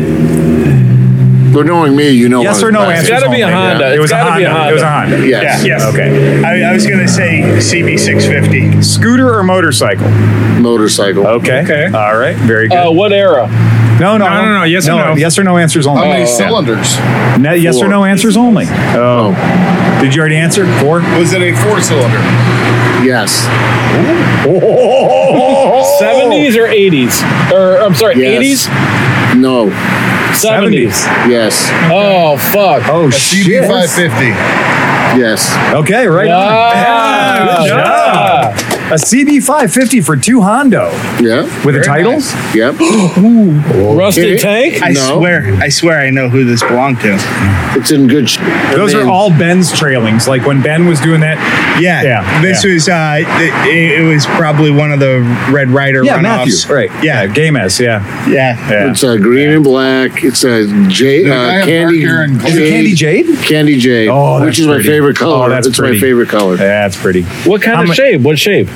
Speaker 6: But knowing me, you know.
Speaker 1: yes
Speaker 6: what
Speaker 1: or no
Speaker 6: it
Speaker 1: answers
Speaker 6: is.
Speaker 2: It's gotta be a
Speaker 1: only.
Speaker 2: Honda.
Speaker 1: It
Speaker 2: It's
Speaker 1: was a
Speaker 2: gotta be
Speaker 1: Honda.
Speaker 2: a
Speaker 1: It was a Honda.
Speaker 6: Yes.
Speaker 3: Yes.
Speaker 1: Okay.
Speaker 3: I, I was gonna say CB650.
Speaker 1: Scooter or motorcycle?
Speaker 6: Motorcycle.
Speaker 1: Okay.
Speaker 8: Okay.
Speaker 1: All right. Very good.
Speaker 2: Uh, what era?
Speaker 1: no, no,
Speaker 8: No, no, no, yes or no.
Speaker 1: Yes or no answers
Speaker 4: How
Speaker 1: only.
Speaker 4: many
Speaker 2: Uh,
Speaker 4: cylinders?
Speaker 1: Ne- yes or
Speaker 6: Oh, four.
Speaker 1: no answers only. Oh. Did you already answer? Four?
Speaker 4: Was it a four cylinder?
Speaker 6: Yes.
Speaker 2: Seventies or eighties? Or I'm sorry,
Speaker 6: Yes.
Speaker 2: eighties,
Speaker 6: No.
Speaker 2: seventies.
Speaker 6: Yes.
Speaker 2: Oh fuck!
Speaker 1: Oh,
Speaker 4: CB
Speaker 1: shit.
Speaker 4: 550.
Speaker 6: Yes.
Speaker 1: Okay, right
Speaker 2: Yeah.
Speaker 1: on.
Speaker 2: Yeah.
Speaker 1: good job. A CB550 for two Hondo
Speaker 6: Yeah.
Speaker 1: with a title?
Speaker 6: Yep.
Speaker 2: Rusty
Speaker 6: Okay.
Speaker 2: tank.
Speaker 3: I
Speaker 6: No.
Speaker 3: swear, I swear, I know who this belonged to.
Speaker 6: It's in good. Sh-
Speaker 1: Those are all Ben's trailings. Like when Ben was doing that.
Speaker 3: Yeah,
Speaker 1: Yeah,
Speaker 3: This
Speaker 1: yeah.
Speaker 3: was uh, th- it, it was probably one of the Red Rider
Speaker 1: Yeah,
Speaker 3: runoffs.
Speaker 1: Matthew. Right.
Speaker 3: Yeah.
Speaker 1: Game S. Yeah.
Speaker 3: Yeah.
Speaker 1: Yeah.
Speaker 6: It's uh, green and black. It's a jade,
Speaker 4: The guy
Speaker 6: uh,
Speaker 4: up
Speaker 6: candy,
Speaker 4: dark hair and
Speaker 1: Is it Candy Jade?
Speaker 6: Candy jade.
Speaker 1: Oh, that's
Speaker 6: which is my
Speaker 1: pretty.
Speaker 6: favorite color.
Speaker 1: Oh, that's
Speaker 6: it's
Speaker 1: pretty.
Speaker 6: my favorite color.
Speaker 1: That's pretty.
Speaker 2: What kind
Speaker 1: I'm
Speaker 2: of
Speaker 1: a-
Speaker 2: shape? What shape?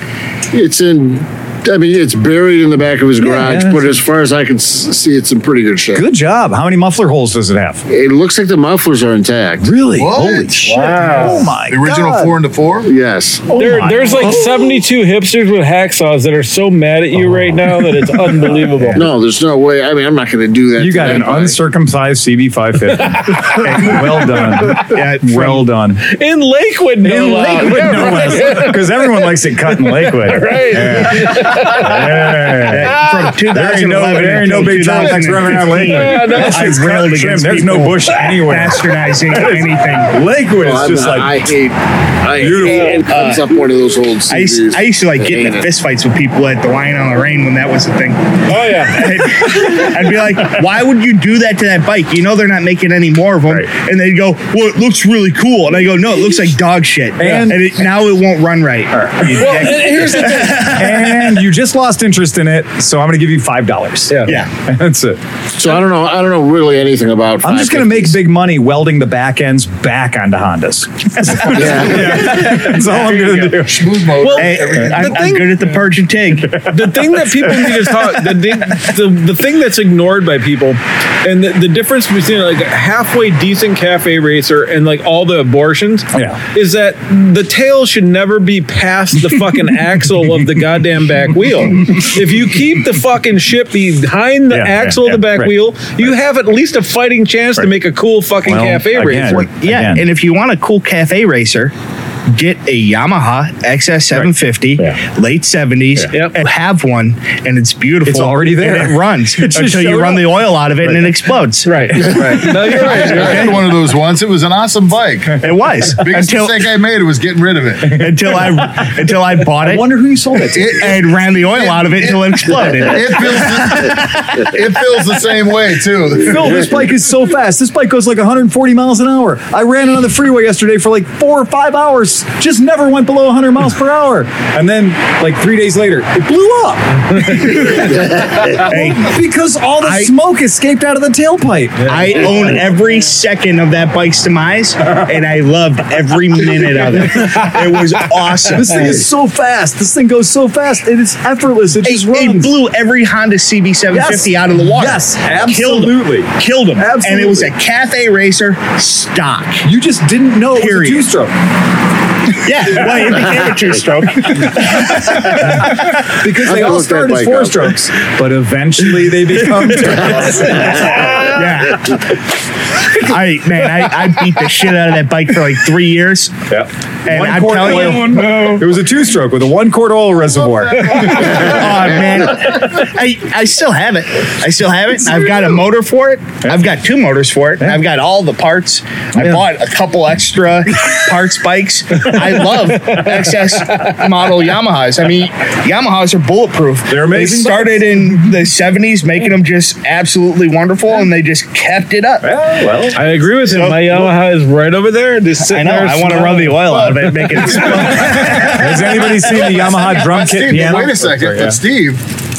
Speaker 6: It's in. I mean, it's buried in the back of his garage,
Speaker 1: yeah,
Speaker 6: but as far as I can s- see, it's in pretty good shape.
Speaker 1: Good job. How many muffler holes does it have?
Speaker 6: It looks like the mufflers are intact.
Speaker 1: Really?
Speaker 4: What?
Speaker 1: Holy shit. Oh my
Speaker 4: The original
Speaker 1: God.
Speaker 4: four into four?
Speaker 6: Yes.
Speaker 1: Oh
Speaker 2: there,
Speaker 1: my
Speaker 2: there's like
Speaker 1: God.
Speaker 2: 72 hipsters with hacksaws that are so mad at you
Speaker 1: Oh.
Speaker 2: right now that it's unbelievable.
Speaker 6: No, there's no way. I mean, I'm not going to do that.
Speaker 1: You
Speaker 6: to
Speaker 1: got
Speaker 6: that
Speaker 1: an
Speaker 6: guy.
Speaker 1: uncircumcised CB550. well done.
Speaker 3: Yeah, from-
Speaker 1: Well done.
Speaker 2: In Lakewood, no
Speaker 1: In
Speaker 2: lie.
Speaker 1: Lakewood,
Speaker 2: Yeah,
Speaker 1: no less. Because everyone likes it cut in Lakewood.
Speaker 2: right.
Speaker 1: Yeah.
Speaker 3: from 2011
Speaker 1: There ain't no, Ah! there ain't no
Speaker 3: until
Speaker 1: big Tom's running out of
Speaker 3: 2015.
Speaker 1: Lakewood.
Speaker 2: Yeah, no.
Speaker 1: That
Speaker 3: I
Speaker 1: shit's
Speaker 3: railed
Speaker 1: cut
Speaker 3: against
Speaker 1: trim. There's no
Speaker 3: people
Speaker 1: bush anywhere.
Speaker 3: bastardizing anything.
Speaker 1: Lakewood
Speaker 6: Oh,
Speaker 1: is
Speaker 6: I'm
Speaker 1: just
Speaker 6: not- I
Speaker 1: like
Speaker 6: hate. I
Speaker 1: Beautiful.
Speaker 6: hate and comes up one of those old CDs.
Speaker 3: I used, I used to like get
Speaker 6: hate
Speaker 3: in
Speaker 6: it.
Speaker 3: fistfights with people at the Lion on the Rain when that was a thing.
Speaker 2: Oh, yeah.
Speaker 3: I'd, I'd be like, "Why would you do that to that bike? You know they're not making any more of them."
Speaker 1: Right.
Speaker 3: And they'd go, "Well, it looks really cool," and I go, "No, it looks like dog shit."
Speaker 1: And-
Speaker 3: it, now it won't run right. You
Speaker 2: Well,
Speaker 3: dick.
Speaker 2: and here's the thing.
Speaker 1: and you just lost interest in it, so I'm gonna give you five dollars.
Speaker 2: Yeah.
Speaker 3: yeah,
Speaker 1: That's it.
Speaker 6: So I don't know. I don't know really anything about.
Speaker 1: I'm just gonna
Speaker 6: 550s.
Speaker 1: make big money welding the back ends back onto Hondas. That's all I'm gonna do.
Speaker 4: Smooth mode.
Speaker 3: Hey, I'm, I'm good at the purge and take.
Speaker 2: the thing that people need to talk the, thing- the, the thing that's ignored by people and the, the difference between like halfway decent cafe racer and like all the abortions
Speaker 1: Yeah.
Speaker 2: is that the tail should never be past the fucking axle of the goddamn back wheel if you keep the fucking ship behind the
Speaker 1: Yeah, yeah,
Speaker 2: axle
Speaker 1: yeah,
Speaker 2: of the back
Speaker 1: right.
Speaker 2: wheel you have at least a fighting chance to
Speaker 1: Right.
Speaker 2: make a cool fucking
Speaker 1: Well,
Speaker 2: cafe
Speaker 1: again,
Speaker 2: racer
Speaker 3: Yeah,
Speaker 1: Again.
Speaker 3: and if you want a cool cafe racer, get a Yamaha XS750,
Speaker 1: Right.
Speaker 3: late 70s,
Speaker 2: Yeah. Yep.
Speaker 3: and have one, and it's beautiful.
Speaker 1: It's already there.
Speaker 3: And it runs
Speaker 1: just
Speaker 3: until you
Speaker 1: showed
Speaker 3: run
Speaker 1: up.
Speaker 3: the oil out of it and it explodes.
Speaker 2: right right no you're right, you're
Speaker 4: I
Speaker 2: right.
Speaker 4: had one of those once. It was an awesome bike.
Speaker 3: It was
Speaker 4: Biggest
Speaker 3: until
Speaker 4: mistake I made was getting rid of it.
Speaker 3: until I until I bought
Speaker 1: I
Speaker 3: it
Speaker 1: wonder who you sold it to.
Speaker 4: It,
Speaker 3: and ran the oil out of it
Speaker 4: it-
Speaker 3: until it exploded.
Speaker 4: it, feels the, it feels the same way too.
Speaker 1: Phil, this bike is so fast. This bike goes like 140 miles an hour. I ran it on the freeway yesterday for like four or five hours. Just never went below 100 miles per hour. And then, like three days later, it blew up. Well, because all the
Speaker 3: I-
Speaker 1: smoke escaped out of the tailpipe.
Speaker 3: I own every second of that bike's demise, and I loved every minute of it. It was awesome.
Speaker 1: This thing is so fast. This thing goes so fast. It is effortless. It
Speaker 3: It,
Speaker 1: just
Speaker 3: it
Speaker 1: runs.
Speaker 3: blew every Honda CB750
Speaker 1: Yes.
Speaker 3: out of the water.
Speaker 1: Yes,
Speaker 3: Killed 'em.
Speaker 1: absolutely.
Speaker 3: Killed him. And it was a
Speaker 1: Absolutely.
Speaker 3: cafe racer stock.
Speaker 1: You just didn't know it was a
Speaker 3: Period.
Speaker 1: two-stroke.
Speaker 3: Yeah. Well, it became a two stroke.
Speaker 1: Because they
Speaker 6: gonna
Speaker 1: all
Speaker 6: look that
Speaker 1: start as
Speaker 6: bike up.
Speaker 1: four strokes, but eventually they become
Speaker 3: Yeah. I man, I, I beat the shit out of that bike for like three years. And
Speaker 1: One
Speaker 3: I'm
Speaker 1: quart
Speaker 3: telling
Speaker 1: oil.
Speaker 3: you,
Speaker 1: It was a two-stroke with a one-quart oil reservoir.
Speaker 3: oh man, I, I still have it. I still have it. I've got a motor for it. I've got two motors for it. I've got all the parts. I bought a couple extra parts bikes. I love XS model Yamahas. I mean, Yamahas are bulletproof.
Speaker 1: They're amazing
Speaker 3: They started in the '70s, making them just absolutely wonderful, and they just kept it up.
Speaker 1: well,
Speaker 2: I agree with him. My Yamaha is right over there. Just
Speaker 9: I
Speaker 2: sitting
Speaker 9: know.
Speaker 2: there.
Speaker 9: I want to rub the oil out of it, make it
Speaker 1: Has anybody seen the Yamaha drum
Speaker 4: Steve,
Speaker 1: kit
Speaker 4: but
Speaker 1: piano?
Speaker 4: wait a second, but Steve,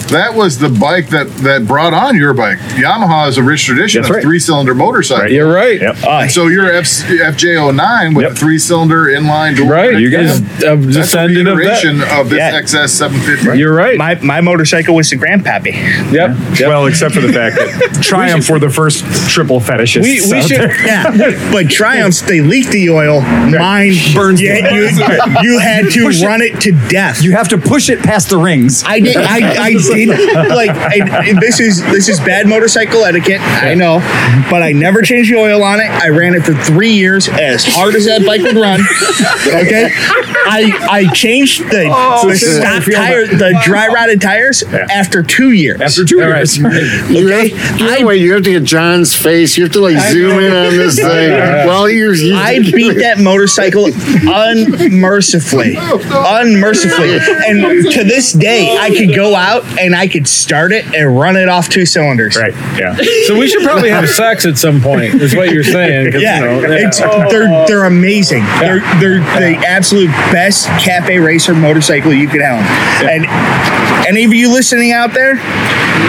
Speaker 4: that was the bike that that brought on your bike. Yamaha is a rich tradition
Speaker 1: That's
Speaker 4: of
Speaker 1: right.
Speaker 4: three-cylinder motorcycle.
Speaker 2: You're right.
Speaker 1: Yep.
Speaker 3: Oh,
Speaker 9: Uh,
Speaker 4: So your F- FJ09 with
Speaker 1: Yep.
Speaker 4: a three-cylinder inline dual.
Speaker 2: Right.
Speaker 4: crank
Speaker 2: You guys
Speaker 4: cam,
Speaker 2: have
Speaker 4: That's a
Speaker 2: descended of
Speaker 4: reiteration
Speaker 2: that.
Speaker 4: of, this
Speaker 9: Yeah.
Speaker 4: XS 750.
Speaker 2: You're right.
Speaker 9: my my motorcycle was the grandpappy.
Speaker 2: yep. yep.
Speaker 1: Well, except for the fact that Triumph were the first triple fetishists.
Speaker 2: we, we
Speaker 1: out
Speaker 2: should.
Speaker 1: there.
Speaker 9: Yeah, but Triumphs they leak the oil. Mine burns. You, you, you had to
Speaker 1: Push it.
Speaker 9: run it to death.
Speaker 1: You have to push it past the rings.
Speaker 3: I did. I, I did. Like I, this is this is bad motorcycle etiquette. I know, but I never changed the oil on it. I ran it for three years as hard as that bike would run. Okay, I I changed the, the
Speaker 1: this is-
Speaker 3: stock
Speaker 1: I Oh, feel
Speaker 3: tire, the dry rotted tires after two years.
Speaker 1: After two years.
Speaker 6: You have, you know, wait, you have to get John's face. You have to like zoom in on this thing. Well, you're, you
Speaker 3: I beat that motorcycle unmercifully, unmercifully, and to this day, I could go out and I could start it and run it off two cylinders.
Speaker 1: Right. Yeah.
Speaker 2: So we should probably have sex at some point. Is what you're saying? 'cause,
Speaker 3: Yeah, Oh,
Speaker 2: you know, Oh, yeah.
Speaker 3: It's, they're they're amazing. They're they're the absolute best cafe racer motorcycle you could own. And any of you listening out there,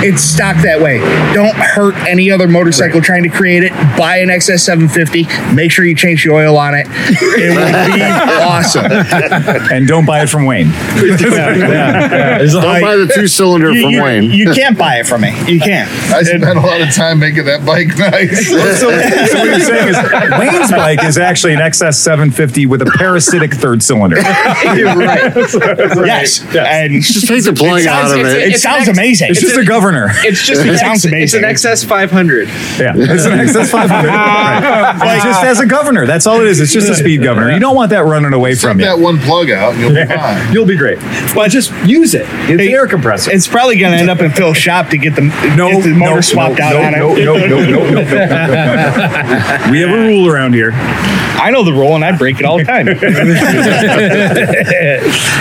Speaker 3: it's stocked that way. Don't hurt any other motorcycle trying to create it. Buy an XS 750. Make sure you change the oil on it. It will be awesome.
Speaker 1: And don't buy it from Wayne.
Speaker 2: It's like-
Speaker 6: don't buy the two cylinder
Speaker 3: You,
Speaker 6: from
Speaker 3: you-
Speaker 6: Wayne.
Speaker 3: you can't buy it from me. You can't.
Speaker 4: I spent a lot of time making that bike nice.
Speaker 1: So, so what you're saying is Wayne's bike is actually an XS 750 with a parasitic third cylinder.
Speaker 3: Yes. And
Speaker 6: Just take the plug out of it.
Speaker 3: it
Speaker 5: It's
Speaker 3: sounds
Speaker 5: an ex-
Speaker 3: amazing.
Speaker 1: It's just a governor.
Speaker 5: It's just an X,
Speaker 3: sounds
Speaker 5: it's
Speaker 3: amazing.
Speaker 5: an XS 500.
Speaker 1: Yeah, it's an XS 500. Right. It just has a governor. That's all it is. It's just a speed governor. You don't want that running away
Speaker 4: Take
Speaker 1: from
Speaker 4: that
Speaker 1: you.
Speaker 4: one plug out and you'll be fine.
Speaker 1: You'll be great. Well, just use it. It's an air compressor.
Speaker 3: It's probably going to end up in Phil's shop to get the,
Speaker 1: no,
Speaker 3: get the motor
Speaker 1: no,
Speaker 3: swapped
Speaker 1: no,
Speaker 3: out
Speaker 1: no,
Speaker 3: on it.
Speaker 1: no, no, no, no, no, no, no, no, no. We have a rule around here.
Speaker 3: I know the rule, and I break it all the time.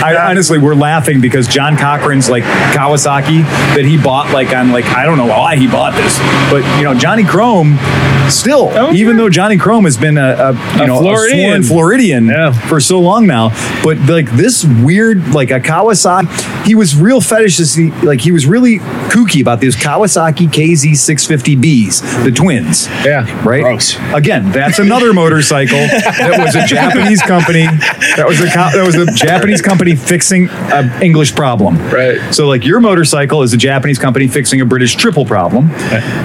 Speaker 1: I honestly, we're laughing because John Cochran's like Kawasaki that he bought like on like I don't know why he bought this, but you know Johnny Chrome still,
Speaker 3: Oh,
Speaker 1: even though Johnny Chrome has been a, a you
Speaker 2: A
Speaker 1: know a sworn
Speaker 2: Floridian.
Speaker 1: Floridian
Speaker 2: Yeah.
Speaker 1: for so long now, but like this weird like a Kawasaki, he was real fetishist. He, like he was really kooky about these Kawasaki KZ 650Bs, the twins.
Speaker 2: Yeah.
Speaker 1: right.
Speaker 3: Gross.
Speaker 1: Again, that's another motorcycle that was a Japanese company. That was a co- that was a Japanese company fixing an English problem.
Speaker 2: Right.
Speaker 1: So like your motorcycle is a Japanese company fixing a British triple problem.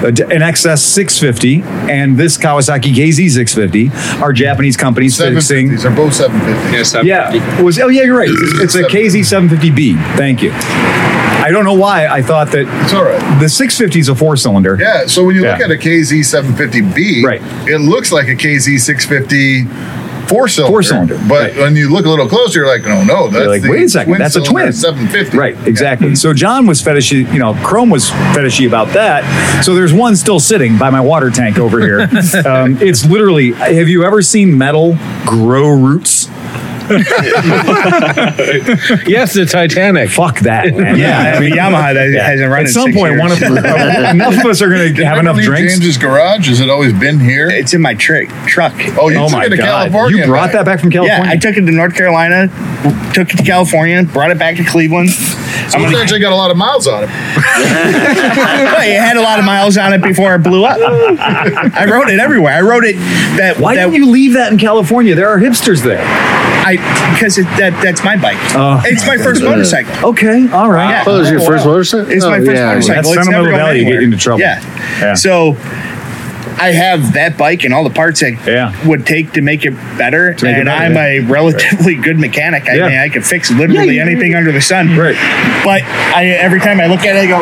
Speaker 1: A d- An XS 650 and this Kawasaki KZ 650 are Japanese companies fixing.
Speaker 4: 750s are both 750s.
Speaker 1: Yeah, was oh yeah, you're right. It's a KZ 750B. Thank you. I don't know why I thought that
Speaker 4: It's all right.
Speaker 1: the 650 is a four cylinder.
Speaker 4: Yeah, so when you look
Speaker 1: Yeah.
Speaker 4: at a KZ 750B,
Speaker 1: Right.
Speaker 4: it looks like a KZ 650 four cylinder.
Speaker 1: Four-cylinder,
Speaker 4: But
Speaker 1: right.
Speaker 4: when you look a little closer, you're like, no, no, that's
Speaker 1: You're like,
Speaker 4: the
Speaker 1: wait a second, that's a
Speaker 4: twin-cylinder
Speaker 1: twin.
Speaker 4: 750.
Speaker 1: Right, exactly. So John was fetishy, you know, Chrome was fetishy about that. So there's one still sitting by my water tank over here. um, it's literally, have you ever seen metal grow roots?
Speaker 2: yes, the Titanic.
Speaker 1: Fuck that, man.
Speaker 3: yeah, I mean, Yamaha that
Speaker 1: Yeah.
Speaker 3: hasn't run
Speaker 1: At
Speaker 3: in
Speaker 1: some
Speaker 3: six
Speaker 1: point,
Speaker 3: years.
Speaker 1: one of uh, enough of us are going to
Speaker 4: Did
Speaker 1: have
Speaker 4: you
Speaker 1: enough
Speaker 4: leave
Speaker 1: drinks.
Speaker 4: James's garage? Has it always been here?
Speaker 3: It's in my trick truck.
Speaker 4: oh, you
Speaker 1: oh
Speaker 4: took
Speaker 1: my
Speaker 4: it to
Speaker 1: god!
Speaker 4: California.
Speaker 1: you brought that back from
Speaker 3: yeah,
Speaker 1: California.
Speaker 3: I took it to North Carolina, took it to California, brought it back to Cleveland.
Speaker 4: So it's actually got a lot of miles on it.
Speaker 3: Hey, it had a lot of miles on it before it blew up. I rode it everywhere. I rode it that
Speaker 1: Why
Speaker 3: that
Speaker 1: didn't you leave that in California? There are hipsters there.
Speaker 3: I because it, that that's my bike.
Speaker 1: Oh.
Speaker 3: it's my first motorcycle.
Speaker 1: Okay, all right.
Speaker 3: Yeah.
Speaker 6: Oh, it was your
Speaker 3: Oh,
Speaker 6: first
Speaker 3: wow.
Speaker 6: motorcycle?
Speaker 3: It's my
Speaker 6: Oh,
Speaker 3: first
Speaker 6: yeah.
Speaker 3: motorcycle.
Speaker 1: That's
Speaker 3: It's never
Speaker 1: sentimental
Speaker 3: going
Speaker 1: value, you get
Speaker 3: anywhere.
Speaker 1: into trouble.
Speaker 3: Yeah.
Speaker 1: Yeah.
Speaker 3: So I have that bike and all the parts it
Speaker 1: Yeah.
Speaker 3: would take to make it better.
Speaker 1: make it
Speaker 3: and
Speaker 1: better,
Speaker 3: I'm
Speaker 1: yeah.
Speaker 3: a relatively good mechanic. I
Speaker 1: Yeah.
Speaker 3: mean, I could fix literally anything under the sun.
Speaker 1: Right.
Speaker 3: But I every time I look at it, I go,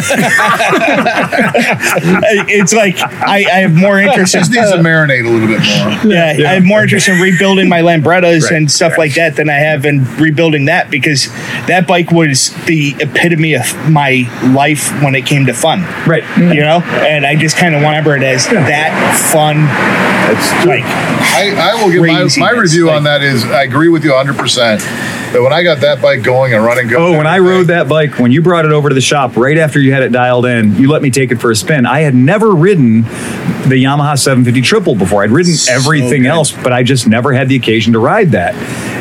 Speaker 3: nah, I'm not gonna fuck it. it's like I, I have more interest in
Speaker 4: Just needs to marinate a little bit more.
Speaker 3: yeah, I have more interest in rebuilding my Lambrettas
Speaker 1: Right,
Speaker 3: and stuff like that than I have in rebuilding that because that bike was the epitome of my life when it came to fun.
Speaker 1: Right.
Speaker 3: You know, and I just kind of remember it as that fun, like
Speaker 4: I, I will give my,
Speaker 3: Craziness,
Speaker 4: my review
Speaker 3: like-
Speaker 4: on that is I agree with you 100% that when I got that bike going and running good.
Speaker 1: Oh, when I rode that bike, when you brought it over to the shop right after you had it dialed in, you let me take it for a spin. I had never ridden the Yamaha 750 triple before. I'd ridden everything else, but I just never had the occasion to ride that.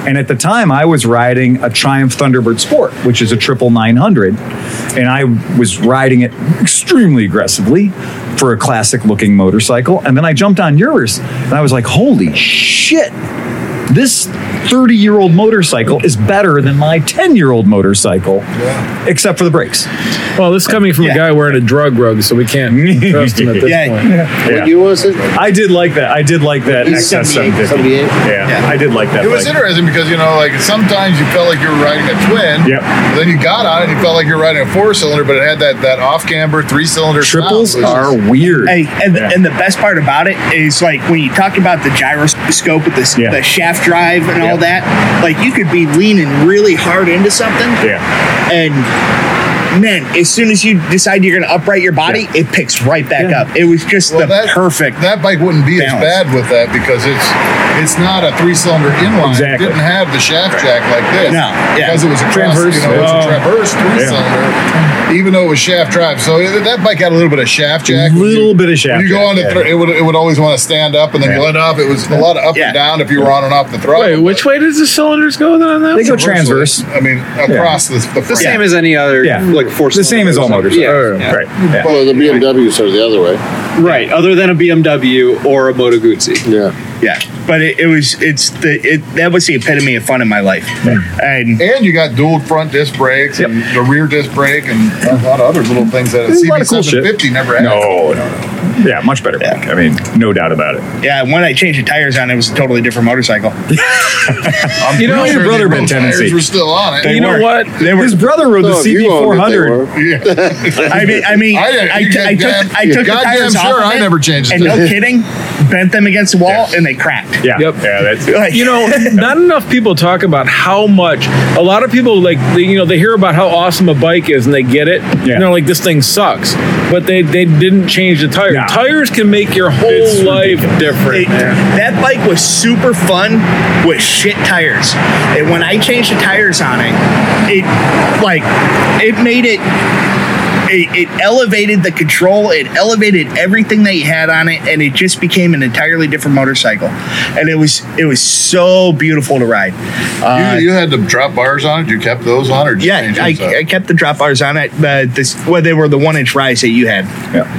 Speaker 1: And at the time, I was riding a Triumph Thunderbird Sport, which is a triple 900, and I was riding it extremely aggressively for a classic looking motorcycle. And then I jumped on yours, and I was like, holy shit this 30 year old motorcycle is better than my 10 year old motorcycle, except for the brakes.
Speaker 2: Well, this is coming from
Speaker 3: Yeah.
Speaker 2: a guy wearing a drug rug, so we can't trust him at this
Speaker 3: Yeah.
Speaker 2: point.
Speaker 6: What year was it?
Speaker 1: I did like that. I did like that XS 750.
Speaker 6: 78.
Speaker 1: Yeah, I did like that.
Speaker 4: It was
Speaker 1: bike.
Speaker 4: interesting because you know, like sometimes you felt like you were riding a twin.
Speaker 1: Yep.
Speaker 4: but Then you got on it, and you felt like you were riding a four cylinder, but it had that that off camber three cylinder.
Speaker 1: Triples are weird.
Speaker 3: Hey, and, and the best part about it is like when you talk about the gyroscope with this,
Speaker 1: Yeah.
Speaker 3: the shaft drive and all that, like you could be leaning really hard into something.
Speaker 1: Yeah.
Speaker 3: And man, as soon as you decide you're going to upright your body, it picks right back up. It was just the perfect.
Speaker 4: That bike wouldn't be as
Speaker 3: balance.
Speaker 4: bad with that because it's it's not a three cylinder inline.
Speaker 1: Exactly.
Speaker 4: It didn't have the shaft jack like this.
Speaker 3: No, yeah.
Speaker 4: Because it was a
Speaker 1: Transverse.
Speaker 4: transverse. You know, it's a
Speaker 1: Oh.
Speaker 4: traverse three cylinder, even though it was shaft drive. So it, that bike had a little bit of shaft jack.
Speaker 1: Little bit of shaft
Speaker 4: You go
Speaker 1: jack,
Speaker 4: on to
Speaker 1: yeah.
Speaker 4: thr- it would it would always want to stand up and then go up. It was a lot of up
Speaker 3: Yeah.
Speaker 4: and down if you were on and off the throttle.
Speaker 2: Wait, which way does the cylinders go then on that?
Speaker 1: They go
Speaker 2: one?
Speaker 1: transverse.
Speaker 4: I mean, across the, the
Speaker 5: The
Speaker 4: frame.
Speaker 5: same as any other,
Speaker 1: Yeah.
Speaker 5: like four.
Speaker 1: The same as all motorcycles.
Speaker 5: Yeah, yeah.
Speaker 1: Right. Yeah.
Speaker 6: Well, the BMWs are the other way.
Speaker 5: right. Other than a BMW or a Moto Guzzi.
Speaker 6: Yeah.
Speaker 3: Yeah. But it, it was, it's the, it, that was the epitome of fun in my life. And
Speaker 4: And you got dual front disc brakes and the rear disc brake and a lot of other little things that a
Speaker 1: There's a lot of cool shit.
Speaker 4: CB750 never had.
Speaker 1: No, no, no. Yeah, much better bike. I mean, no doubt about it.
Speaker 3: yeah, when I changed the tires on, it was a totally different motorcycle.
Speaker 4: I'm
Speaker 2: You know,
Speaker 4: pretty
Speaker 2: your
Speaker 4: the
Speaker 1: brother
Speaker 4: road
Speaker 1: had
Speaker 4: tires
Speaker 1: Tennessee.
Speaker 4: were still on it.
Speaker 2: You know what?
Speaker 1: His brother rode the
Speaker 4: Oh,
Speaker 6: So if you owned it, they
Speaker 1: CB400.
Speaker 4: Yeah.
Speaker 6: were.
Speaker 3: I mean, I mean,
Speaker 4: I didn't-
Speaker 3: I,
Speaker 4: you
Speaker 3: t- I
Speaker 4: goddamn-
Speaker 3: took, I
Speaker 4: you
Speaker 3: took the
Speaker 4: goddamn
Speaker 3: tires off
Speaker 4: sure
Speaker 3: of
Speaker 4: I
Speaker 3: it,
Speaker 4: never changed
Speaker 3: And
Speaker 4: it.
Speaker 3: no kidding, bent them against the wall and they cracked.
Speaker 1: Yeah.
Speaker 2: Yep.
Speaker 1: Yeah, that's
Speaker 3: Like,
Speaker 2: you know, not enough people talk about how much. A lot of people like, they, you know, they hear about how awesome a bike is and they get it.
Speaker 1: Yeah.
Speaker 2: And they're like, this thing sucks. But they, they didn't change the tire.
Speaker 1: No.
Speaker 2: Tires can make your whole
Speaker 1: It's
Speaker 2: life different.
Speaker 3: It- that bike was super fun with shit tires. And when I changed the tires on it, it like it made it it, it elevated the control, it elevated everything that you had on it, and it just became an entirely different motorcycle. And it was it was so beautiful to ride. Uh,
Speaker 4: you, you had the drop bars on it. You kept those on, or just
Speaker 3: yeah,
Speaker 4: changed
Speaker 3: I,
Speaker 4: those up?
Speaker 3: I kept the drop bars on it. But this, well, they were the one inch rise that you had.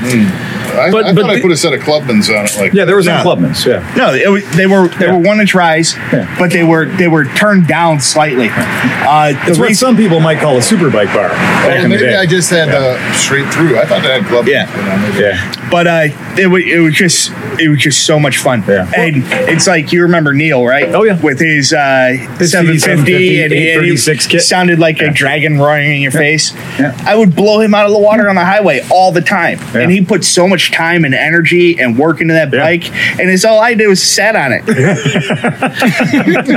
Speaker 4: I,
Speaker 2: but-
Speaker 4: I
Speaker 2: but
Speaker 4: thought I
Speaker 2: the-
Speaker 4: put a set of clubmans on it. Like, uh,
Speaker 1: Yeah, there was
Speaker 3: Yeah.
Speaker 1: no clubmans. Yeah.
Speaker 3: No, it was, they were they
Speaker 1: Yeah.
Speaker 3: were one inch rise,
Speaker 1: Yeah.
Speaker 3: but they were they were turned down slightly. Uh, the
Speaker 1: It's what
Speaker 3: reason-
Speaker 1: some people might call a super bike bar
Speaker 4: Oh,
Speaker 1: back in the
Speaker 4: maybe
Speaker 1: day.
Speaker 4: I just had uh, straight through. I thought I had clubmans.
Speaker 3: Yeah.
Speaker 4: but I maybe-
Speaker 1: yeah.
Speaker 3: but uh, it was it was just it was just so much fun.
Speaker 1: Yeah.
Speaker 3: And it's like you remember Neil, right?
Speaker 1: Oh, yeah.
Speaker 3: with his uh,
Speaker 1: His
Speaker 3: 750 and, and he
Speaker 1: 836 kit.
Speaker 3: sounded like a dragon roaring in your face.
Speaker 1: Yeah.
Speaker 3: I would blow him out of the water on the highway all the time,
Speaker 1: Yeah.
Speaker 3: and he put so much time and energy and work into that
Speaker 1: Yeah.
Speaker 3: bike, and it's all I did was sat on it.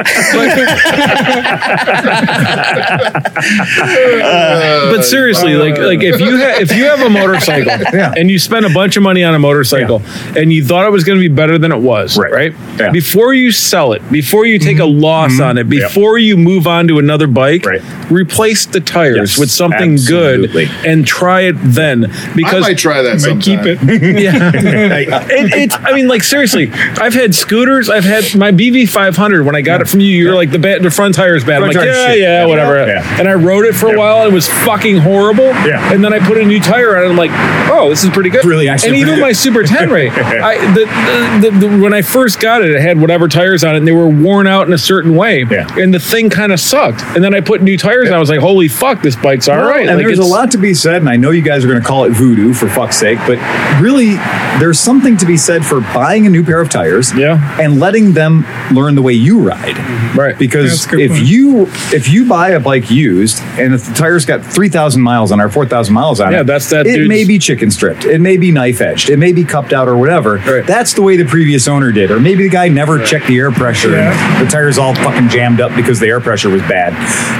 Speaker 1: Uh,
Speaker 2: but seriously, like like if you ha- if you have a motorcycle
Speaker 1: Yeah.
Speaker 2: and you spend a bunch of money on a motorcycle and you thought it was going to be better than it was,
Speaker 1: Right.
Speaker 2: right?
Speaker 1: Yeah.
Speaker 2: Before you sell it, before you take a loss on it,
Speaker 1: Yep.
Speaker 2: before you move on to another bike,
Speaker 1: Right.
Speaker 2: replace the tires
Speaker 1: Yes,
Speaker 2: with something
Speaker 1: absolutely.
Speaker 2: good and try it then
Speaker 4: I
Speaker 2: because
Speaker 4: might try that sometime.
Speaker 7: Keep it.
Speaker 2: yeah. it, it's, I mean, like seriously, I've had scooters. I've had my BV 500 when I got it from you. You were like the, ba- the front tire is bad.
Speaker 1: Front
Speaker 2: I'm like,
Speaker 1: tire's
Speaker 2: yeah,
Speaker 1: shit.
Speaker 2: yeah,
Speaker 1: Yeah.
Speaker 2: whatever.
Speaker 1: Yeah.
Speaker 2: And I rode it for a
Speaker 1: Yeah.
Speaker 2: while. It was fucking horrible.
Speaker 1: Yeah.
Speaker 2: And then I put a new tire on it. I'm like, oh, this is pretty good.
Speaker 1: Really, actually
Speaker 2: And even
Speaker 1: pretty good.
Speaker 2: my Super 10 Ray, I, the, the, the, the, when I first got it, it had whatever tires on it, and they were worn out in a certain way.
Speaker 1: Yeah.
Speaker 2: And the thing kind of sucked. And then I put new tires, and I was like, holy fuck, this bike's all right.
Speaker 1: And
Speaker 2: Like,
Speaker 1: there's a
Speaker 2: it's-
Speaker 1: lot to be said, and I know you guys are going to call it voodoo for fuck's sake, but really, there's something to be said for buying a new pair of tires,
Speaker 2: Yeah. Mm-hmm.
Speaker 1: and letting them learn the way you ride,
Speaker 2: Right.
Speaker 1: Because
Speaker 8: That's a good
Speaker 1: if
Speaker 8: point.
Speaker 1: you if you buy a bike used and if the tire's got three thousand miles on it or four thousand miles on it,
Speaker 2: Yeah, that's that
Speaker 1: It
Speaker 2: dude's-
Speaker 1: may be chicken stripped, it may be knife edged, it may be cupped out or whatever.
Speaker 2: Right.
Speaker 1: That's the way the previous owner did, or maybe the guy never checked the air pressure. and
Speaker 8: Yeah.
Speaker 1: the tires all fucking jammed up because the air pressure was bad.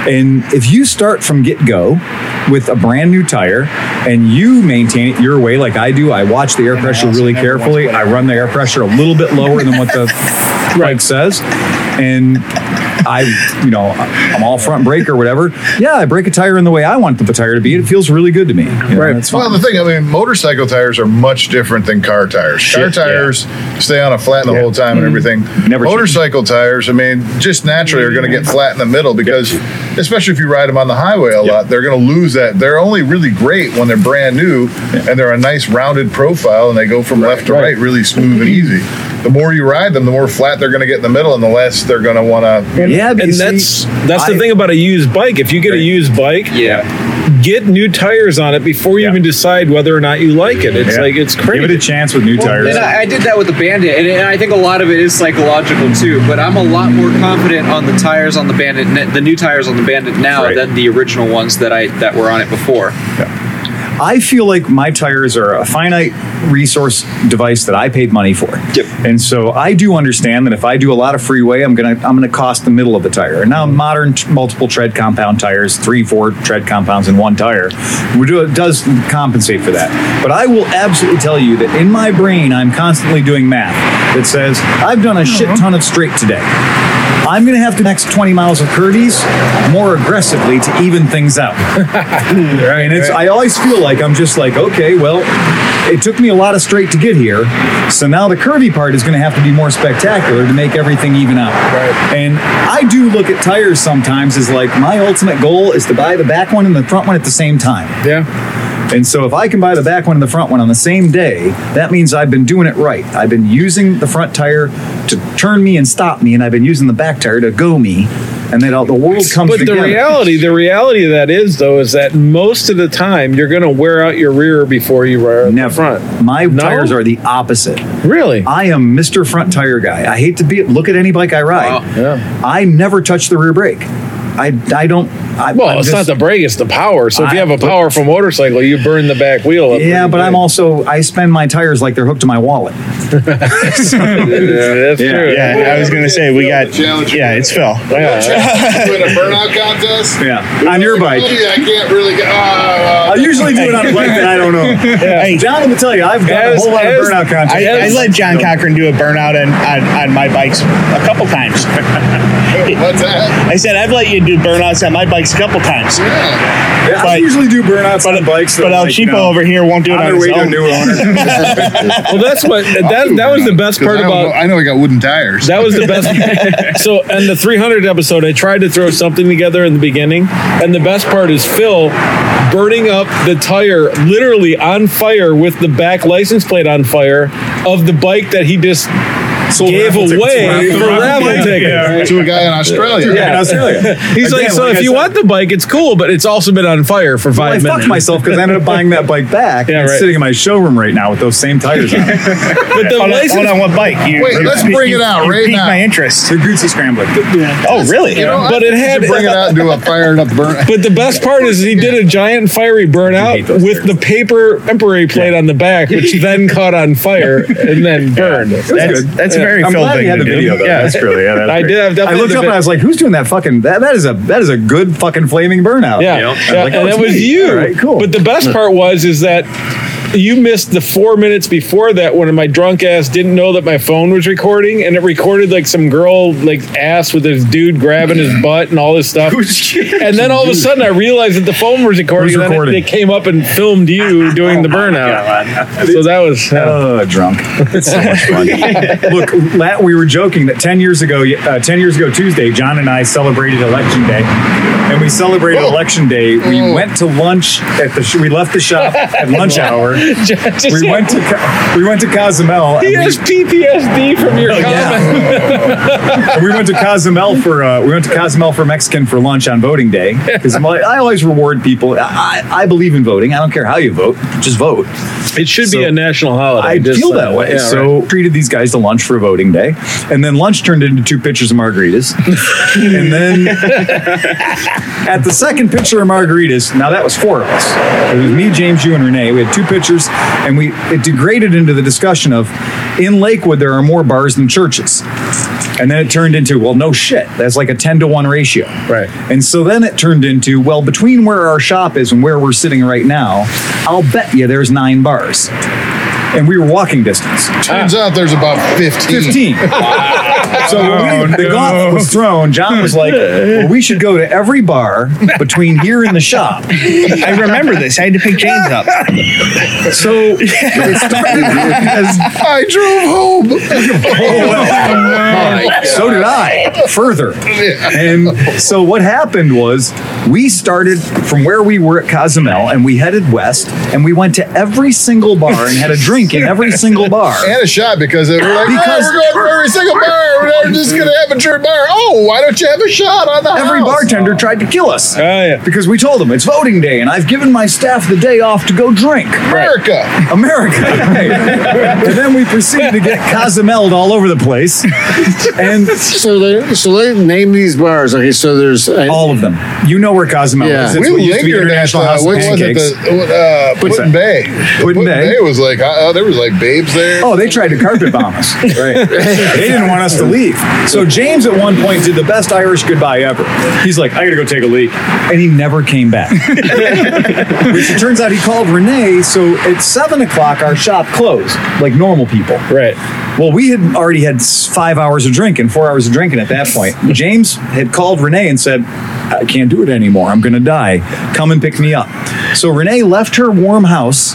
Speaker 1: And if you start from get go with a brand new tire and you maintain it your way, like I do, I watch the air pressure
Speaker 3: also
Speaker 1: really
Speaker 3: never once
Speaker 1: carefully.
Speaker 3: put
Speaker 1: I run the air pressure a little bit lower than what the bike says, and I, you know, I'm all front brake or whatever. Yeah, I brake a tire in the way I want the tire to be. It feels really good to me. right. That's
Speaker 4: Well,
Speaker 1: fine.
Speaker 4: the thing, I mean, motorcycle tires are much different than car tires. Car
Speaker 1: Shit, yeah.
Speaker 4: tires stay on a flat the whole time and everything.
Speaker 1: Never change.
Speaker 4: motorcycle tires, I mean, just naturally are going to get flat in the middle because, especially if you ride them on the highway a lot, they're going to lose that. They're only really great when they're brand new and they're a nice rounded profile and they go from left to right really smooth and easy. The more you ride them, the more flat they're going to get in the middle and the less they're going to want to.
Speaker 1: yeah, but
Speaker 2: and
Speaker 1: you see,
Speaker 2: that's that's
Speaker 1: I-
Speaker 2: the thing about a used bike. If you get a used bike,
Speaker 5: Yeah.
Speaker 2: get new tires on it before you
Speaker 1: Yeah.
Speaker 2: even decide whether or not you like it. It's
Speaker 1: Yeah.
Speaker 2: like it's
Speaker 1: Give it a
Speaker 2: crazy.
Speaker 1: chance with new tires.
Speaker 5: And I, I did that with the Bandit, and, and I think a lot of it is psychological too. But I'm a lot more confident on the tires on the Bandit, ne- the new tires on the Bandit now
Speaker 1: Right.
Speaker 5: than the original ones that I that were on it before.
Speaker 1: I feel like my tires are a finite resource device that I paid money for.
Speaker 5: Yep.
Speaker 1: And so I do understand that if I do a lot of freeway, I'm gonna I'm gonna cost the middle of the tire. And now modern t- multiple tread compound tires, three, four tread compounds in one tire, would do, does compensate for that. But I will absolutely tell you that in my brain, I'm constantly doing math that says I've done a shit ton of straight today. I'm going to have the next 20 miles of curvies more aggressively to even things out.
Speaker 2: Mm-hmm.
Speaker 1: and it's, I always feel like I'm just like, okay, well, it took me a lot of straight to get here. So now the curvy part is going to have to be more spectacular to make everything even out. Right. And I do look at tires sometimes as like, my ultimate goal is to buy the back one and the front one at the same time.
Speaker 2: Yeah,
Speaker 1: And so if I can buy the back one and the front one on the same day, that means I've been doing it right. I've been using the front tire to turn me and stop me, and I've been using the back tire to go me, and then all- the world comes
Speaker 2: but the
Speaker 1: together.
Speaker 2: reality, the reality of that is though, is that most of the time you're going to wear out your rear before you wear out
Speaker 1: Never.
Speaker 2: the front.
Speaker 1: My
Speaker 2: No?
Speaker 1: tires are the opposite.
Speaker 2: Really?
Speaker 1: I am Mr. Front Tire guy. I hate to be look at any bike I ride. I never touch the rear brake. I, I don't. I,
Speaker 2: Well,
Speaker 1: I'm
Speaker 2: it's
Speaker 1: just-
Speaker 2: not the brake; it's the power. So if you
Speaker 1: I-
Speaker 2: have a powerful motorcycle, you burn the back wheel. Up
Speaker 1: Yeah,
Speaker 2: pretty
Speaker 1: but I'm
Speaker 2: big.
Speaker 1: also I spend my tires like they're hooked to my wallet.
Speaker 2: Yeah, that's true.
Speaker 9: Yeah, I was gonna say we got.
Speaker 4: Challenge.
Speaker 9: Yeah, it's Phil.
Speaker 2: Yeah.
Speaker 4: Doing a burnout contest?
Speaker 1: Yeah, on your bike.
Speaker 4: I can't really get.
Speaker 1: I
Speaker 4: oh,
Speaker 1: usually do it on a bike that I don't know.
Speaker 9: Hey,
Speaker 1: John will tell you, I've got
Speaker 2: As-
Speaker 1: a whole lot of
Speaker 2: as-
Speaker 1: burnout content.
Speaker 9: I, I
Speaker 2: Yes.
Speaker 9: let John Cochran do a burnout on, on, on my bikes a couple times.
Speaker 4: What's that?
Speaker 9: I said I've let you do burnouts on my bikes a couple times,
Speaker 1: Yeah, I
Speaker 9: but-
Speaker 1: usually do burnouts on bikes. that
Speaker 9: but
Speaker 1: are
Speaker 9: El
Speaker 1: like,
Speaker 9: Cheapo
Speaker 1: you know,
Speaker 9: over here won't do it on
Speaker 1: on their
Speaker 9: his
Speaker 1: way to a
Speaker 9: own.
Speaker 1: new owner.
Speaker 2: Well, that's what that that was the best part
Speaker 4: I know,
Speaker 2: about
Speaker 4: I know I got wooden tires.
Speaker 2: That was the best. so, and the 300 episode, I tried to throw something together in the beginning, and the best part is Phil burning up the tire, literally on fire with the back license plate on fire of the bike that he just gave
Speaker 1: raffle tickets.
Speaker 2: away
Speaker 1: Raffle-
Speaker 2: for
Speaker 1: raffle
Speaker 2: raffle
Speaker 1: tickets.
Speaker 2: tickets.
Speaker 4: to a guy in Australia.
Speaker 1: in Australia.
Speaker 2: He's
Speaker 1: Again,
Speaker 2: like, so
Speaker 1: I
Speaker 2: if you
Speaker 1: said,
Speaker 2: want the bike, it's cool, but it's also been on fire for
Speaker 1: I
Speaker 2: five
Speaker 1: fucked
Speaker 2: minutes.
Speaker 1: myself because I ended up buying that bike back.
Speaker 2: Yeah,
Speaker 1: and it's
Speaker 2: right.
Speaker 1: sitting in my showroom right now with those same tires on. it.
Speaker 2: But the
Speaker 9: Hold on,
Speaker 2: license,
Speaker 9: hold on, what bike? You,
Speaker 4: Wait,
Speaker 9: you-
Speaker 4: let's
Speaker 9: you-
Speaker 4: bring
Speaker 9: you-
Speaker 4: it out
Speaker 9: you
Speaker 4: right
Speaker 9: piqued
Speaker 4: now.
Speaker 9: my interest.
Speaker 1: They're Gucci scrambling.
Speaker 9: Oh, really?
Speaker 4: You know, I
Speaker 2: But it
Speaker 4: think you
Speaker 2: had-
Speaker 4: should bring it out and do a fired up burn.
Speaker 2: But the best part is he did a giant fiery burnout
Speaker 1: those
Speaker 2: with the paper temporary plate on the back, which then caught on fire and then burned.
Speaker 9: that's that's a very
Speaker 1: I'm
Speaker 9: Phil
Speaker 1: glad
Speaker 9: thing
Speaker 1: we had
Speaker 9: to
Speaker 1: the
Speaker 9: do.
Speaker 1: video though.
Speaker 2: Yeah.
Speaker 1: That's really yeah. That's
Speaker 2: I
Speaker 1: great.
Speaker 2: did- I've
Speaker 1: I
Speaker 2: definitely
Speaker 1: looked
Speaker 2: did
Speaker 1: up
Speaker 2: the
Speaker 1: and I was like, "Who's doing that fucking that? That is a that is a good fucking flaming burnout."
Speaker 2: Yeah,
Speaker 1: I
Speaker 2: yeah.
Speaker 1: was like, oh,
Speaker 2: and
Speaker 1: it's
Speaker 2: it was
Speaker 1: me.
Speaker 2: you.
Speaker 1: All right, cool.
Speaker 2: But the best part was is that you missed the four minutes before that when my drunk ass didn't know that my phone was recording, and it recorded like some girl like ass with this dude grabbing his butt and all this stuff. and then all of a sudden, I realized that the phone was recording,
Speaker 1: Who's
Speaker 2: and then
Speaker 1: recording? Oh
Speaker 2: it, they came up and filmed you doing the burnout. so that was. uh,
Speaker 1: Uh, drunk. It's so much fun. Look, la- we were joking that ten years ago, uh, ten years ago Tuesday, John and I celebrated Election Day, and we celebrated Election Day. We went to lunch at the. Sh- we left the shop at lunch hour.
Speaker 2: just,
Speaker 1: We went to Co- we went to Cozumel.
Speaker 2: He
Speaker 1: And
Speaker 2: has PTSD from your comment.
Speaker 1: we, and we went to Cozumel for uh, we went to Cozumel for Mexican for lunch on voting day because I'm like I always reward people. I, I I believe in voting. I don't care how you vote, just vote.
Speaker 2: It should
Speaker 1: So,
Speaker 2: be a national holiday.
Speaker 1: I
Speaker 2: just
Speaker 1: feel
Speaker 2: so-
Speaker 1: that way.
Speaker 2: yeah, right.
Speaker 1: so treated these guys to lunch for voting day, and then lunch turned into two pitchers of margaritas, and then at the second pitcher of margaritas, now that was four of us. It was me, James, you, and Renee. We had two pitchers, and we it degraded into the discussion of in Lakewood there are more bars than churches, and then it turned into well, no shit, that's like a ten to one ratio,
Speaker 2: Right.
Speaker 1: And so then it turned into well, between where our shop is and where we're sitting right now, I'll bet you there's nine bars and we were walking distance.
Speaker 4: Turns out there's about 15.
Speaker 1: 15. So when we- the gauntlet was thrown. John was like, well, "We should go to every bar between here and the shop."
Speaker 3: I remember this. I had to pick James up.
Speaker 1: So it started as
Speaker 4: I drove home.
Speaker 1: so did I further. And so what happened was we started from where we were at Cozumel and we headed west and we went to every single bar and had a drink in every single bar.
Speaker 4: and a shot because they were like,
Speaker 1: Because-
Speaker 4: oh, we're going for every single bar. We're not just going to have a trip bar. Oh, why don't you have a shot on the
Speaker 1: Every
Speaker 4: house?
Speaker 1: bartender tried to kill us
Speaker 2: yeah.
Speaker 1: because we told them it's voting day and I've given my staff the day off to go drink.
Speaker 4: America.
Speaker 1: America. and then we proceeded to get Cozumel all over the place. And
Speaker 6: So they so they name these bars. Okay, so there's uh,
Speaker 1: all of them. You know where Cozumel
Speaker 6: Yeah.
Speaker 1: is. It's
Speaker 4: We
Speaker 1: what used to be
Speaker 4: lingered at
Speaker 1: International
Speaker 4: uh,
Speaker 1: House of
Speaker 4: which was it?
Speaker 1: Pancakes.
Speaker 4: The, uh,
Speaker 1: What's that?
Speaker 4: Putin Bay.
Speaker 1: Putin Bay.
Speaker 4: was like, uh, uh, there was like babes there.
Speaker 1: Oh, they tried to carpet bomb us. Right. they didn't want us to leave. So James at one point did the best Irish goodbye ever. He's like, I gotta go take a leak. And he never came back. Which it turns out he called Renee, so at seven o'clock our shop closed, like normal people.
Speaker 2: Right.
Speaker 1: Well, we had already had s- five hours of drinking, four hours of drinking at that point. James had called Renee and said, I can't do it anymore. I'm going to die. Come and pick me up. So Renee left her warm house,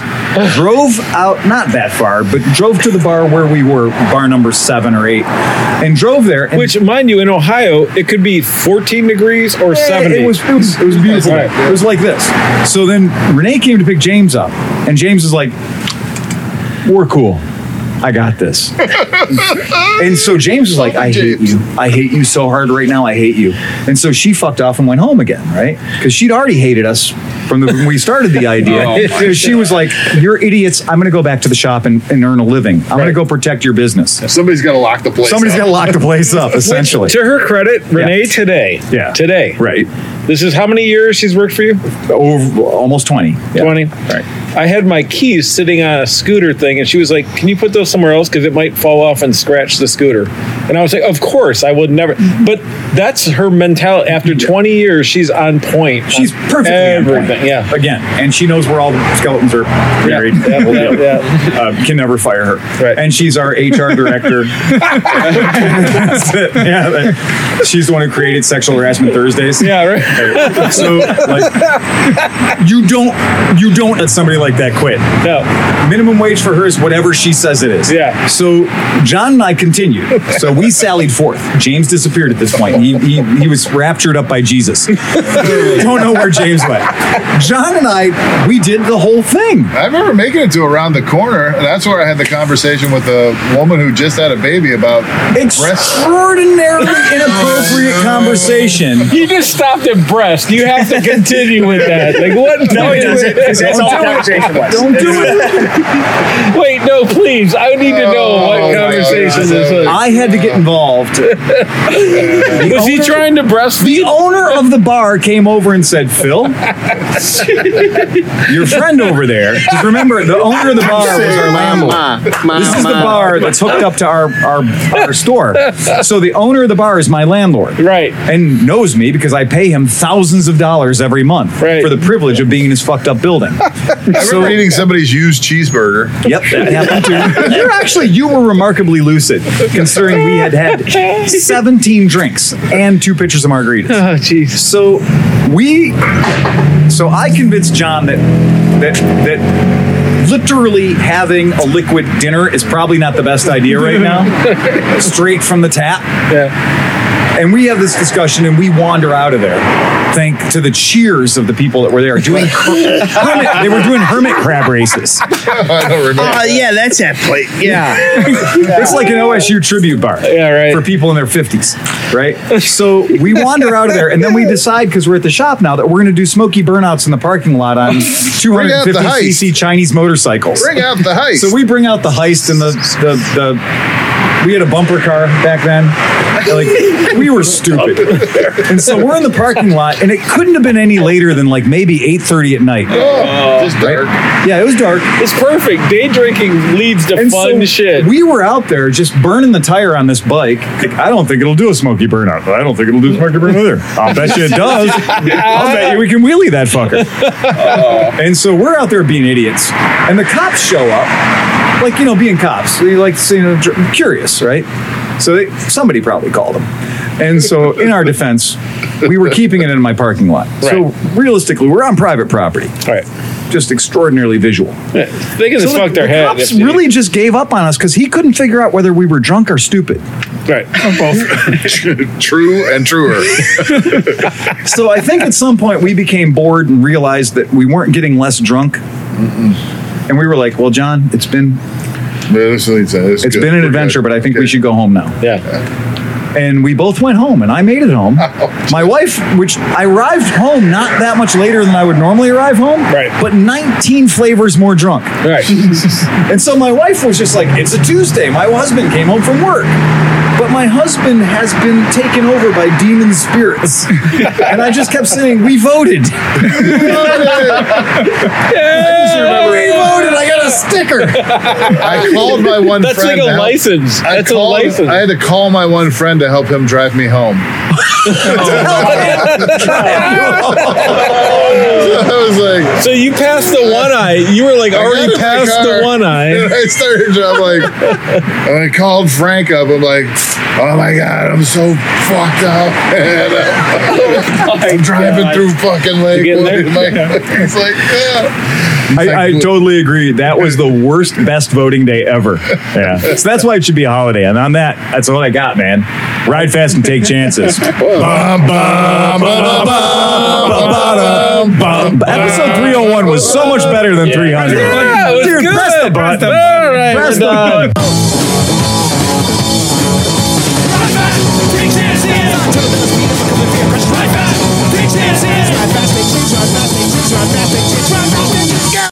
Speaker 1: drove out, not that far, but drove to the bar where we were, bar number seven or eight, and drove there. And
Speaker 2: Which, mind you, in Ohio, it could be 14 degrees or
Speaker 1: Yeah,
Speaker 2: 70.
Speaker 1: It was, it was, it was beautiful.
Speaker 2: Right.
Speaker 1: It was like this. So then Renee came to pick James up, and James is like, "We're cool. I got this." and so James is like, "I hate you. I hate you so hard right now. I hate you." And so she fucked off and went home again, right? Because she'd already hated us from the, when we started the idea. So she was like, "You're idiots. I'm going to go back to the shop and, and earn a living. I'm going to go protect your business."
Speaker 4: Somebody's got to lock the place.
Speaker 1: Somebody's
Speaker 4: up.
Speaker 1: got to lock the place up, essentially.
Speaker 2: To her credit, Renee today.
Speaker 1: Yeah.
Speaker 2: Today.
Speaker 1: Right.
Speaker 2: This is how many years she's worked for you?
Speaker 1: Over, almost 20. Yeah.
Speaker 2: 20.
Speaker 1: Right.
Speaker 2: I had my keys sitting on a scooter thing, and she was like, Can you put those somewhere else? Because it might fall off and scratch the scooter. And I was like, Of course, I would never. But that's her mentality. After 20 years, Mm-hmm. she's on point.
Speaker 1: She's
Speaker 2: on
Speaker 1: perfectly on point.
Speaker 2: Everything. Yeah.
Speaker 1: again, and she knows where all the skeletons are buried.
Speaker 2: yeah,
Speaker 1: Whole deal.
Speaker 2: yeah,
Speaker 1: Uh, can never fire her.
Speaker 2: Right.
Speaker 1: And she's our HR director. That's it. Yeah, that- she's the one who created Sexual Harassment Thursdays.
Speaker 2: Yeah, right.
Speaker 1: So like, you don't you don't let somebody like that quit.
Speaker 2: No.
Speaker 1: Minimum wage for her is whatever she says it is.
Speaker 2: Yeah.
Speaker 1: So John and I continued. So we sallied forth. James disappeared at this point. He, he, he was raptured up by Jesus. Don't know where James went. John and I, we did the whole thing.
Speaker 4: I remember making it to around the corner, and that's where I had the conversation with a woman who just had a baby about breast.
Speaker 1: Extraordinarily inappropriate conversation.
Speaker 2: You just stopped at breast. You have to continue with that. Like, what?
Speaker 3: No, he doesn't. 'cause That's all the conversation was.
Speaker 1: Don't do it.
Speaker 2: Wait, no, please. I need to know
Speaker 4: Oh,
Speaker 2: what
Speaker 4: my
Speaker 2: conversation
Speaker 4: God.
Speaker 2: this was.
Speaker 1: I had to get involved.
Speaker 2: Was he trying to
Speaker 1: The
Speaker 2: breastfeed?
Speaker 1: owner of the bar came over and said, Phil, your friend over there. Just remember, the owner of the bar was our landlord. This is the bar that's hooked up to our, our, our store. So the owner of the bar is my landlord.
Speaker 2: Right.
Speaker 1: And knows me because I pay him thousands of dollars every month
Speaker 2: Right.
Speaker 1: for the privilege of being in his fucked up building.
Speaker 4: I remember eating somebody's used cheeseburger.
Speaker 1: Yep, that happened too. You're actually you were remarkably lucid considering we had had 17 drinks and two pitchers of margaritas.
Speaker 2: Oh, jeez.
Speaker 1: So we, so I convinced John that that that literally having a liquid dinner is probably not the best idea right now, straight from the tap.
Speaker 2: Yeah.
Speaker 1: And we have this discussion, and we wander out of there. Thank to the cheers of the people that were there doing hermit, they were doing hermit crab races.
Speaker 4: I don't remember.
Speaker 3: Uh, yeah, that's that plate. Yeah.
Speaker 1: It's like an OSU tribute bar.
Speaker 2: Yeah, right.
Speaker 1: For people in their 50s, right? So we wander out of there and then we decide, because we're at the shop now, that we're going to do smoky burnouts in the parking lot on
Speaker 4: Bring out the
Speaker 1: 250cc Chinese motorcycles.
Speaker 4: Bring out the heist.
Speaker 1: So we bring out the heist and the, the, the, we had a bumper car back then. Like, we were stupid. And so we're in the parking lot, and it couldn't have been any later than like maybe 8.30 at night.
Speaker 4: oh, just dark.
Speaker 1: Yeah, it was dark.
Speaker 2: It's perfect. Day drinking leads to fun
Speaker 1: so
Speaker 2: shit.
Speaker 1: We were out there just burning the tire on this bike. Like, I don't think it'll do a smoky burnout. I don't think it'll do a smoky burnout either. I'll bet you it does. I'll bet you we can wheelie that fucker. and so we're out there being idiots, and the cops show up, like you know, being cops, They like you know, dr- curious, right? So they, somebody probably called them. And so, in our defense, we were keeping it in my parking lot. So realistically, we're on private property.
Speaker 2: Right.
Speaker 1: Just extraordinarily visual.
Speaker 2: They can just
Speaker 1: the,
Speaker 2: fuck their
Speaker 1: the
Speaker 2: head.
Speaker 1: cops
Speaker 2: if they-
Speaker 1: really just gave up on us because he couldn't figure out whether we were drunk or stupid.
Speaker 2: right.
Speaker 4: True and truer.
Speaker 1: So I think at some point we became bored and realized that we weren't getting less drunk. And we were like, "Well, John, it's been
Speaker 4: But this is- this is
Speaker 1: it's
Speaker 4: good.
Speaker 1: been an
Speaker 4: We're
Speaker 1: adventure,
Speaker 4: good.
Speaker 1: but I think we
Speaker 4: Okay.
Speaker 1: should go home now."
Speaker 2: Yeah.
Speaker 1: And we both went home, and I made it home.
Speaker 4: Oh.
Speaker 1: My wife, which I arrived home not that much later than I would normally arrive home,
Speaker 2: Right.
Speaker 1: but 19 flavors more drunk.
Speaker 2: Right.
Speaker 1: And so my wife was just like, "It's a Tuesday." My husband came home from work. But my husband has been taken over by demon spirits. and I just kept saying, We voted. We voted. I got a sticker.
Speaker 4: I called my one
Speaker 2: That's like
Speaker 4: friend.
Speaker 2: a
Speaker 4: to help-
Speaker 2: license.
Speaker 4: I
Speaker 2: That's a
Speaker 4: called-
Speaker 2: license.
Speaker 4: I had to call my one friend to help him drive me home. I was like,
Speaker 2: So you passed the one eye. You were like
Speaker 4: I got
Speaker 2: already
Speaker 4: in
Speaker 2: past the
Speaker 4: car,
Speaker 2: one eye.
Speaker 4: And I started, I'm like, and I called Frank up. I'm like, oh my God, I'm so fucked up. And
Speaker 2: Oh
Speaker 4: I'm driving through fucking
Speaker 2: getting
Speaker 4: Lakewood.
Speaker 2: there?
Speaker 4: It's like, it's like, yeah. He's
Speaker 1: I, I
Speaker 4: like,
Speaker 1: totally agree. That was the worst, best voting day ever. Yeah. So that's why it should be a holiday. And on that, that's all I got, man. Ride fast and take chances.
Speaker 4: "Bum, bum, bum, bum, bum, bum, bum."
Speaker 1: But episode 301 was so much better than 300.
Speaker 2: Yeah, it was
Speaker 1: Dude,
Speaker 2: good.
Speaker 1: press the button.
Speaker 2: All right,
Speaker 1: Press
Speaker 2: we're
Speaker 1: the
Speaker 2: done.
Speaker 1: button.
Speaker 10: Take chances.